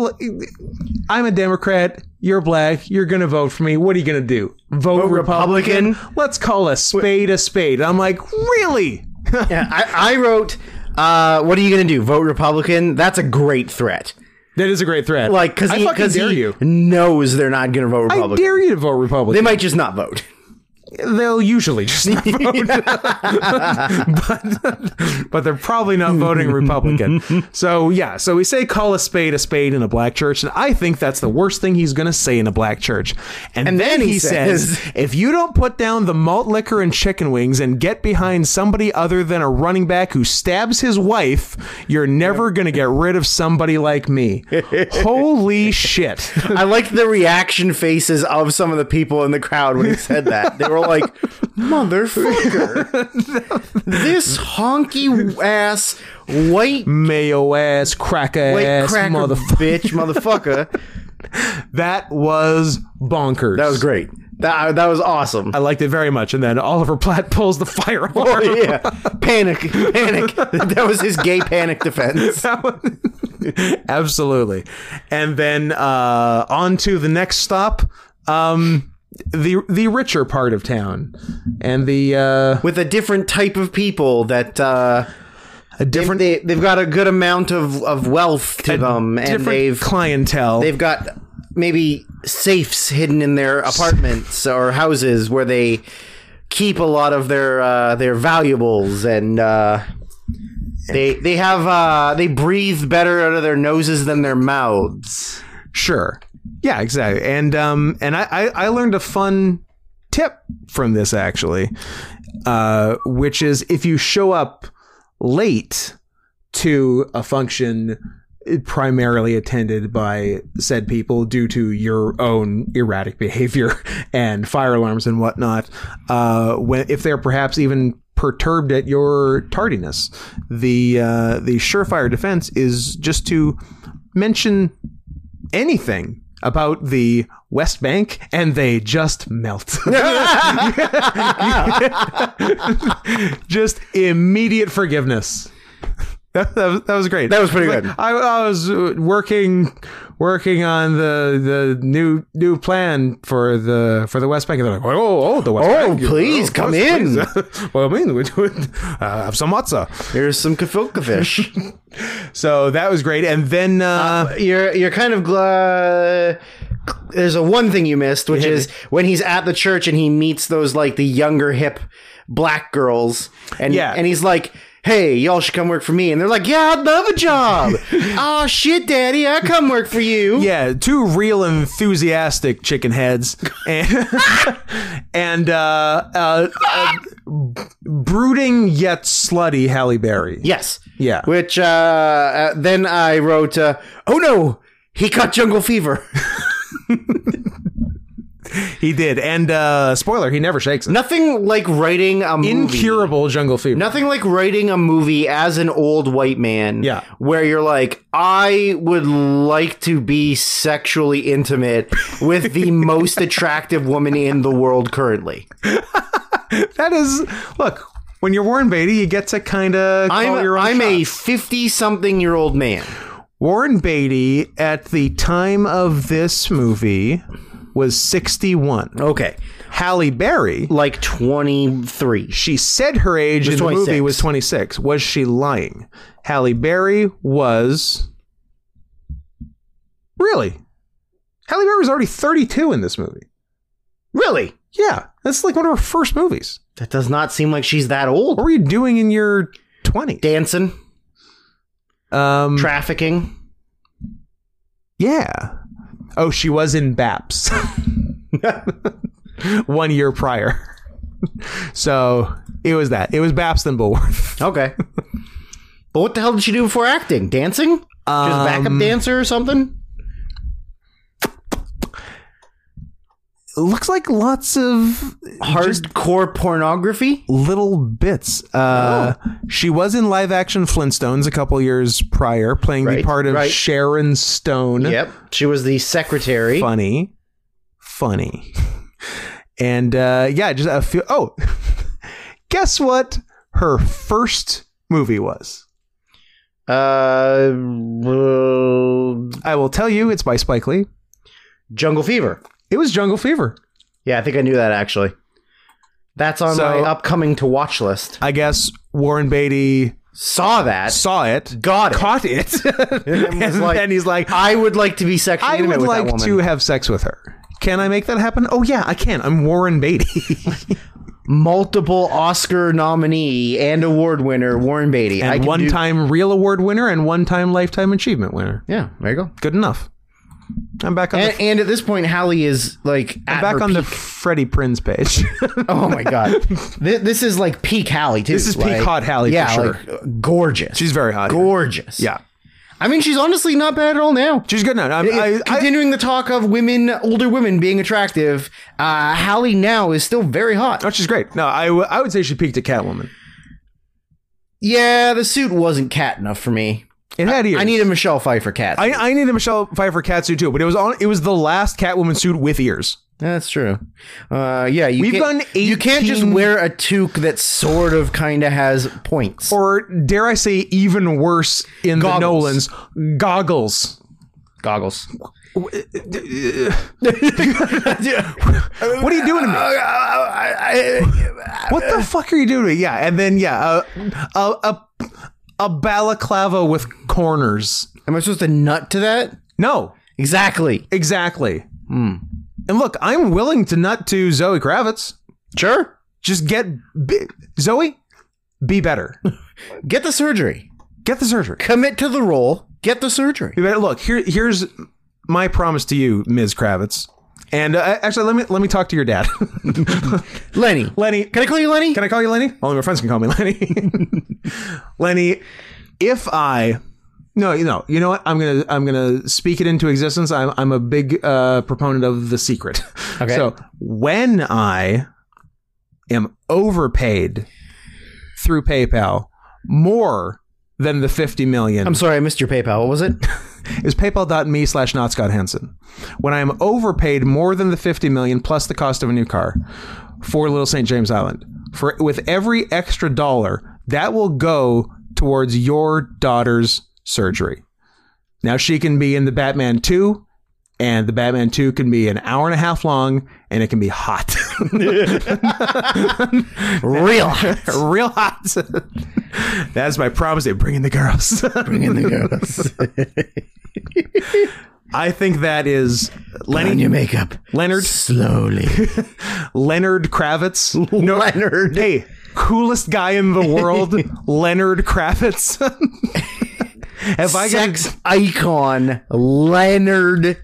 Speaker 1: i'm a democrat you're black you're gonna vote for me what are you gonna do vote,
Speaker 2: Republican?
Speaker 1: republican let's call a spade a spade i'm like really
Speaker 2: yeah I, I wrote, uh, what are you going to do? Vote Republican? That's a great threat.
Speaker 1: that is a great threat
Speaker 2: Like, because
Speaker 1: I
Speaker 2: he,
Speaker 1: fucking
Speaker 2: 'cause
Speaker 1: dare
Speaker 2: he
Speaker 1: you
Speaker 2: knows they're not going to vote
Speaker 1: I
Speaker 2: Republican.
Speaker 1: dare you to vote Republican.
Speaker 2: they might just not vote.
Speaker 1: they'll usually just not vote. but, but they're probably not voting Republican. So, yeah. So we say call a spade a spade in a black church. And I think that's the worst thing he's going to say in a black church. And, then, he says, if you don't put down the malt liquor and chicken wings and get behind somebody other than a running back who stabs his wife, you're never going to get rid of somebody like me. Holy shit.
Speaker 2: I liked the reaction faces of some of the people in the crowd when he said that. They were like, motherfucker. this honky ass white.
Speaker 1: Mayo ass, cracker
Speaker 2: White
Speaker 1: ass,
Speaker 2: cracker
Speaker 1: motherfucker.
Speaker 2: bitch, motherfucker.
Speaker 1: That was bonkers.
Speaker 2: That was great. That that was awesome.
Speaker 1: I liked it very much. And then Oliver Platt pulls the fire alarm.
Speaker 2: yeah. Panic. Panic. that was his gay panic defense.
Speaker 1: That was- Absolutely. And then uh, on to the next stop, um, the the richer part of town, and the uh,
Speaker 2: With a different type of people that uh
Speaker 1: a different
Speaker 2: different they, they've got a good amount of, of wealth to them and
Speaker 1: different
Speaker 2: they've
Speaker 1: clientele.
Speaker 2: they've got maybe safes hidden in their apartments or houses where they keep a lot of their uh, their valuables and uh they, they have uh, they breathe better out of their noses than their mouths.
Speaker 1: Sure. Yeah, exactly. And um and I I, I learned a fun tip from this actually, uh, which is if you show up late to a function primarily attended by said people due to your own erratic behavior and fire alarms and whatnot, uh, when if they're perhaps even perturbed at your tardiness, the uh, the surefire defense is just to mention anything about the West Bank and they just melt. just immediate forgiveness. That, that was, that was great.
Speaker 2: That was pretty good.
Speaker 1: I, I was uh, working working on the the new new plan for the for the West Bank, and they're like, oh, oh, the West
Speaker 2: Oh,
Speaker 1: Bank.
Speaker 2: please, come in.
Speaker 1: well, I mean, we do it. Uh, have some matzah.
Speaker 2: Here's some kafoka fish.
Speaker 1: So that was great. And then, uh,
Speaker 2: you're you're kind of gl- uh, there's a one thing you missed which is when he's at the church and he meets those like the younger hip black girls and
Speaker 1: Yeah.
Speaker 2: and he's like hey y'all should come work for me and they're like yeah i'd love a job oh shit daddy i come work for you
Speaker 1: yeah, two real enthusiastic chicken heads, and and uh, uh, uh, brooding yet slutty Halle Berry.
Speaker 2: yes
Speaker 1: Yeah.
Speaker 2: which uh, uh then i wrote uh, oh no he caught jungle fever
Speaker 1: he did. And uh, spoiler, he never shakes it.
Speaker 2: nothing like writing a movie
Speaker 1: Incurable jungle fever.
Speaker 2: Nothing like writing a movie as an old white man.
Speaker 1: Yeah.
Speaker 2: Where you're like, I would like to be sexually intimate with the most attractive woman in the world currently.
Speaker 1: That is, look, when you're Warren Beatty, you get to kind of call
Speaker 2: I'm,
Speaker 1: your own
Speaker 2: I'm
Speaker 1: shot.
Speaker 2: a 50 something year old man.
Speaker 1: Warren Beatty at the time of this movie was 61.
Speaker 2: Okay.
Speaker 1: Halle Berry,
Speaker 2: Like 23.
Speaker 1: she said her age in
Speaker 2: Was
Speaker 1: the movie
Speaker 2: 26.
Speaker 1: was 26. Was she lying? Halle Berry was. Really? Halle Berry was already 32 in this movie.
Speaker 2: Really?
Speaker 1: Yeah, that's like one of her first movies.
Speaker 2: That does not seem like she's that old.
Speaker 1: What were you doing in your 20s?
Speaker 2: Dancing,
Speaker 1: Um,
Speaker 2: trafficking.
Speaker 1: yeah. Oh, she was in BAPS one year prior. so it was that. It was BAPS then Bulworth.
Speaker 2: Okay. but what the hell did she do before acting? Dancing? She was a backup
Speaker 1: Um,
Speaker 2: dancer or something?
Speaker 1: Looks like lots of
Speaker 2: Hardcore pornography?
Speaker 1: little bits. Uh,
Speaker 2: Oh.
Speaker 1: She was in live action Flintstones a couple years prior, playing the
Speaker 2: Right,
Speaker 1: part of
Speaker 2: right.
Speaker 1: Sharon Stone.
Speaker 2: Yep. She was the secretary.
Speaker 1: Funny. Funny. And uh, yeah, just a few. Oh, guess what her first movie was?
Speaker 2: Uh, well,
Speaker 1: I will tell you, it's by Spike Lee.
Speaker 2: uh, Jungle Fever.
Speaker 1: It was Jungle Fever.
Speaker 2: Yeah, I think I knew that actually. That's on
Speaker 1: So-
Speaker 2: my upcoming to watch list.
Speaker 1: I guess Warren Beatty
Speaker 2: Saw that.
Speaker 1: saw it,
Speaker 2: Got it.
Speaker 1: caught it, and,
Speaker 2: And was like,
Speaker 1: then he's like,
Speaker 2: I would like to be sexually
Speaker 1: I
Speaker 2: intimate
Speaker 1: would
Speaker 2: with that
Speaker 1: like
Speaker 2: woman.
Speaker 1: to have sex with her. Can I make that happen? Oh yeah, I can. I'm Warren Beatty.
Speaker 2: Multiple Oscar nominee and award winner Warren Beatty. I
Speaker 1: and
Speaker 2: can
Speaker 1: one
Speaker 2: do-
Speaker 1: time real award winner and one time lifetime achievement winner.
Speaker 2: Yeah, there you go.
Speaker 1: Good enough. I'm back on
Speaker 2: And, and at this point, Hallie is like
Speaker 1: the
Speaker 2: at
Speaker 1: back
Speaker 2: her
Speaker 1: on
Speaker 2: peak.
Speaker 1: the Freddie Prinz page.
Speaker 2: Oh my god, this, this is like peak Hallie too.
Speaker 1: This is peak
Speaker 2: Like,
Speaker 1: hot Hallie for
Speaker 2: Yeah,
Speaker 1: sure.
Speaker 2: like, gorgeous.
Speaker 1: she's very hot.
Speaker 2: gorgeous.
Speaker 1: Oh, Yeah.
Speaker 2: I mean, she's honestly not bad at all now.
Speaker 1: She's good now. I'm, I, I,
Speaker 2: Continuing the talk of women, older women being attractive, uh, Hallie now is still very hot.
Speaker 1: oh, she's great. No, I, w- I would say she peaked at Catwoman.
Speaker 2: Yeah, the suit wasn't cat enough for me.
Speaker 1: It had ears.
Speaker 2: I need a Michelle Pfeiffer cat.
Speaker 1: I, I needed a Michelle Pfeiffer catsuit too, but it was on. It was the last Catwoman suit with ears.
Speaker 2: That's true. Uh, yeah, you
Speaker 1: We've
Speaker 2: can't,
Speaker 1: done
Speaker 2: you can't just
Speaker 1: 18
Speaker 2: wear a toque that sort of kind of has points.
Speaker 1: Or dare I say, even worse in
Speaker 2: Goggles.
Speaker 1: the Nolans, goggles.
Speaker 2: goggles.
Speaker 1: What are you doing to me? What the fuck are you doing? Yeah, and then yeah, a a a, a balaclava with corners.
Speaker 2: Am I supposed to nut to that?
Speaker 1: No,
Speaker 2: Exactly.
Speaker 1: exactly. Hmm. And look, I'm willing to nut to Zoe Kravitz.
Speaker 2: Sure.
Speaker 1: Just get be, Zoe, be better.
Speaker 2: Get the surgery.
Speaker 1: Get the surgery.
Speaker 2: Commit to the role. Get the surgery.
Speaker 1: Be better. Look, here here's my promise to you, Ms. Kravitz. And uh, actually, let me let me talk to your dad,
Speaker 2: Lenny.
Speaker 1: Lenny.
Speaker 2: Can I call you Lenny?
Speaker 1: Can I call you Lenny? Only my friends can call me Lenny. Lenny, if I no, you know, you know what? I'm gonna I'm gonna speak it into existence. I'm I'm a big uh, proponent of the secret.
Speaker 2: Okay.
Speaker 1: So when I am overpaid through PayPal more than the 50 million
Speaker 2: I'm sorry, I missed your PayPal. What was it?
Speaker 1: is paypal.me slash not Scott Hansen. When I am overpaid more than the 50 million plus the cost of a new car for Little St. James Island, for with every extra dollar, that will go towards your daughter's surgery. Now she can be in the Batman 2, and the Batman 2 can be an hour and a half long, and it can be hot.
Speaker 2: Real.
Speaker 1: Real hot. That's my promise. They bring in the girls.
Speaker 2: Bring in the girls.
Speaker 1: I think that is Lenny
Speaker 2: your makeup.
Speaker 1: Leonard
Speaker 2: Slowly.
Speaker 1: Leonard Kravitz.
Speaker 2: Leonard.
Speaker 1: Hey, coolest guy in the world, Leonard Kravitz. Have I got
Speaker 2: Sex icon Leonard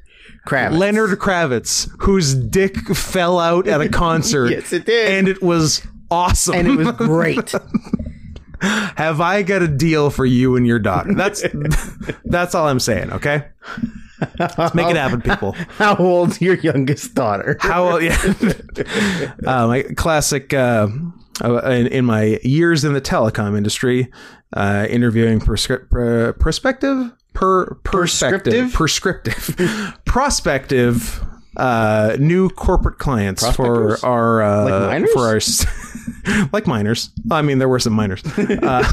Speaker 2: Kravitz.
Speaker 1: Leonard Kravitz, whose dick fell out at a concert?
Speaker 2: Yes, it did.
Speaker 1: and it was awesome.
Speaker 2: and it was great.
Speaker 1: Have I got a deal for you and your daughter? That's that's all I'm saying. Okay, let's make it happen, people.
Speaker 2: How old's your youngest daughter?
Speaker 1: How old? Yeah. uh, my classic. Uh, uh, in, in my years in the telecom industry, uh, interviewing prescri- per, perspective, per perspective, prescriptive, prospective. Uh, new corporate clients
Speaker 2: Prospectors?
Speaker 1: for our uh,
Speaker 2: Like miners?
Speaker 1: for our s- like miners. I mean, there were some miners. Uh,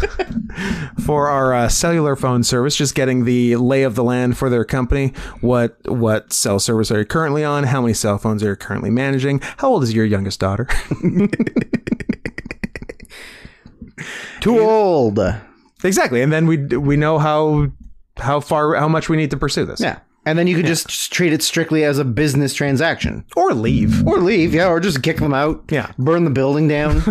Speaker 1: for our uh, cellular phone service, just getting the lay of the land for their company. What what cell service are you currently on? How many cell phones are you currently managing? How old is your youngest daughter?
Speaker 2: Too old.
Speaker 1: exactly, and then we we know how how far how much we need to pursue this.
Speaker 2: Yeah. And then you could just just treat it strictly as a business transaction.
Speaker 1: or leave.
Speaker 2: Or leave, yeah, or just kick them out.
Speaker 1: Yeah.
Speaker 2: Burn the building down.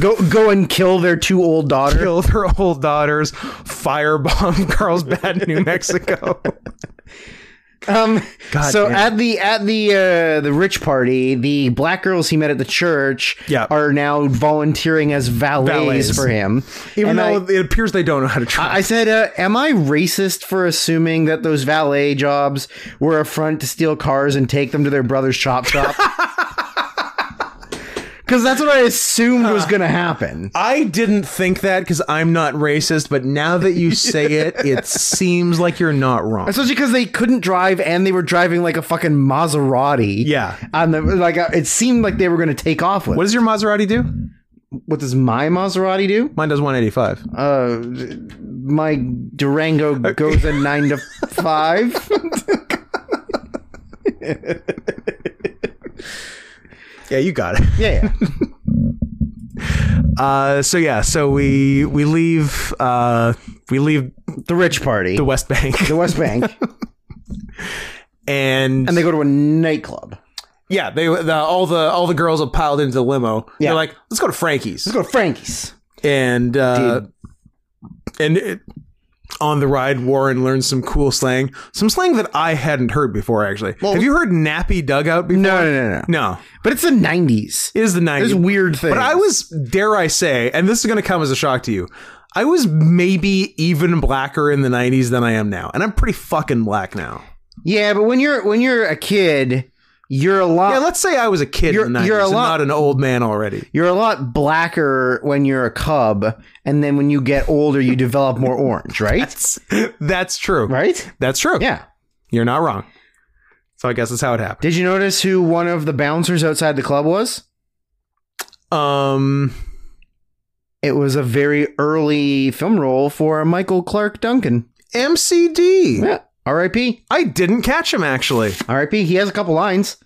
Speaker 2: go go and kill their two old daughter.
Speaker 1: Kill their old daughters, firebomb Carlsbad, New Mexico.
Speaker 2: Um,
Speaker 1: God
Speaker 2: so
Speaker 1: damn.
Speaker 2: at the at the uh, the rich party, the black girls he met at the church
Speaker 1: Yeah.
Speaker 2: are now volunteering as valets,
Speaker 1: Valets.
Speaker 2: for him.
Speaker 1: Even
Speaker 2: And I-
Speaker 1: though it appears they don't know how to drive.
Speaker 2: I said, uh, "Am I racist for assuming that those valet jobs were a front to steal cars and take them to their brother's chop shop?" Because that's what I assumed was going to happen.
Speaker 1: I didn't think that because I'm not racist, but now that you say it, it seems like you're not wrong.
Speaker 2: Especially because they couldn't drive and they were driving like a fucking Maserati.
Speaker 1: Yeah.
Speaker 2: on the like, uh, it seemed like they were going to take off with.
Speaker 1: What
Speaker 2: What,
Speaker 1: does your Maserati do?
Speaker 2: what does my Maserati do?
Speaker 1: Mine does 185.
Speaker 2: Uh, my Durango
Speaker 1: Uh,
Speaker 2: goes a nine to five.
Speaker 1: Yeah, you got it.
Speaker 2: Yeah, yeah.
Speaker 1: Uh, so yeah, so we we leave uh, we leave
Speaker 2: the rich party,
Speaker 1: the West Bank
Speaker 2: the West Bank.
Speaker 1: and,
Speaker 2: and they go to a nightclub.
Speaker 1: yeah, they the, all the all the girls have piled into the limo.
Speaker 2: Yeah.
Speaker 1: They're like, let's go to Frankie's.
Speaker 2: Let's go to Frankie's.
Speaker 1: and uh, and it, on the ride, Warren learns some cool slang, some slang that I hadn't heard before. Actually, have you heard nappy dugout before?
Speaker 2: No, no, no, no.
Speaker 1: No,
Speaker 2: But it's the nineties.
Speaker 1: it is the
Speaker 2: There's
Speaker 1: nineties.
Speaker 2: weird things.
Speaker 1: But I was, dare I say, and this is going to come as a shock to you. I was maybe even blacker in the '90s than I am now, and I'm pretty fucking black now.
Speaker 2: yeah, but when you're when you're a kid, you're a lot
Speaker 1: Yeah, let's say I was a kid
Speaker 2: You're-
Speaker 1: in the '90s,
Speaker 2: Uh, you're a
Speaker 1: and
Speaker 2: lot-
Speaker 1: not an old man already.
Speaker 2: you're a lot blacker when you're a cub, and then when you get older, you develop more orange, right?
Speaker 1: That's true.
Speaker 2: right?
Speaker 1: That's true.
Speaker 2: Yeah.
Speaker 1: You're not wrong. So I guess that's how it happened.
Speaker 2: Did you notice who one of the bouncers outside the club was?
Speaker 1: Um.
Speaker 2: It was a very early film role for Michael Clark Duncan.
Speaker 1: MCD.
Speaker 2: Yeah. R.I.P.
Speaker 1: I didn't catch him actually.
Speaker 2: R.I.P. He has a couple lines.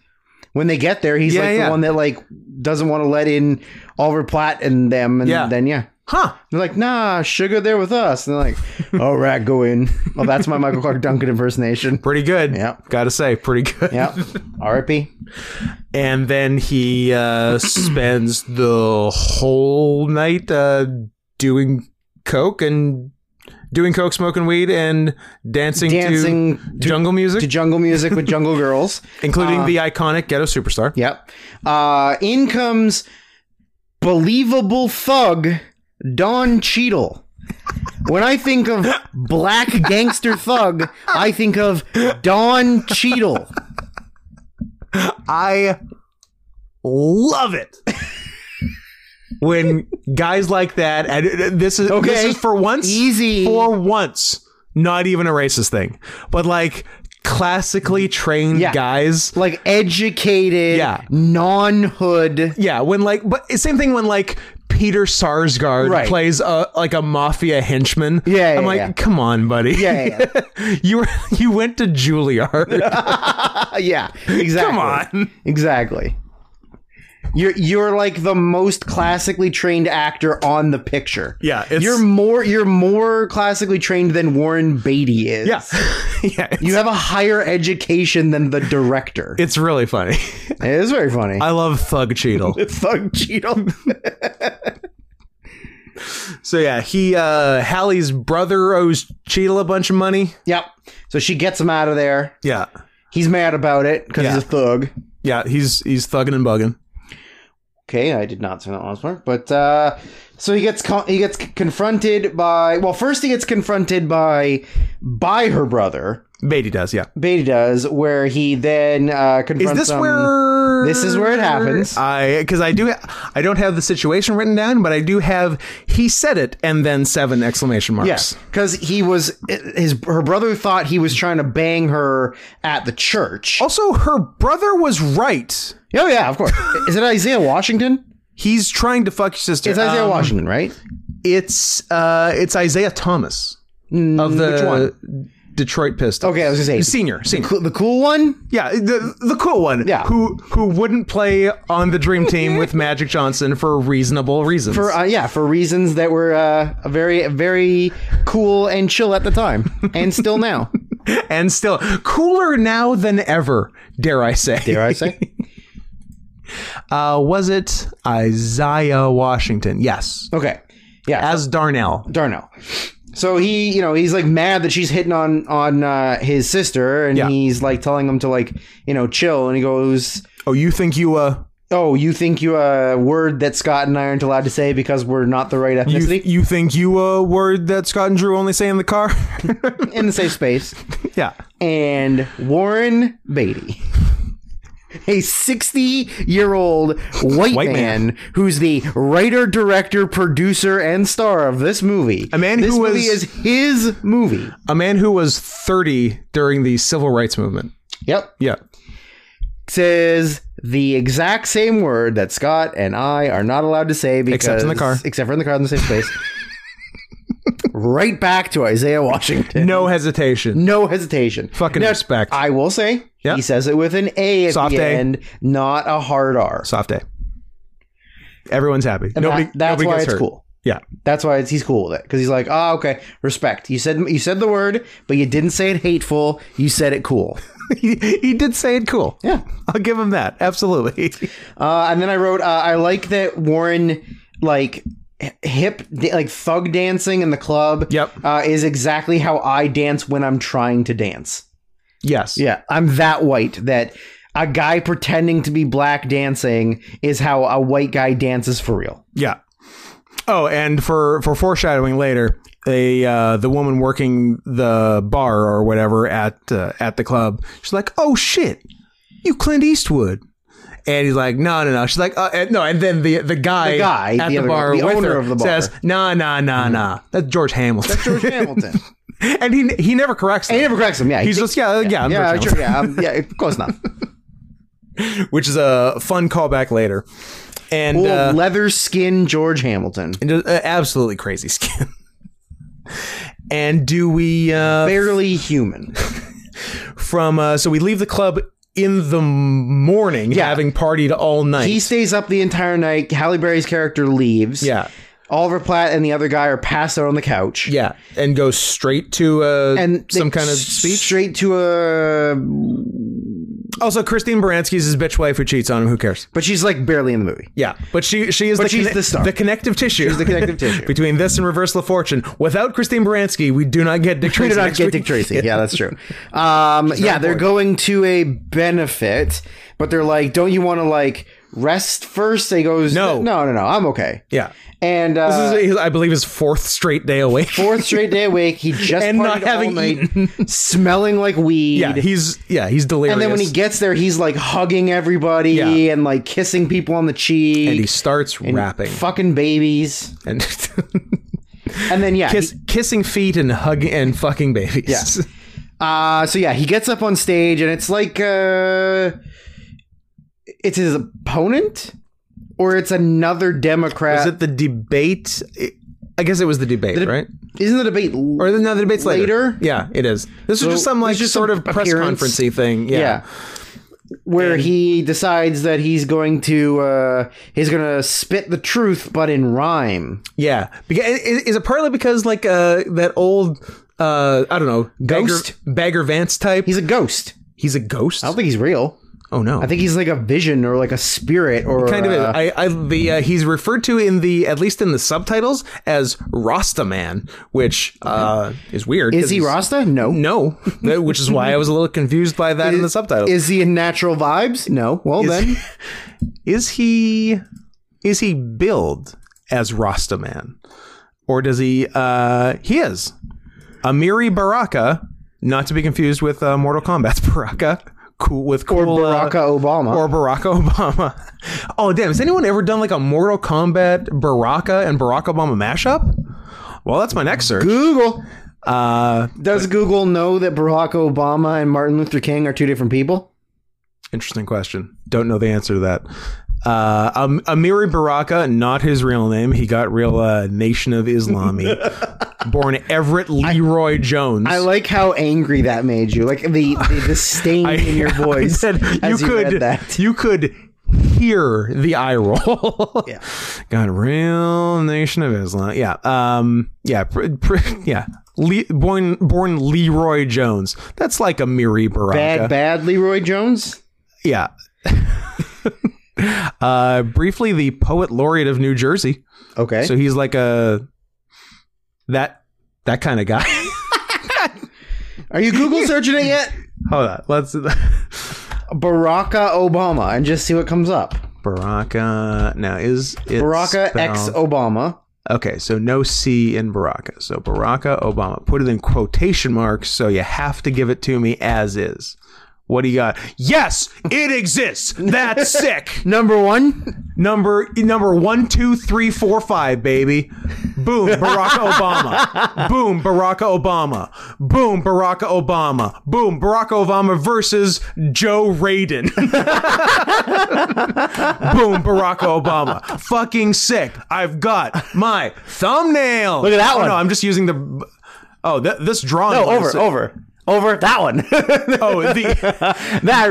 Speaker 2: When they get there, he's
Speaker 1: Yeah,
Speaker 2: like
Speaker 1: yeah.
Speaker 2: the one that like doesn't want to let in Oliver Platt and them, and
Speaker 1: Yeah.
Speaker 2: then yeah,
Speaker 1: Huh.
Speaker 2: they're like, "Nah, sugar, there with us." And they're like, "All right, go in." Well, that's my Michael Clark Duncan impersonation.
Speaker 1: Pretty good.
Speaker 2: Yeah.
Speaker 1: Gotta say, pretty good.
Speaker 2: Yeah, R.I.P.
Speaker 1: And then he uh, spends the whole night uh, doing coke and doing coke, smoking weed, and dancing,
Speaker 2: Dancing
Speaker 1: to jungle music,
Speaker 2: to uh, jungle music with Jungle Girls.
Speaker 1: including the iconic Ghetto Superstar.
Speaker 2: Yep. Uh, in comes believable thug Don Cheadle. When I think of black gangster thug, I think of Don Cheadle.
Speaker 1: I love it. when guys like that, and uh, this is this
Speaker 2: Okay.
Speaker 1: is for once
Speaker 2: Easy.
Speaker 1: for once, not even a racist thing, but like classically trained
Speaker 2: Yeah.
Speaker 1: guys.
Speaker 2: like educated,
Speaker 1: Yeah.
Speaker 2: non-hood.
Speaker 1: Yeah, when like, but same thing when like Peter Sarsgaard
Speaker 2: Right.
Speaker 1: plays a like a mafia henchman.
Speaker 2: Yeah,
Speaker 1: I'm
Speaker 2: yeah,
Speaker 1: like,
Speaker 2: yeah.
Speaker 1: come on, buddy.
Speaker 2: Yeah,
Speaker 1: you were you went to Juilliard.
Speaker 2: Uh, yeah, exactly.
Speaker 1: Come on.
Speaker 2: exactly. You're you're like the most classically trained actor on the picture.
Speaker 1: Yeah, it's-
Speaker 2: you're more you're more classically trained than Warren Beatty is.
Speaker 1: Yeah, yeah. It's,
Speaker 2: you have a higher education than the director.
Speaker 1: it's really funny.
Speaker 2: It is very funny.
Speaker 1: I love Thug Cheadle.
Speaker 2: Thug Cheadle.
Speaker 1: So yeah, he uh Hallie's brother owes Cheadle a bunch of money.
Speaker 2: yep. So she gets him out of there.
Speaker 1: Yeah.
Speaker 2: He's mad about it because
Speaker 1: Yeah.
Speaker 2: he's a thug.
Speaker 1: Yeah, he's he's thugging and bugging.
Speaker 2: Okay, I did not say that last part, but uh, so he gets con- he gets c- confronted by well, first he gets confronted by by her brother
Speaker 1: Beatty does, yeah.
Speaker 2: Beatty does, where he then uh, confronts.
Speaker 1: Is this
Speaker 2: him-
Speaker 1: where
Speaker 2: This is where it happens.
Speaker 1: I because I do I don't have the situation written down, but I do have he said it and then seven exclamation marks.
Speaker 2: Yes, because he was his her brother thought he was trying to bang her at the church.
Speaker 1: Also, her brother was right.
Speaker 2: Oh yeah, of course. Is it Isaiah Washington?
Speaker 1: He's trying to fuck your sister.
Speaker 2: It's Isaiah
Speaker 1: Um,
Speaker 2: Washington, right?
Speaker 1: It's uh, it's Isaiah Thomas of the
Speaker 2: Mm, Which one?
Speaker 1: Detroit Pistons.
Speaker 2: Okay, I was gonna say-
Speaker 1: senior, senior.
Speaker 2: Cl- the cool one.
Speaker 1: Yeah, the the cool one.
Speaker 2: Yeah.
Speaker 1: who who wouldn't play on the dream team with Magic Johnson for reasonable reasons?
Speaker 2: For, uh, yeah, for reasons that were uh, very, very cool and chill at the time, and still now.
Speaker 1: and still cooler now than ever. Dare I say?
Speaker 2: Dare I say?
Speaker 1: Uh, was it Isaiah Washington? Yes,
Speaker 2: Okay, yeah.
Speaker 1: as Darnell.
Speaker 2: Darno. So he, you know, he's like mad that she's hitting on on uh, his sister, and
Speaker 1: Yeah.
Speaker 2: he's like telling him to like, you know, chill. And he goes,
Speaker 1: Oh, you think you uh
Speaker 2: "Oh, you think you a word that Scott and I aren't allowed to say because we're not the right
Speaker 1: you,
Speaker 2: ethnicity
Speaker 1: you think you uh word that Scott and Drew only say in the car?
Speaker 2: in the safe space?"
Speaker 1: yeah.
Speaker 2: And Warren Beatty, a sixty-year-old white,
Speaker 1: White man.
Speaker 2: man, who's the writer, director, producer, and star of this movie.
Speaker 1: A man
Speaker 2: this
Speaker 1: who was-
Speaker 2: movie is his movie.
Speaker 1: A man who was 30 during the civil rights movement.
Speaker 2: Yep.
Speaker 1: Yeah.
Speaker 2: says the exact same word that Scott and I are not allowed to say because
Speaker 1: Except in the car.
Speaker 2: except for in the car in the same space. right back to Isaiah Washington.
Speaker 1: No hesitation.
Speaker 2: No hesitation.
Speaker 1: Fucking
Speaker 2: Now,
Speaker 1: respect.
Speaker 2: I will say
Speaker 1: Yeah.
Speaker 2: he says it with an A at
Speaker 1: Soft
Speaker 2: the
Speaker 1: A.
Speaker 2: end, not a hard R.
Speaker 1: Soft day. Everyone's happy.
Speaker 2: And
Speaker 1: nobody,
Speaker 2: that- that's
Speaker 1: nobody
Speaker 2: why
Speaker 1: gets
Speaker 2: it's
Speaker 1: hurt.
Speaker 2: cool.
Speaker 1: Yeah.
Speaker 2: That's why it's, he's cool with it because he's like, oh, okay, respect. You said you said the word, but you didn't say it hateful. You said it cool.
Speaker 1: he, he did say it cool.
Speaker 2: Yeah.
Speaker 1: I'll give him that. Absolutely.
Speaker 2: Uh, and then I wrote, uh, I like that Warren, like h- hip, da- like thug dancing in the club.
Speaker 1: Yep.
Speaker 2: uh, is exactly how I dance when I'm trying to dance.
Speaker 1: Yes.
Speaker 2: Yeah, I'm that white that a guy pretending to be black dancing is how a white guy dances for real.
Speaker 1: Yeah. Oh, and for for foreshadowing later, they uh, the woman working the bar or whatever at uh, at the club, she's like, "Oh shit, you Clint Eastwood," and he's like, "No, no, no." She's like, uh, and, "No," and then the the guy,
Speaker 2: The guy,
Speaker 1: at
Speaker 2: the
Speaker 1: the,
Speaker 2: other-
Speaker 1: bar,
Speaker 2: the
Speaker 1: with
Speaker 2: owner
Speaker 1: her
Speaker 2: of the bar. Mm-hmm.
Speaker 1: says, "Nah, nah, nah, nah." That's George Hamilton,
Speaker 2: George Hamilton.
Speaker 1: and he he never corrects.
Speaker 2: He
Speaker 1: Them.
Speaker 2: never cracks him. Yeah, he
Speaker 1: He's just
Speaker 2: thinks-
Speaker 1: yeah, yeah, I'm
Speaker 2: yeah,
Speaker 1: George
Speaker 2: sure, yeah, um, yeah, close enough.
Speaker 1: Hamilton," which is a fun callback later, and
Speaker 2: Old
Speaker 1: uh,
Speaker 2: leather skin George Hamilton,
Speaker 1: and, uh, absolutely crazy skin. and do we? Uh,
Speaker 2: barely human.
Speaker 1: from uh, so we leave the club in the morning
Speaker 2: Yeah.
Speaker 1: having partied all night
Speaker 2: He stays up the entire night. Halle Berry's character leaves.
Speaker 1: yeah
Speaker 2: Oliver Platt and the other guy are passed out on the couch.
Speaker 1: yeah and go straight to uh
Speaker 2: And they
Speaker 1: some kind of
Speaker 2: s-
Speaker 1: speech
Speaker 2: Straight to a.
Speaker 1: also christine baranski's his bitch wife who cheats on him who cares
Speaker 2: But she's like barely in the movie.
Speaker 1: yeah but she she is the,
Speaker 2: she's the star.
Speaker 1: connective tissue
Speaker 2: She's the connective tissue.
Speaker 1: between this and reversal of fortune without christine baranski we do not get dick
Speaker 2: We
Speaker 1: tracy
Speaker 2: did not
Speaker 1: next
Speaker 2: get
Speaker 1: week.
Speaker 2: Dick Tracy. Yeah, that's true. Um, yeah, they're going to a benefit, but they're like, don't you want to like rest first? They goes,
Speaker 1: No.
Speaker 2: no, no, no, I'm okay.
Speaker 1: yeah
Speaker 2: And uh,
Speaker 1: this is his, i believe his fourth straight day away
Speaker 2: fourth straight day awake. He just
Speaker 1: And not
Speaker 2: partied
Speaker 1: having
Speaker 2: all night, smelling like weed.
Speaker 1: yeah he's yeah he's delirious
Speaker 2: and then when he gets there, he's like hugging everybody
Speaker 1: Yeah.
Speaker 2: and like kissing people on the cheek.
Speaker 1: and he starts rapping
Speaker 2: Fucking babies.
Speaker 1: and
Speaker 2: And then yeah,
Speaker 1: Kiss, kissing feet and hugging and fucking babies.
Speaker 2: Yeah. Uh, so yeah, he gets up on stage and it's like uh, it's his opponent or it's another Democrat.
Speaker 1: Is it the debate? I guess it was the debate, right?
Speaker 2: Isn't the debate?
Speaker 1: Or the, no, the debate's later.
Speaker 2: later?
Speaker 1: Yeah, it is. This is just some like
Speaker 2: it's just
Speaker 1: sort
Speaker 2: some
Speaker 1: of press
Speaker 2: appearance.
Speaker 1: conferencey thing. Yeah.
Speaker 2: yeah. Where he decides that he's going to uh, he's going to spit the truth, but in rhyme.
Speaker 1: Yeah. Beca- i- i- is it partly because like uh that old uh I don't know,
Speaker 2: Ghost?
Speaker 1: Bagger, Bagger Vance type?
Speaker 2: He's a ghost.
Speaker 1: He's a ghost?
Speaker 2: I don't think he's real.
Speaker 1: oh no.
Speaker 2: I think he's like a vision or like a spirit or
Speaker 1: kind of is.
Speaker 2: uh,
Speaker 1: I, I the uh, he's referred to in the at least in the subtitles as Rasta Man, which uh is weird.
Speaker 2: Is
Speaker 1: 'cause
Speaker 2: he
Speaker 1: he's-
Speaker 2: Rasta? No.
Speaker 1: No, That- which is why I was a little confused by that in the subtitles.
Speaker 2: Is he in natural vibes? No. Well then,
Speaker 1: Is he is he billed as Rasta Man, or does he? uh He is Amiri Baraka, not to be confused with uh, Mortal Kombat's Baraka. Cool with cool,
Speaker 2: or
Speaker 1: uh,
Speaker 2: Barack Obama.
Speaker 1: or Barack Obama. Oh damn! Has anyone ever done like a Mortal Kombat Baraka and Barack Obama mashup? Well, that's my next search.
Speaker 2: Google.
Speaker 1: Uh,
Speaker 2: Does Google know that Barack Obama and Martin Luther King are two different people?
Speaker 1: Interesting question. Don't know the answer to that. Uh, um, Amiri Baraka, not his real name. He got real uh, Nation of Islami. Born Everett Leroy Jones.
Speaker 2: I like how angry that made you. Like the the disdain
Speaker 1: I-
Speaker 2: in your voice
Speaker 1: I said,
Speaker 2: as you,
Speaker 1: could,
Speaker 2: read that.
Speaker 1: You could hear the eye roll.
Speaker 2: Yeah.
Speaker 1: Got real Nation of Islam. Yeah. Um. Yeah. Pr- pr- yeah. Le- born born Leroy Jones. That's like a Miri Baraka.
Speaker 2: Bad, bad Leroy Jones.
Speaker 1: Yeah. uh, briefly, the poet laureate of New Jersey.
Speaker 2: Okay.
Speaker 1: So he's like a that that kind of guy.
Speaker 2: Are you Google searching it yet?
Speaker 1: Hold on. Let's
Speaker 2: Baraka Obama and just see what comes up.
Speaker 1: Baraka. Now is it
Speaker 2: Baraka ex
Speaker 1: spelled-
Speaker 2: Obama.
Speaker 1: Okay, so no C in Baraka. So Baraka Obama. Put it in quotation marks, so you have to give it to me as is. What do you got? Yes, it exists. That's sick.
Speaker 2: Number one.
Speaker 1: Number number one, two, three, four, five, baby. Boom, Barack Obama. Boom, Barack Obama. Boom, Barack Obama. Boom, Barack Obama versus Joe Radin. Boom, Barack Obama. Fucking sick. I've got my thumbnail.
Speaker 2: Look at that
Speaker 1: oh,
Speaker 2: one.
Speaker 1: No, I'm just using the. Oh, th- this drawing.
Speaker 2: No,
Speaker 1: one
Speaker 2: over,
Speaker 1: is-
Speaker 2: over, over. That one.
Speaker 1: Oh, the.
Speaker 2: that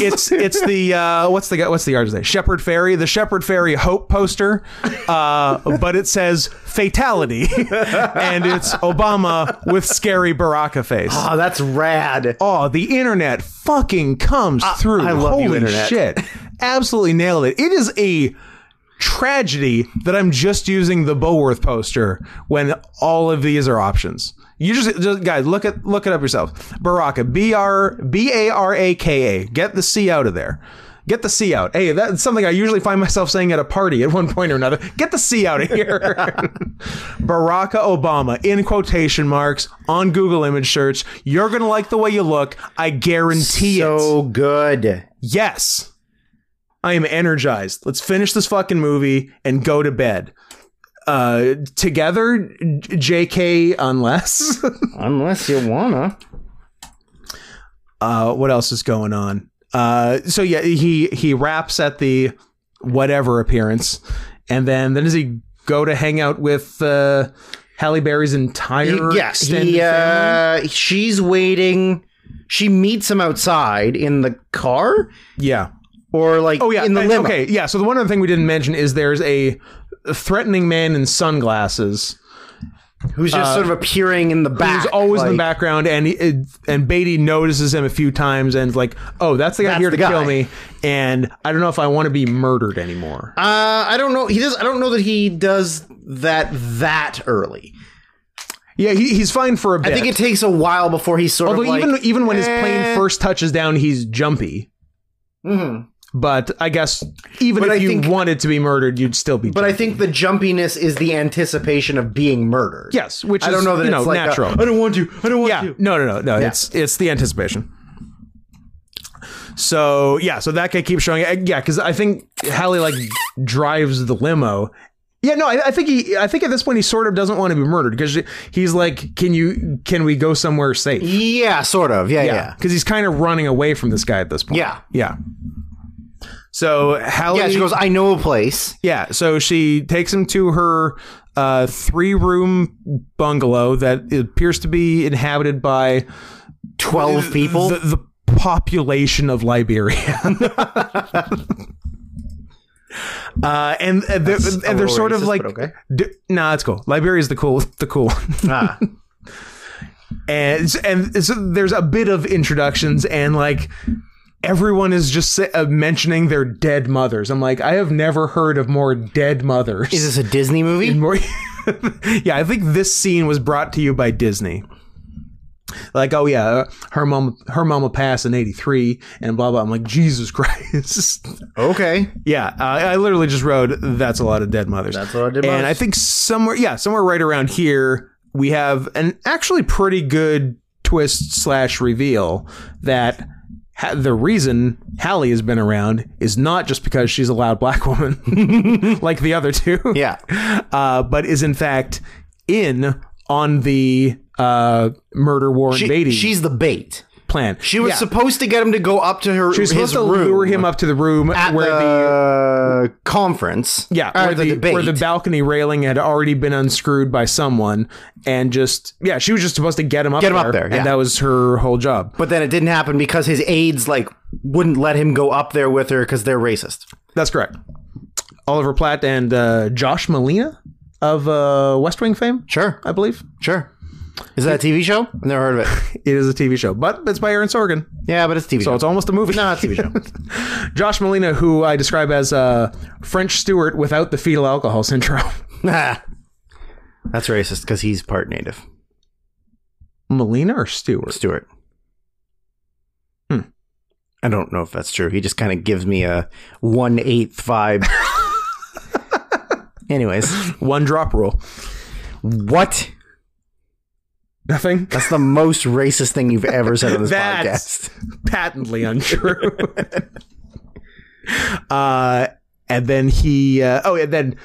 Speaker 1: it's it's the uh, what's the guy what's the artist name? Shepherd Fairy, the Shepherd Fairy Hope poster, uh, but it says fatality, and it's Obama with scary Baraka face.
Speaker 2: oh, that's rad.
Speaker 1: Oh, the internet fucking comes through.
Speaker 2: I love
Speaker 1: Holy
Speaker 2: you, internet.
Speaker 1: shit! Absolutely nailed it. It is a tragedy that I'm just using the Bulworth poster when all of these are options. You just, just guys look at look it up yourself. Baraka B R B A R A K A. Get the C out of there. Get the C out. Hey, that's something I usually find myself saying at a party at one point or another. Get the C out of here. Baraka Obama in quotation marks on Google image search. You're going to like the way you look. I guarantee it.
Speaker 2: So good.
Speaker 1: Yes. I am energized. Let's finish this fucking movie and go to bed. Uh, together, J- JK, unless.
Speaker 2: Unless you wanna.
Speaker 1: uh, what else is going on? Uh, so yeah, he he raps at the whatever appearance, and then then does he go to hang out with uh, Halle Berry's entire
Speaker 2: He- yeah,
Speaker 1: extended
Speaker 2: he,
Speaker 1: family?
Speaker 2: uh, she's waiting. She meets him outside in the car
Speaker 1: Yeah.
Speaker 2: or like
Speaker 1: Oh yeah.
Speaker 2: in the
Speaker 1: and-
Speaker 2: limo.
Speaker 1: Okay. Yeah. So the one other thing we didn't mention is there's a threatening man in sunglasses.
Speaker 2: Who's just sort of appearing in the back.
Speaker 1: He's uh, always in the
Speaker 2: like-
Speaker 1: background, and he, and Beatty notices him a few times, and is like, "Oh, that's the guy
Speaker 2: That's
Speaker 1: here
Speaker 2: the
Speaker 1: to kill
Speaker 2: guy.
Speaker 1: me," and I don't know if I want to be murdered anymore.
Speaker 2: Uh, I don't know. He does. I don't know that he does that that early.
Speaker 1: Yeah, he, he's fine for a bit.
Speaker 2: I think it takes a while before he's sort
Speaker 1: Although
Speaker 2: of like,
Speaker 1: even e-, even when his plane
Speaker 2: eh.
Speaker 1: first touches down, he's jumpy. Mm-hmm.
Speaker 2: Mhm.
Speaker 1: But I guess even
Speaker 2: But
Speaker 1: if
Speaker 2: I
Speaker 1: you
Speaker 2: think-
Speaker 1: wanted to be murdered, you'd still be.
Speaker 2: But I
Speaker 1: jumpy.
Speaker 2: think the jumpiness is the anticipation of being murdered.
Speaker 1: yes, which
Speaker 2: I don't
Speaker 1: is,
Speaker 2: know that
Speaker 1: you
Speaker 2: it's like a,
Speaker 1: natural.
Speaker 2: I don't want to. I don't want
Speaker 1: yeah,
Speaker 2: to.
Speaker 1: no, no, no, no. It's it's the anticipation. So yeah, so that guy keeps showing. eh, Yeah, because I think Hallie like drives the limo. Yeah, no, I, I think he. I think at this point he sort of doesn't want to be murdered because he's like, "Can you? Can we go somewhere safe?"
Speaker 2: Yeah, sort of. Yeah, yeah.
Speaker 1: because he's kind of running away from this guy at this point.
Speaker 2: Yeah.
Speaker 1: yeah. So Hallie,
Speaker 2: Yeah, she goes, "Ah." I know a place.
Speaker 1: yeah, so she takes him to her uh, three room bungalow that appears to be inhabited by
Speaker 2: 12 people.
Speaker 1: the, the population of Liberia. Uh, and and they're,
Speaker 2: That's a
Speaker 1: and they're
Speaker 2: little
Speaker 1: sort of
Speaker 2: racist,
Speaker 1: like,
Speaker 2: but okay.
Speaker 1: d- nah, it's cool. Liberia is the cool, the cool. one.
Speaker 2: Ah.
Speaker 1: and and so there's a bit of introductions and like everyone is just sa- uh, mentioning their dead mothers. I'm like, I have never heard of more dead mothers.
Speaker 2: Is this a Disney movie?
Speaker 1: More- yeah, I think this scene was brought to you by Disney. Like, oh yeah, uh, her mom, her mama passed in '83, and blah blah. I'm like, Jesus Christ.
Speaker 2: Okay.
Speaker 1: yeah, uh, I literally just wrote. That's a lot of dead mothers.
Speaker 2: That's what I did.
Speaker 1: And I think somewhere, yeah, somewhere right around here, we have an actually pretty good twist slash reveal that ha- the reason Hallie has been around is not just because she's a loud black woman like the other two,
Speaker 2: Yeah.
Speaker 1: uh, but is in fact in on the uh, murder Warren
Speaker 2: She-
Speaker 1: Beatty
Speaker 2: she's the bait.
Speaker 1: plan.
Speaker 2: She was
Speaker 1: Yeah.
Speaker 2: supposed to get him to go up to her.
Speaker 1: She was
Speaker 2: his
Speaker 1: supposed to
Speaker 2: room
Speaker 1: lure him up to the room
Speaker 2: at
Speaker 1: where
Speaker 2: the,
Speaker 1: the.
Speaker 2: conference.
Speaker 1: Yeah,
Speaker 2: or
Speaker 1: where
Speaker 2: the,
Speaker 1: the,
Speaker 2: debate.
Speaker 1: where the balcony railing had already been unscrewed by someone, and just yeah, she was just supposed to get him up
Speaker 2: Get him
Speaker 1: there,
Speaker 2: up there, yeah.
Speaker 1: and that was her whole job.
Speaker 2: but then it didn't happen because his aides like wouldn't let him go up there with her because they're racist.
Speaker 1: That's correct. Oliver Platt and uh, Josh Malina of uh, West Wing fame,
Speaker 2: Sure,
Speaker 1: I believe.
Speaker 2: sure. Is that a TV show? I've never heard of it.
Speaker 1: It is a TV show, but it's by Aaron Sorkin,
Speaker 2: Yeah, but it's a TV
Speaker 1: so
Speaker 2: show.
Speaker 1: it's almost a movie.
Speaker 2: No, it's a TV show.
Speaker 1: Josh Molina, who I describe as uh, French Stewart without the fetal alcohol syndrome.
Speaker 2: Nah. That's racist because he's part native.
Speaker 1: Molina or Stewart?
Speaker 2: Stewart. Hmm. I don't know if that's true. He just kind of gives me a one eighth vibe. Anyways,
Speaker 1: One drop rule.
Speaker 2: what?
Speaker 1: Nothing.
Speaker 2: That's the most racist thing you've ever said on this
Speaker 1: That's-
Speaker 2: podcast.
Speaker 1: Patently untrue. uh, and then he. Uh, oh, and then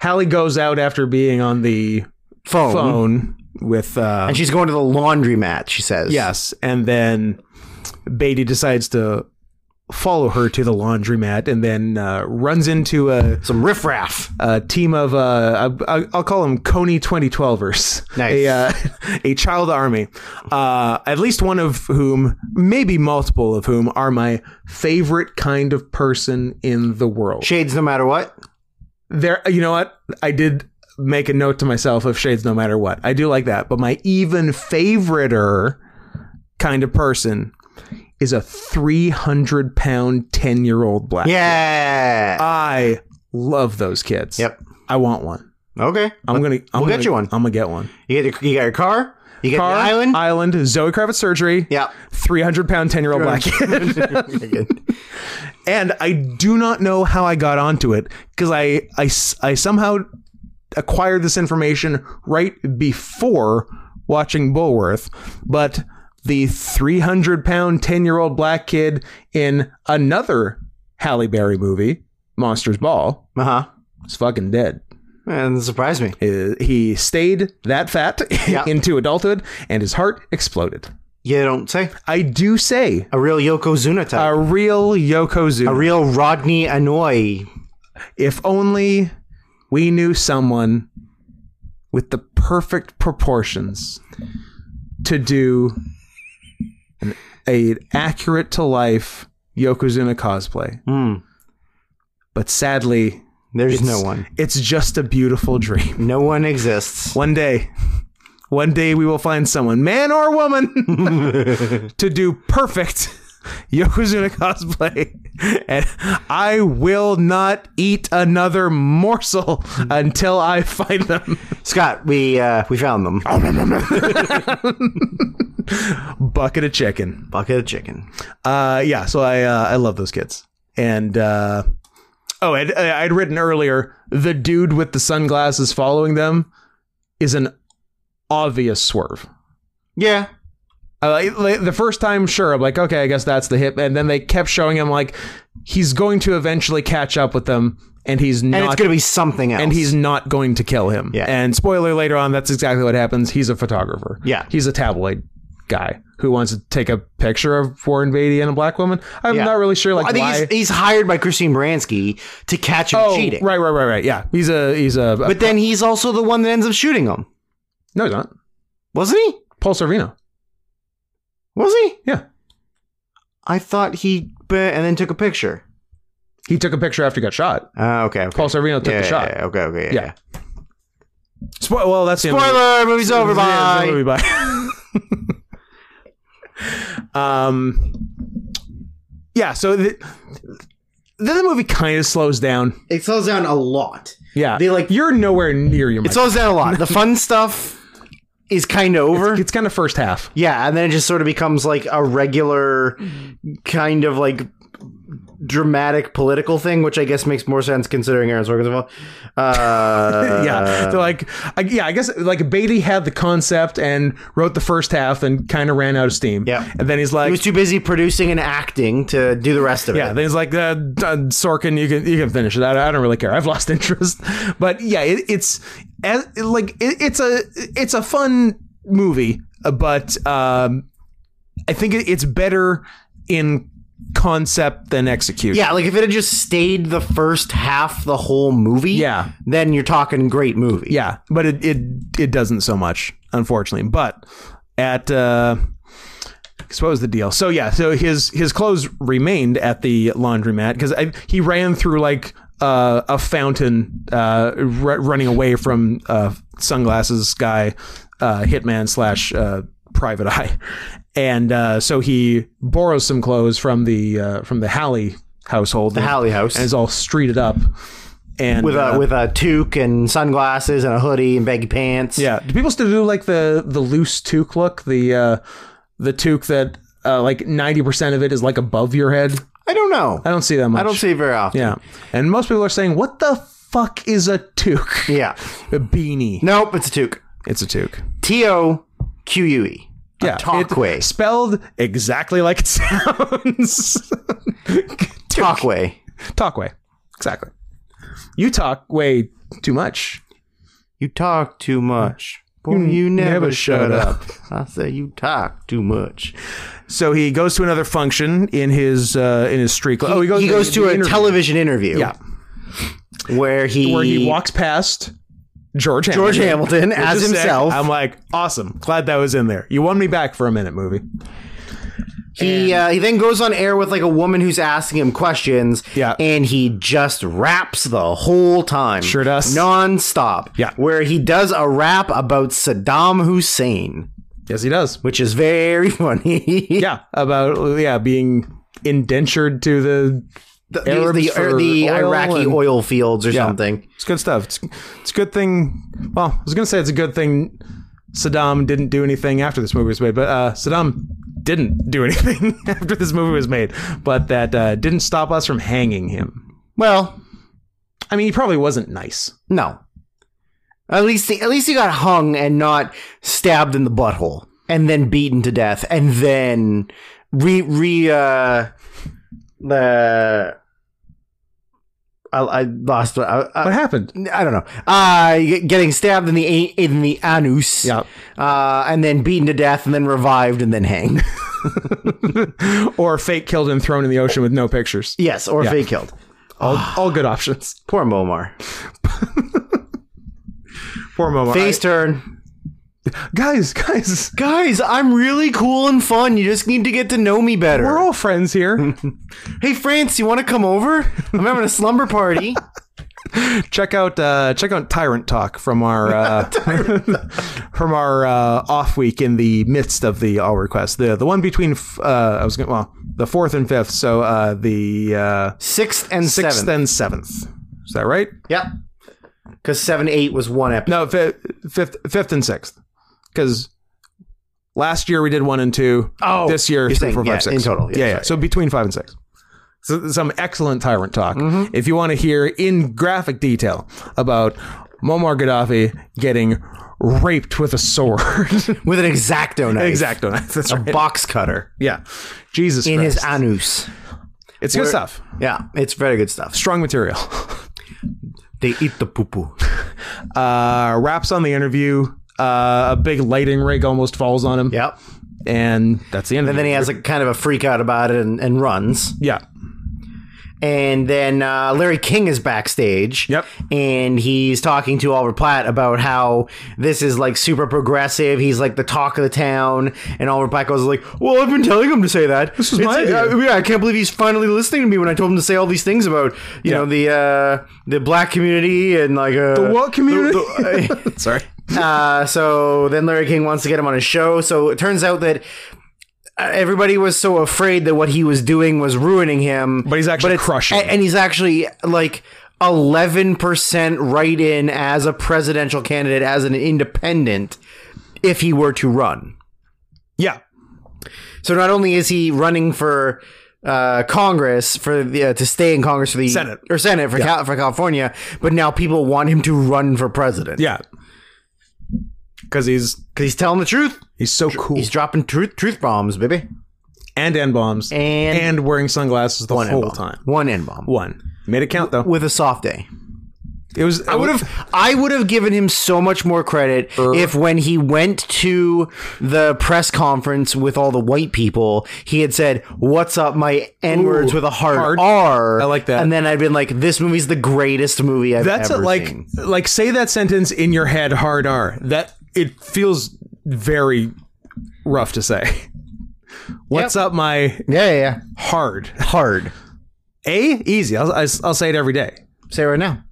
Speaker 1: Hallie goes out after being on the
Speaker 2: Phone.
Speaker 1: phone with. Uh,
Speaker 2: And she's going to the laundromat, she says.
Speaker 1: Yes, and then Beatty decides to follow her to the laundromat, and then uh, runs into a,
Speaker 2: Some riffraff.
Speaker 1: a team of uh, I- I'll call them Coney 2012ers,
Speaker 2: Nice.
Speaker 1: a, uh, a child army. Uh, at least one of whom, maybe multiple of whom, are my favorite kind of person in the world.
Speaker 2: Shades no matter what.
Speaker 1: There, you know what? I did make a note to myself of shades, no matter what. I do like that, but my even favoriter kind of person is a 300 pound 10 year old black.
Speaker 2: Yeah.
Speaker 1: I love those kids.
Speaker 2: Yep.
Speaker 1: I want one.
Speaker 2: okay.
Speaker 1: I'm gonna. I'm
Speaker 2: We'll
Speaker 1: gonna,
Speaker 2: get you one.
Speaker 1: I'm gonna get one.
Speaker 2: You get, your, you got your car. You get
Speaker 1: Car,
Speaker 2: the island.
Speaker 1: Island. Zoe Kravitz surgery.
Speaker 2: yeah.
Speaker 1: Three hundred pound ten year old black kid. and I do not know how I got onto it because I, I s- I somehow acquired this information right before watching Bullworth, but the three hundred pound ten year old black kid in another Halle Berry movie, Monsters Ball,
Speaker 2: Uh huh.
Speaker 1: is fucking dead.
Speaker 2: And it surprised me.
Speaker 1: Uh, he stayed that fat
Speaker 2: Yeah.
Speaker 1: into adulthood and his heart exploded.
Speaker 2: You don't say.
Speaker 1: I do say
Speaker 2: A real Yokozuna type.
Speaker 1: a real Yokozuna.
Speaker 2: a real Rodney Anoy.
Speaker 1: if only we knew someone with the perfect proportions to do an, a accurate to life Yokozuna cosplay.
Speaker 2: Hmm.
Speaker 1: But sadly,
Speaker 2: There's
Speaker 1: It's-
Speaker 2: no one.
Speaker 1: it's just a beautiful dream.
Speaker 2: No one exists.
Speaker 1: One day, one day we will find someone, man or woman, to do perfect Yokozuna cosplay. And I will not eat another morsel until I find them.
Speaker 2: Scott, we uh, we found them.
Speaker 1: Oh. Bucket of chicken.
Speaker 2: Bucket of chicken.
Speaker 1: Uh, yeah, so I, uh, I love those kids. And, uh, oh, and uh, I'd written earlier the dude with the sunglasses following them is an obvious swerve.
Speaker 2: Yeah.
Speaker 1: I like- like, the first time, sure, I'm like, okay, I guess that's the hip. And then they kept showing him like he's going to eventually catch up with them, and he's
Speaker 2: And
Speaker 1: not,
Speaker 2: it's gonna be something else.
Speaker 1: and he's not going to kill him.
Speaker 2: Yeah.
Speaker 1: And spoiler later on, that's exactly what happens. He's a photographer.
Speaker 2: Yeah.
Speaker 1: He's a tabloid guy who wants to take a picture of Warren Beatty and a black woman. I'm
Speaker 2: Yeah.
Speaker 1: not really sure like
Speaker 2: I think
Speaker 1: why.
Speaker 2: he's, he's hired by Christine Baranski to catch him
Speaker 1: oh,
Speaker 2: cheating.
Speaker 1: right, right, right, right. Yeah, he's a he's a.
Speaker 2: But then he's also the one that ends up shooting him.
Speaker 1: no, he's not.
Speaker 2: Wasn't he?
Speaker 1: Paul Sorvino.
Speaker 2: Was he?
Speaker 1: Yeah,
Speaker 2: I thought he uh, and then took a picture.
Speaker 1: he took a picture after he got shot.
Speaker 2: Uh, okay. okay.
Speaker 1: Paul Sorvino took
Speaker 2: yeah,
Speaker 1: the shot.
Speaker 2: yeah, yeah, okay. Okay. Yeah.
Speaker 1: Yeah. Spo- well, that's the end of the-
Speaker 2: Spoiler. Movie's over.
Speaker 1: Yeah,
Speaker 2: Bye.
Speaker 1: it's over, bye. um, yeah. So the, then the movie kind of slows down.
Speaker 2: It slows down a lot.
Speaker 1: Yeah,
Speaker 2: They, like-
Speaker 1: you're nowhere near your.
Speaker 2: It slows down a lot. The fun stuff is kind of over.
Speaker 1: mic. it's kind of first half.
Speaker 2: Yeah, and then it just sort of becomes like a regular kind of like dramatic political thing, which I guess makes more sense considering Aaron Sorkin's involved. Uh,
Speaker 1: yeah, they're like, I, yeah, I guess like Beatty had the concept and wrote the first half and kind of ran out of steam.
Speaker 2: Yeah.
Speaker 1: and then he's
Speaker 2: he
Speaker 1: like,
Speaker 2: was too busy producing and acting to do the rest of
Speaker 1: yeah,
Speaker 2: it.
Speaker 1: then he's like, uh, uh, Sorkin, you can you can finish it. I, I don't really care. I've lost interest, but yeah, it, it's as, like it, it's a it's a fun movie, uh, but um, I think it- it's better in concept than execution.
Speaker 2: Yeah, like if it had just stayed the first half the whole movie,
Speaker 1: Yeah.
Speaker 2: then you're talking great movie.
Speaker 1: Yeah, but it it it doesn't so much, unfortunately. But at uh so what was the deal? So yeah, so his his clothes remained at the laundromat because he ran through like uh, a fountain, uh, r- running away from uh, sunglasses guy, uh, hitman slash uh, private eye, and uh, so he borrows some clothes from the uh, from the Halley household,
Speaker 2: the Halley House
Speaker 1: and is all streeted up, and
Speaker 2: with
Speaker 1: uh,
Speaker 2: a with a toque and sunglasses and a hoodie and baggy pants.
Speaker 1: Yeah. Do people still do like the the loose toque look? The uh the toque that uh, like ninety percent of it is like above your head.
Speaker 2: I don't know.
Speaker 1: I don't see that much.
Speaker 2: I don't see it very often.
Speaker 1: Yeah. And most people are saying, "What the fuck is a toque?
Speaker 2: Yeah.
Speaker 1: A beanie?
Speaker 2: Nope, it's a toque.
Speaker 1: It's a toque."
Speaker 2: T O Q U E. A
Speaker 1: Yeah.
Speaker 2: Talkway.
Speaker 1: It, spelled exactly like it sounds.
Speaker 2: Talkway.
Speaker 1: Talkway. Exactly. You talk way too much.
Speaker 2: You talk too much. Boy, you, never, shut up. I say you talk too much.
Speaker 1: So he goes to another function in his uh, in his street. Cl- oh, he goes.
Speaker 2: He goes
Speaker 1: the-
Speaker 2: to
Speaker 1: the
Speaker 2: a
Speaker 1: interview.
Speaker 2: television interview.
Speaker 1: Yeah.
Speaker 2: Where he,
Speaker 1: where he walks past George Hamilton.
Speaker 2: George Hamilton
Speaker 1: Which
Speaker 2: as
Speaker 1: is sick.
Speaker 2: himself.
Speaker 1: I'm like, awesome. Glad that was in there. You won me back for a minute, movie.
Speaker 2: He uh, he then goes on air with like a woman who's asking him questions.
Speaker 1: Yeah.
Speaker 2: and he just raps the whole time.
Speaker 1: Sure does.
Speaker 2: nonstop.
Speaker 1: Yeah.
Speaker 2: where he does a rap about Saddam Hussein,
Speaker 1: Yes, he does.
Speaker 2: which is very funny.
Speaker 1: Yeah, about yeah being indentured to the.
Speaker 2: the, the-
Speaker 1: Arabs
Speaker 2: the,
Speaker 1: for
Speaker 2: the
Speaker 1: oil
Speaker 2: Iraqi
Speaker 1: and-
Speaker 2: oil fields or something.
Speaker 1: It's good stuff. It's it's a good thing. Well, I was gonna say it's a good thing Saddam didn't do anything after this movie was made, but uh, Saddam didn't do anything after this movie was made. But that uh, didn't stop us from hanging him.
Speaker 2: Well,
Speaker 1: I mean, he probably wasn't nice.
Speaker 2: no. At least he, at least he got hung and not stabbed in the butthole and then beaten to death and then re re uh the. I, I lost. I, I,
Speaker 1: What happened?
Speaker 2: I don't know. Uh, get- getting stabbed in the a- in the anus.
Speaker 1: Yeah.
Speaker 2: Uh, and then beaten to death, and then revived, and then hanged.
Speaker 1: or fake killed and thrown in the ocean with no pictures.
Speaker 2: yes, or fake killed.
Speaker 1: All, all good options.
Speaker 2: Poor Momar.
Speaker 1: Poor moment.
Speaker 2: Face turn.
Speaker 1: guys, guys,
Speaker 2: Guys, I'm really cool and fun. You just need to get to know me better.
Speaker 1: we're all friends here.
Speaker 2: hey, France, you want to come over? I'm having a slumber party.
Speaker 1: check out uh, check out Tyrant Talk from our uh, from our uh, off week in the midst of the all request. The the one between f- uh, I was gonna, well the fourth and fifth. So uh, the uh,
Speaker 2: Sixth and
Speaker 1: sixth
Speaker 2: seventh.
Speaker 1: and seventh. Is that right?
Speaker 2: yep. Because seven, eight was one episode.
Speaker 1: No, fi- fifth fifth and sixth. Because last year we did one and two.
Speaker 2: Oh,
Speaker 1: this year
Speaker 2: you're
Speaker 1: three,
Speaker 2: saying,
Speaker 1: four, five,
Speaker 2: yeah,
Speaker 1: six.
Speaker 2: in total, yeah,
Speaker 1: Yeah, yeah. So between five and six. So some excellent tyrant talk.
Speaker 2: Mm-hmm.
Speaker 1: If you want to hear in graphic detail about Muammar Gaddafi getting raped with a sword,
Speaker 2: With an exacto knife.
Speaker 1: exacto knife. That's right.
Speaker 2: Box cutter
Speaker 1: Yeah, Jesus
Speaker 2: in
Speaker 1: Christ.
Speaker 2: his anus.
Speaker 1: it's good stuff.
Speaker 2: Yeah, it's very good stuff.
Speaker 1: Strong material.
Speaker 2: They eat the poo poo.
Speaker 1: Uh, wraps on the interview. Uh, a big lighting rig almost falls on him.
Speaker 2: Yep.
Speaker 1: and that's the end.
Speaker 2: And then he has a kind of a freak out about it and, and runs.
Speaker 1: yeah.
Speaker 2: And then uh, Larry King is backstage.
Speaker 1: Yep.
Speaker 2: And he's talking to Albert Platt about how this is like super progressive. He's like the talk of the town. And Albert Platt goes like, "Well, I've been telling him to say that. This
Speaker 1: is my idea."
Speaker 2: yeah, I can't believe he's finally listening to me when I told him to say all these things about you
Speaker 1: Yeah.
Speaker 2: know the uh, the black community and like uh, the
Speaker 1: what community?
Speaker 2: the-
Speaker 1: Sorry.
Speaker 2: uh, so then Larry King wants to get him on his show. So it turns out that uh, everybody was so afraid that what he was doing was ruining him.
Speaker 1: But he's actually
Speaker 2: it's-
Speaker 1: crushing.
Speaker 2: a- And he's actually like. 11% write in as a presidential candidate as an independent if he were to run.
Speaker 1: Yeah.
Speaker 2: So not only is he running for uh, Congress for the, uh, to stay in Congress for the
Speaker 1: Senate.
Speaker 2: or Senate for, Cal- for California, but now people want him to run for president.
Speaker 1: Yeah. Because he's
Speaker 2: Cuz he's telling the truth.
Speaker 1: he's so cool
Speaker 2: He's dropping truth truth bombs, baby.
Speaker 1: and n bombs
Speaker 2: And-
Speaker 1: and wearing sunglasses the
Speaker 2: One
Speaker 1: whole
Speaker 2: N-bomb.
Speaker 1: time.
Speaker 2: One N bomb.
Speaker 1: One made it count though.
Speaker 2: With a soft day.
Speaker 1: It was.
Speaker 2: I would have I would have given him so much more credit
Speaker 1: Er.
Speaker 2: if when he went to the press conference with all the white people, he had said, "What's up, my n words
Speaker 1: Ooh,
Speaker 2: with a hard,
Speaker 1: hard.
Speaker 2: R."
Speaker 1: I like that.
Speaker 2: And then I'd been like, "This movie's the greatest movie I've
Speaker 1: That's a,
Speaker 2: ever
Speaker 1: like
Speaker 2: seen."
Speaker 1: like say that sentence in your head hard R. That it feels very rough to say. What's up, my
Speaker 2: Yeah, yeah, yeah.
Speaker 1: hard
Speaker 2: Hard.
Speaker 1: A easy. I'll, I'll I'll say it every day.
Speaker 2: Say it right now.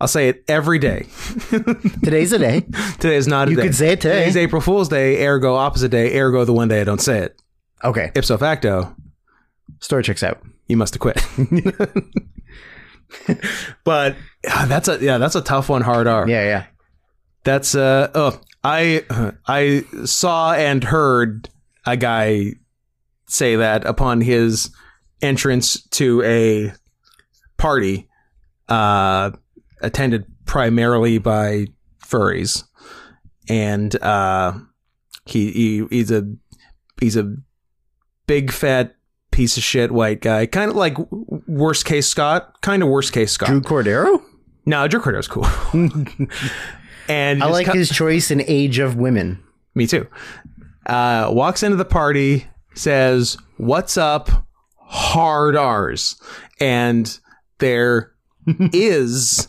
Speaker 1: I'll say it every day.
Speaker 2: Today's the day.
Speaker 1: Today is not a
Speaker 2: You
Speaker 1: day.
Speaker 2: could say it today.
Speaker 1: Today's April Fool's Day. Ergo opposite day. Ergo the one day I don't say it.
Speaker 2: Okay.
Speaker 1: Ipso facto,
Speaker 2: Story checks out.
Speaker 1: you must have quit. but ah, that's a yeah, that's a tough one. Hard R.
Speaker 2: Yeah, yeah.
Speaker 1: That's uh oh I I saw and heard a guy say that upon his entrance to a party uh attended primarily by furries and uh he, he he's a he's a big fat piece of shit white guy kind of like worst case Scott kind of worst case Scott
Speaker 2: Drew Cordero?
Speaker 1: no Drew Cordo's cool and
Speaker 2: I
Speaker 1: just
Speaker 2: like
Speaker 1: co-
Speaker 2: his choice in Age of Women.
Speaker 1: me too. Uh, walks into the party, says, What's up? Hard R's. And there is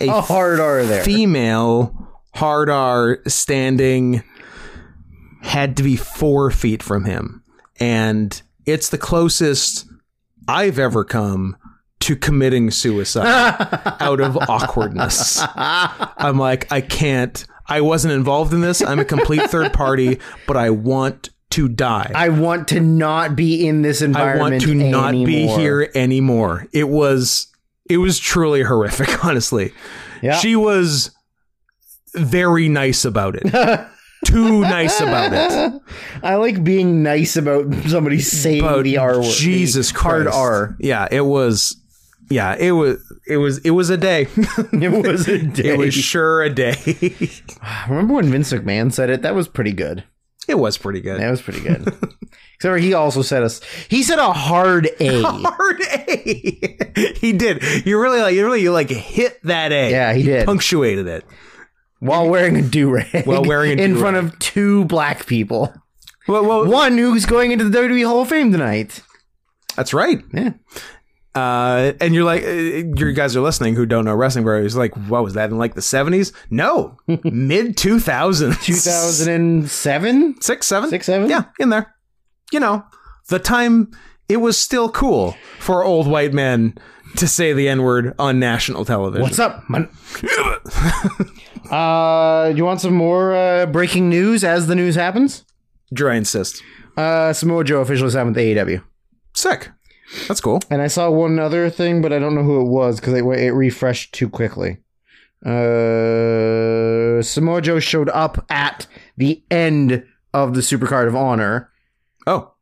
Speaker 2: A hard R there.
Speaker 1: female hard R standing, had to be four feet from him. And it's the closest I've ever come to committing suicide out of awkwardness. I'm like, I can't. I wasn't involved in this. I'm a complete third party, but I want to die.
Speaker 2: I want to not be in this
Speaker 1: I
Speaker 2: environment.
Speaker 1: want to not be
Speaker 2: anymore.
Speaker 1: here anymore. It was it was truly horrific, honestly.
Speaker 2: Yeah.
Speaker 1: She was very nice about it. Too nice about it.
Speaker 2: I like being nice about somebody saying
Speaker 1: But
Speaker 2: the R word.
Speaker 1: Jesus
Speaker 2: the hard
Speaker 1: Christ.
Speaker 2: R.
Speaker 1: Yeah, it was yeah, it was it was it was a day.
Speaker 2: It was a day.
Speaker 1: it was sure a day.
Speaker 2: Remember when Vince McMahon said it? That was pretty good.
Speaker 1: it was pretty good.
Speaker 2: That was pretty good. Except for he also said us. He said a hard A.
Speaker 1: Hard A. he did. You really like you really you like hit that A.
Speaker 2: Yeah, he did.
Speaker 1: Punctuated it.
Speaker 2: while wearing a do rag.
Speaker 1: While wearing a
Speaker 2: in
Speaker 1: do-rag.
Speaker 2: front of two black people.
Speaker 1: Well, well
Speaker 2: One who's going into the WWE Hall of Fame tonight.
Speaker 1: that's right.
Speaker 2: Yeah.
Speaker 1: Uh, and you're like, uh, you guys are listening who don't know wrestling, where it's like, what was that in like the 70s? No, mid 2000s.
Speaker 2: 2007?
Speaker 1: Six, seven?
Speaker 2: Six, seven?
Speaker 1: Yeah, in there. You know, the time it was still cool for old white men to say the N word on national television.
Speaker 2: What's up, man? uh, you want some more uh, breaking news as the news happens?
Speaker 1: Dry insist.
Speaker 2: Uh, Samoa Joe officially signed with AEW.
Speaker 1: Sick. That's cool.
Speaker 2: And I saw one other thing, but I don't know who it was because it, it refreshed too quickly. Uh, Samoa Joe showed up at the end of the Supercard of Honor
Speaker 1: Oh,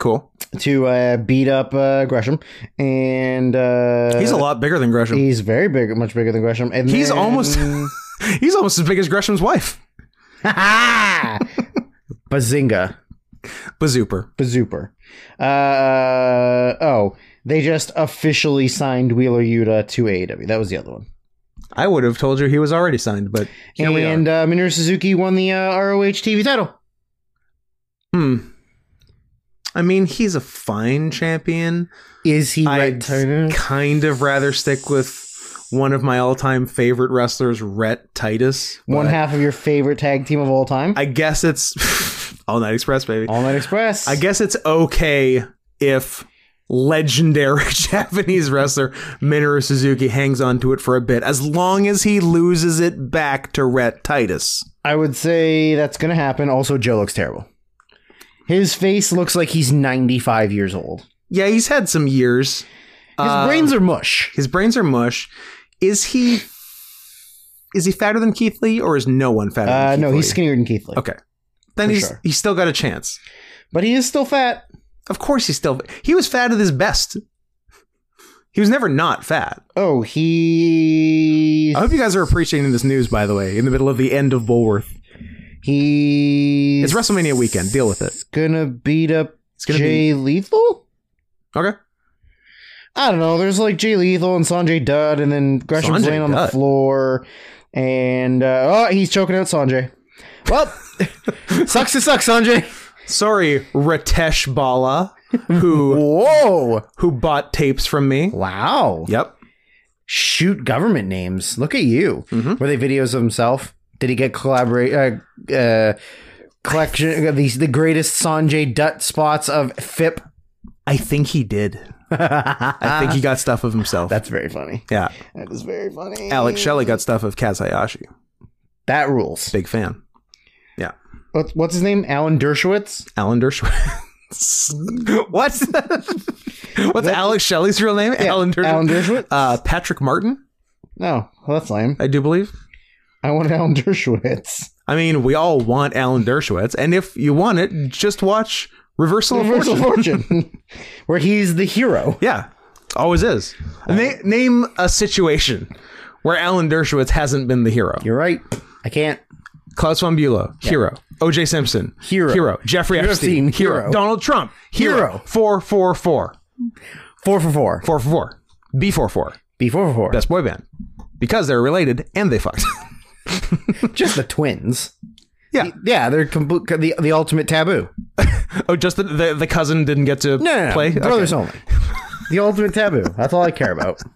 Speaker 1: cool.
Speaker 2: to uh, beat up uh, Gresham, and uh,
Speaker 1: He's a lot bigger than Gresham.
Speaker 2: He's very big, much bigger than Gresham. And
Speaker 1: He's
Speaker 2: then-
Speaker 1: almost- He's almost as big as Gresham's wife.
Speaker 2: Bazinga.
Speaker 1: Bazooper.
Speaker 2: Bazooper. Uh, oh, they just officially signed Wheeler Yuta to AEW. That was the other one.
Speaker 1: I would have told you he was already signed, but here we are.
Speaker 2: and uh, Minoru Suzuki won the uh, ROH TV title.
Speaker 1: Hmm. I mean, he's a fine champion.
Speaker 2: Is he
Speaker 1: I'd
Speaker 2: right?
Speaker 1: kind of rather stick with one of my all-time favorite wrestlers, Rhett Titus.
Speaker 2: One
Speaker 1: but
Speaker 2: half of your favorite tag team of all time,
Speaker 1: I guess it's All Night Express, baby.
Speaker 2: All Night Express.
Speaker 1: I guess it's okay if legendary Japanese wrestler Minoru Suzuki hangs on to it for a bit, as long as he loses it back to Rhett Titus.
Speaker 2: I would say that's going to happen. Also, Joe looks terrible. His face looks like he's 95 years old.
Speaker 1: Yeah, he's had some years.
Speaker 2: His
Speaker 1: Um,
Speaker 2: brains are mush.
Speaker 1: His brains are mush. Is he is he fatter than Keith Lee or is no one fatter
Speaker 2: Uh,
Speaker 1: than Keith
Speaker 2: no,
Speaker 1: Lee?
Speaker 2: he's skinnier than Keith Lee.
Speaker 1: Okay. Then
Speaker 2: For
Speaker 1: he's
Speaker 2: sure.
Speaker 1: he's still got a chance.
Speaker 2: But he is still fat.
Speaker 1: Of course he's still he was fat at his best. He was never not fat.
Speaker 2: Oh, he
Speaker 1: I hope you guys are appreciating this news, by the way, in the middle of the end of Bulworth.
Speaker 2: he's
Speaker 1: It's WrestleMania weekend. Deal with it.
Speaker 2: gonna beat up
Speaker 1: gonna
Speaker 2: Jay Lethal.
Speaker 1: Okay.
Speaker 2: I don't know. There's like Jay Lethal and Sanjay Dutt, and then Gresham's
Speaker 1: Sanjay
Speaker 2: laying on the
Speaker 1: Dutt.
Speaker 2: floor, and uh, oh, he's choking out Sanjay. Well,
Speaker 3: Sucks to suck, Sanjay.
Speaker 1: Sorry, Ritesh Bala, who
Speaker 2: whoa,
Speaker 1: who bought tapes from me.
Speaker 2: wow,
Speaker 1: Yep.
Speaker 2: shoot government names. Look at you.
Speaker 1: Mm-hmm.
Speaker 2: Were they videos of himself? Did he get collaborate? Uh, uh, collection of these the greatest Sanjay Dutt spots of FIP.
Speaker 1: I think he did. I think he got stuff of himself.
Speaker 2: That's very funny.
Speaker 1: yeah.
Speaker 2: That is very funny.
Speaker 1: Alex Shelley got stuff of Kaz Hayashi.
Speaker 2: that rules.
Speaker 1: Big fan.
Speaker 2: What, what's his name? Alan Dershowitz.
Speaker 1: Alan Dershowitz. What's What's Alex Shelley's real name? Alan Dershowitz.
Speaker 2: Alan Dershowitz?
Speaker 1: Uh, Patrick Martin,
Speaker 2: No, well, that's lame.
Speaker 1: I do believe.
Speaker 2: I want Alan Dershowitz.
Speaker 1: I mean, we all want Alan Dershowitz, and if you want it, just watch Reversal, of
Speaker 2: Reversal
Speaker 1: Fortune.
Speaker 2: Fortune, where he's the hero.
Speaker 1: Yeah, always is. Na- name a situation where Alan Dershowitz hasn't been the hero.
Speaker 2: You're right. I can't.
Speaker 1: Klaus von Bülow, hero. O.J. Simpson,
Speaker 2: Hero.
Speaker 1: Hero. Jeffrey Epstein,
Speaker 2: Epstein,
Speaker 1: hero.
Speaker 2: hero.
Speaker 1: Donald Trump,
Speaker 2: Hero.
Speaker 1: Four, four, four.
Speaker 2: Four for four.
Speaker 1: Four, four, four. B four, four.
Speaker 2: Be four for four.
Speaker 1: Best boy band because they're related and they fucked.
Speaker 2: just the twins.
Speaker 1: yeah.
Speaker 2: Yeah, they're complete, the the ultimate taboo.
Speaker 1: Oh, just the, the the cousin didn't get to
Speaker 2: No, no, no.
Speaker 1: play. Okay.
Speaker 2: brothers only. The ultimate taboo. That's all I care about.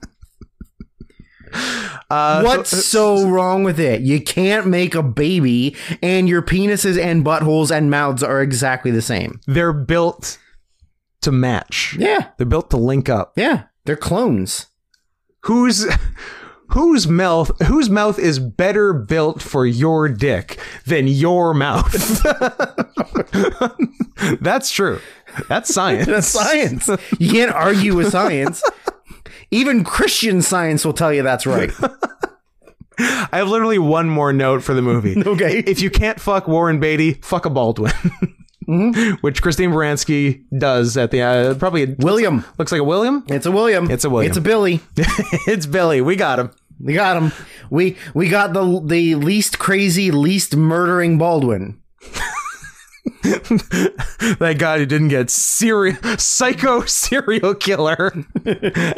Speaker 1: Uh,
Speaker 3: What's so wrong with it? You can't make a baby, and your penises and buttholes and mouths are exactly the same.
Speaker 1: They're built to match.
Speaker 2: Yeah,
Speaker 1: They're built to link up.
Speaker 2: yeah. They're clones.
Speaker 1: Who's whose mouth whose mouth is better built for your dick than your mouth? That's true. That's science.
Speaker 2: That's science. You can't argue with science. Even Christian science will tell you that's right.
Speaker 1: I have literally one more note for the movie.
Speaker 2: Okay.
Speaker 1: If you can't fuck Warren Beatty, fuck a Baldwin. Which Christine Baranski does at the uh, probably
Speaker 2: William.
Speaker 1: looks like a William.
Speaker 2: It's a William.
Speaker 1: It's a William.
Speaker 2: It's a Billy.
Speaker 1: it's Billy. We got him.
Speaker 2: We got him. We we got the the least crazy, least murdering Baldwin.
Speaker 1: Thank God he didn't get serial psycho serial killer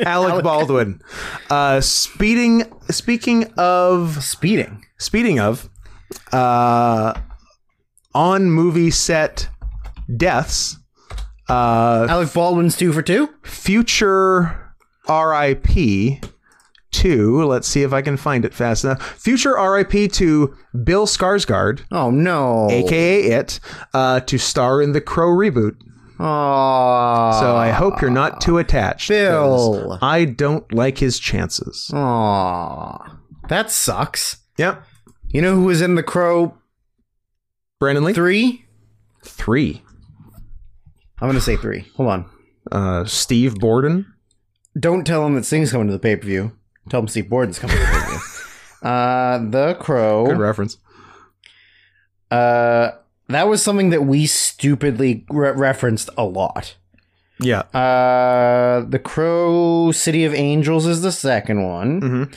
Speaker 1: Alec Baldwin. Uh, speeding. Speaking of
Speaker 2: Speeding.
Speaker 1: speeding of uh, on movie set deaths. Uh,
Speaker 2: Alec Baldwin's two for two.
Speaker 1: future RIP to let's see if I can find it fast enough. Future RIP to Bill Skarsgård,
Speaker 2: Oh no.
Speaker 1: aka it, uh, to star in the Crow reboot.
Speaker 2: Aw.
Speaker 1: So I hope you're not too attached. 'cause
Speaker 2: Bill.
Speaker 1: I don't like his chances.
Speaker 2: Aw. That sucks.
Speaker 1: Yep.
Speaker 2: You know who was in The Crow
Speaker 1: Brandon Lee
Speaker 2: three?
Speaker 1: three.
Speaker 2: I'm gonna say three. Hold on.
Speaker 1: Uh, Steve Borden.
Speaker 2: Don't tell him that Sting's coming to the pay per view. Tell him Steve Borden's coming to the pay per view. Uh, the
Speaker 1: Good
Speaker 2: Crow.
Speaker 1: reference.
Speaker 2: Uh, that was something that we stupidly re- referenced a lot.
Speaker 1: Yeah.
Speaker 2: Uh, the Crow City of Angels is the second one.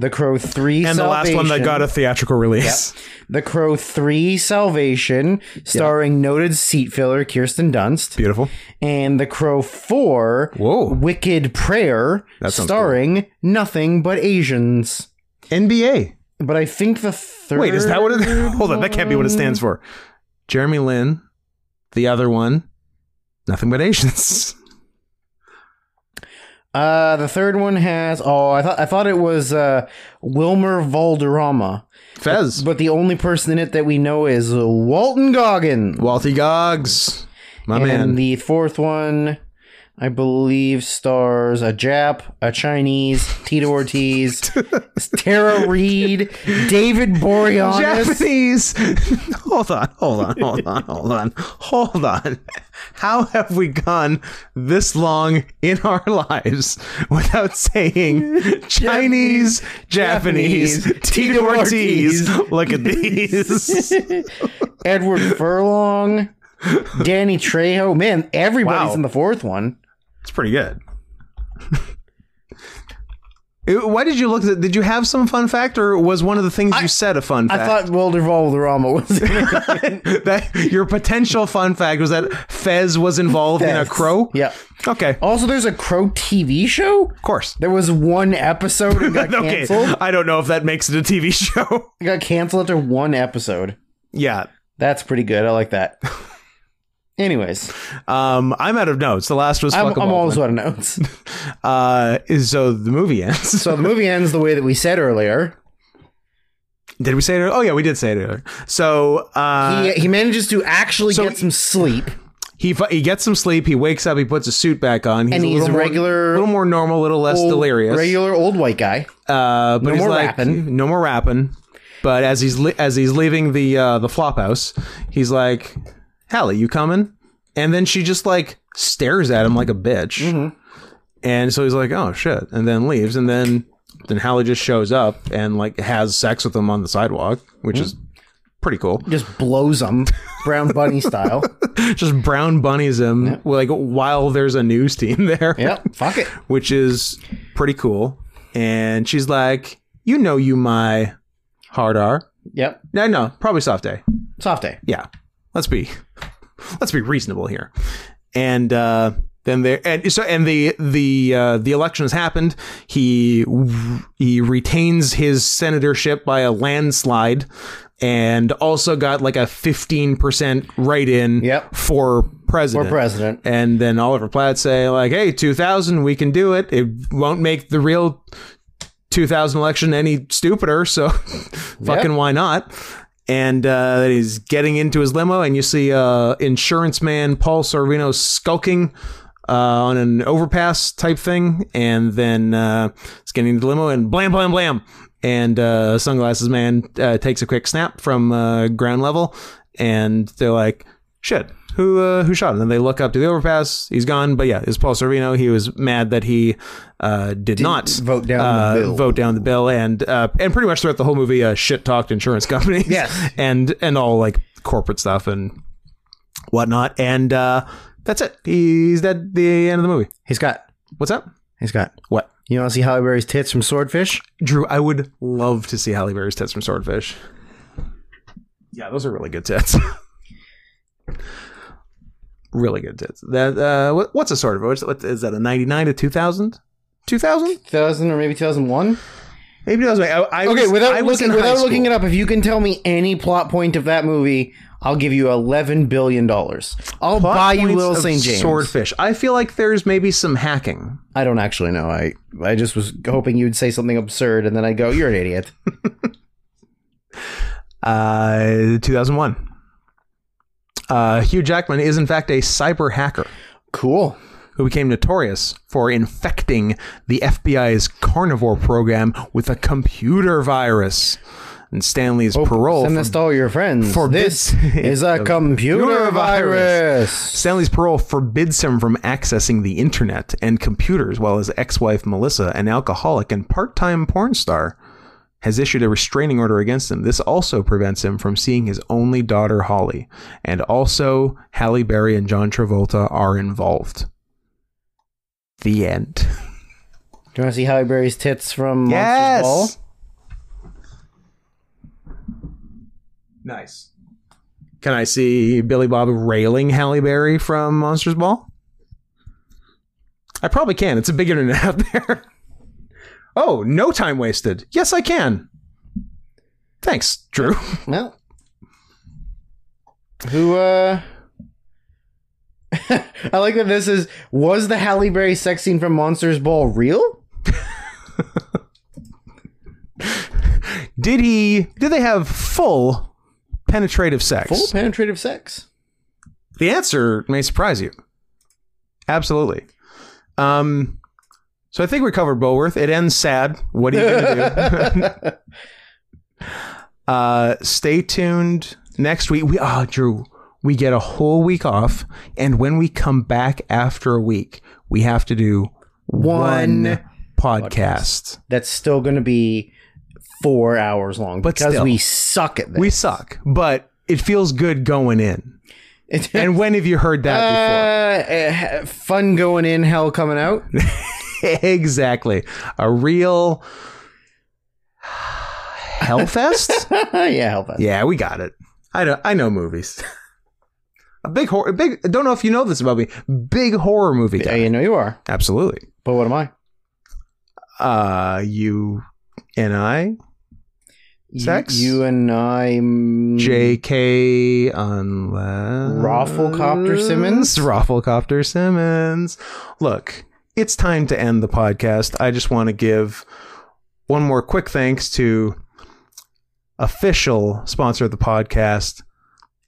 Speaker 2: The Crow Three
Speaker 1: Mm-hmm. And the last one that got a theatrical release.
Speaker 2: The Crow Three Salvation, starring noted seat filler Kirsten Dunst,
Speaker 1: Beautiful.
Speaker 2: and The Crow Four
Speaker 1: Whoa.
Speaker 2: Wicked Prayer,
Speaker 1: That sounds
Speaker 2: starring nothing but Asians.
Speaker 1: NBA.
Speaker 2: But I think the third.
Speaker 1: Wait, is that what it Hold on, that can't be what it stands for. Jeremy Lin, the other one, nothing but Asians.
Speaker 2: Uh, the third one has. Oh, I thought I thought it was uh, Wilmer Valderrama.
Speaker 1: Fez,
Speaker 2: But the only person in it that we know is Walton Goggins.
Speaker 1: Walty Gogs, my
Speaker 2: and
Speaker 1: man.
Speaker 2: the fourth one, I believe, stars a Jap, a Chinese, Tito Ortiz, Tara Reid, David Boreanaz.
Speaker 1: Japanese. hold on, hold on, hold on, hold on, hold on. How have we gone this long in our lives without saying Chinese, Japanese,
Speaker 2: Japanese,
Speaker 1: Tito
Speaker 2: Tito
Speaker 1: Ortiz? Look at these.
Speaker 2: Edward Furlong, Danny Trejo. Man, everybody's
Speaker 1: Wow.
Speaker 2: in the fourth one.
Speaker 1: It's pretty good. It- Why did you look? At, did you have some fun fact, or was one of the things you said a fun fact?
Speaker 2: I thought World Revolver Rama was in it.
Speaker 1: that your potential fun fact was that Fez was involved in a
Speaker 2: Fez.
Speaker 1: crow.
Speaker 2: yeah.
Speaker 1: Okay. Of
Speaker 2: Also, there's a Crow TV show.
Speaker 1: course.
Speaker 2: There was one episode and got
Speaker 1: Okay.
Speaker 2: canceled.
Speaker 1: I don't know if that makes it a TV show.
Speaker 2: It got canceled after one episode.
Speaker 1: yeah.
Speaker 2: That's pretty good. I like that. Anyways,
Speaker 1: Um, I'm out of notes. The last was
Speaker 2: I'm,
Speaker 1: fuck
Speaker 2: I'm also out of notes.
Speaker 1: Uh, is- so the movie ends.
Speaker 2: So the movie ends the way that we said earlier.
Speaker 1: did we say it? earlier? Oh yeah, we did say it. Earlier. So uh,
Speaker 2: he, he manages to actually get some sleep,
Speaker 1: he fu- he gets some sleep. He wakes up. He puts a suit back on.
Speaker 2: and
Speaker 1: a
Speaker 2: he's
Speaker 1: little
Speaker 2: a
Speaker 1: more-
Speaker 2: regular,
Speaker 1: a little more normal, a little less
Speaker 2: old-
Speaker 1: delirious.
Speaker 2: regular old white guy.
Speaker 1: Uh, but
Speaker 2: No
Speaker 1: he's
Speaker 2: more
Speaker 1: like,
Speaker 2: rapping.
Speaker 1: No more rapping. But as he's li- as he's leaving the uh, the flop house, he's like, "Hallie, you coming?" And then she just like stares at him like a bitch. And so he's like, "Oh shit!" And then leaves. And then then Hallie just shows up and like has sex with him on the sidewalk, which is pretty cool.
Speaker 2: Just blows him, brown bunny style.
Speaker 1: Just brown bunnies him like while there's a news team there.
Speaker 2: Yep, fuck it.
Speaker 1: which is pretty cool. And she's like, "You know, you my hard R."
Speaker 2: Yep,
Speaker 1: No, no, probably soft A.
Speaker 2: soft day.
Speaker 1: Yeah, let's be let's be reasonable here. And uh, then there, and so and the the uh, the election has happened. He he retains his senatorship by a landslide, and also got like a fifteen percent write in.
Speaker 2: Yep.
Speaker 1: for
Speaker 2: Or
Speaker 1: president.
Speaker 2: president.
Speaker 1: And then Oliver Platt say like, "Hey, 2000, we can do it. It won't make the real 2000 election any stupider, so fucking why not?" And uh, then he's getting into his limo, and you see uh, insurance man Paul Sorvino skulking uh, on an overpass type thing, and then uh, it's getting into the limo, and blam, blam, blam, and uh, sunglasses man uh, takes a quick snap from uh, ground level, and they're like, "Shit, who uh, who shot him?" And they look up to the overpass. He's gone, but yeah, it's Paul Sorvino. He was mad that he uh, did not
Speaker 2: vote down
Speaker 1: uh,
Speaker 2: the bill.
Speaker 1: vote down the bill, and uh, and pretty much throughout the whole movie, uh, shit talked insurance companies,
Speaker 2: Yes.
Speaker 1: and and all like corporate stuff and whatnot, and uh, that's it. He's at the end of the movie.
Speaker 2: He's got.
Speaker 1: What's up?
Speaker 2: He's got.
Speaker 1: What?
Speaker 2: You want to see Halle Berry's tits from Swordfish?
Speaker 1: Drew, I would love to see Halle Berry's tits from Swordfish. Yeah, those are really good tits. really good tits. That uh, what, what's a swordfish? What's- What is that? A ninety nine to two thousand? Two thousand?
Speaker 2: 2000 or maybe 2001?
Speaker 1: Maybe that was. my- I, I
Speaker 2: Okay,
Speaker 1: was-
Speaker 2: without
Speaker 1: I was
Speaker 2: looking
Speaker 1: in high
Speaker 2: without looking
Speaker 1: school.
Speaker 2: it up, if you can tell me any plot point of that movie, I'll give you eleven billion dollars. I'll
Speaker 1: Plot
Speaker 2: buy you
Speaker 1: points
Speaker 2: Little
Speaker 1: of
Speaker 2: Saint James.
Speaker 1: Swordfish. I feel like there's maybe some hacking.
Speaker 2: I don't actually know. I I just was hoping you'd say something absurd, and then I'd go, "You're an idiot."
Speaker 1: Uh, 2001. Uh, Hugh Jackman is in fact a cyber hacker
Speaker 2: cool.
Speaker 1: who became notorious for infecting the FBI's carnivore program with a computer virus. And Stanley's parole
Speaker 2: Oh, Send
Speaker 1: for
Speaker 2: this to all your friends.
Speaker 1: for
Speaker 2: this
Speaker 1: this-
Speaker 2: is a
Speaker 1: computer
Speaker 2: computer virus.
Speaker 1: Stanley's parole forbids him from accessing the internet and computers, while his ex wife Melissa, an alcoholic and part time porn star, has issued a restraining order against him. This also prevents him from seeing his only daughter, Holly. And also, Halle Berry and John Travolta are involved. The end.
Speaker 2: Do you want to see Halle Berry's tits from Monsters Ball?
Speaker 1: Nice. Can I see Billy Bob railing Halle Berry from Monsters Ball? I probably can. It's a big internet out there. Oh, no time wasted. Yes, I can. Thanks, Drew.
Speaker 2: No. Who, uh. I like that this is. Was the Halle Berry sex scene from Monsters Ball real?
Speaker 1: Did he? Did they have full penetrative sex?
Speaker 2: Full penetrative sex.
Speaker 1: the answer may surprise you. Absolutely. Um, so I think we covered Bulworth. It ends sad. What are you going to do? uh, stay tuned next week. We ah, Drew, we get a whole week off, and when we come back after a week, we have to do one,
Speaker 2: One
Speaker 1: podcast.
Speaker 2: That's still going to be four hours long
Speaker 1: But
Speaker 2: because
Speaker 1: still.
Speaker 2: we suck at this.
Speaker 1: We suck, but it feels good going in.
Speaker 2: It-
Speaker 1: Uh, And when have you heard that before?
Speaker 2: uh, eh, fun going in, hell coming out.
Speaker 1: exactly. A real hellfest.
Speaker 2: yeah, help us.
Speaker 1: Yeah, we got it. I know. I know movies. a big horror. a Big. I don't know if you know this about me. Big horror movie.
Speaker 2: Yeah,
Speaker 1: guy.
Speaker 2: you know you are.
Speaker 1: Absolutely.
Speaker 2: But what am I?
Speaker 1: Uh, you and I. Sex?
Speaker 2: You, you and I. mm,
Speaker 1: J.K. Unless
Speaker 2: Rafflecopter Simmons?
Speaker 1: Rafflecopter Simmons. Look, it's time to end the podcast. I just want to give one more quick thanks to official sponsor of the podcast,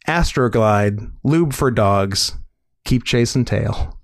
Speaker 1: Astroglide Lube for Dogs. Keep chasing tail.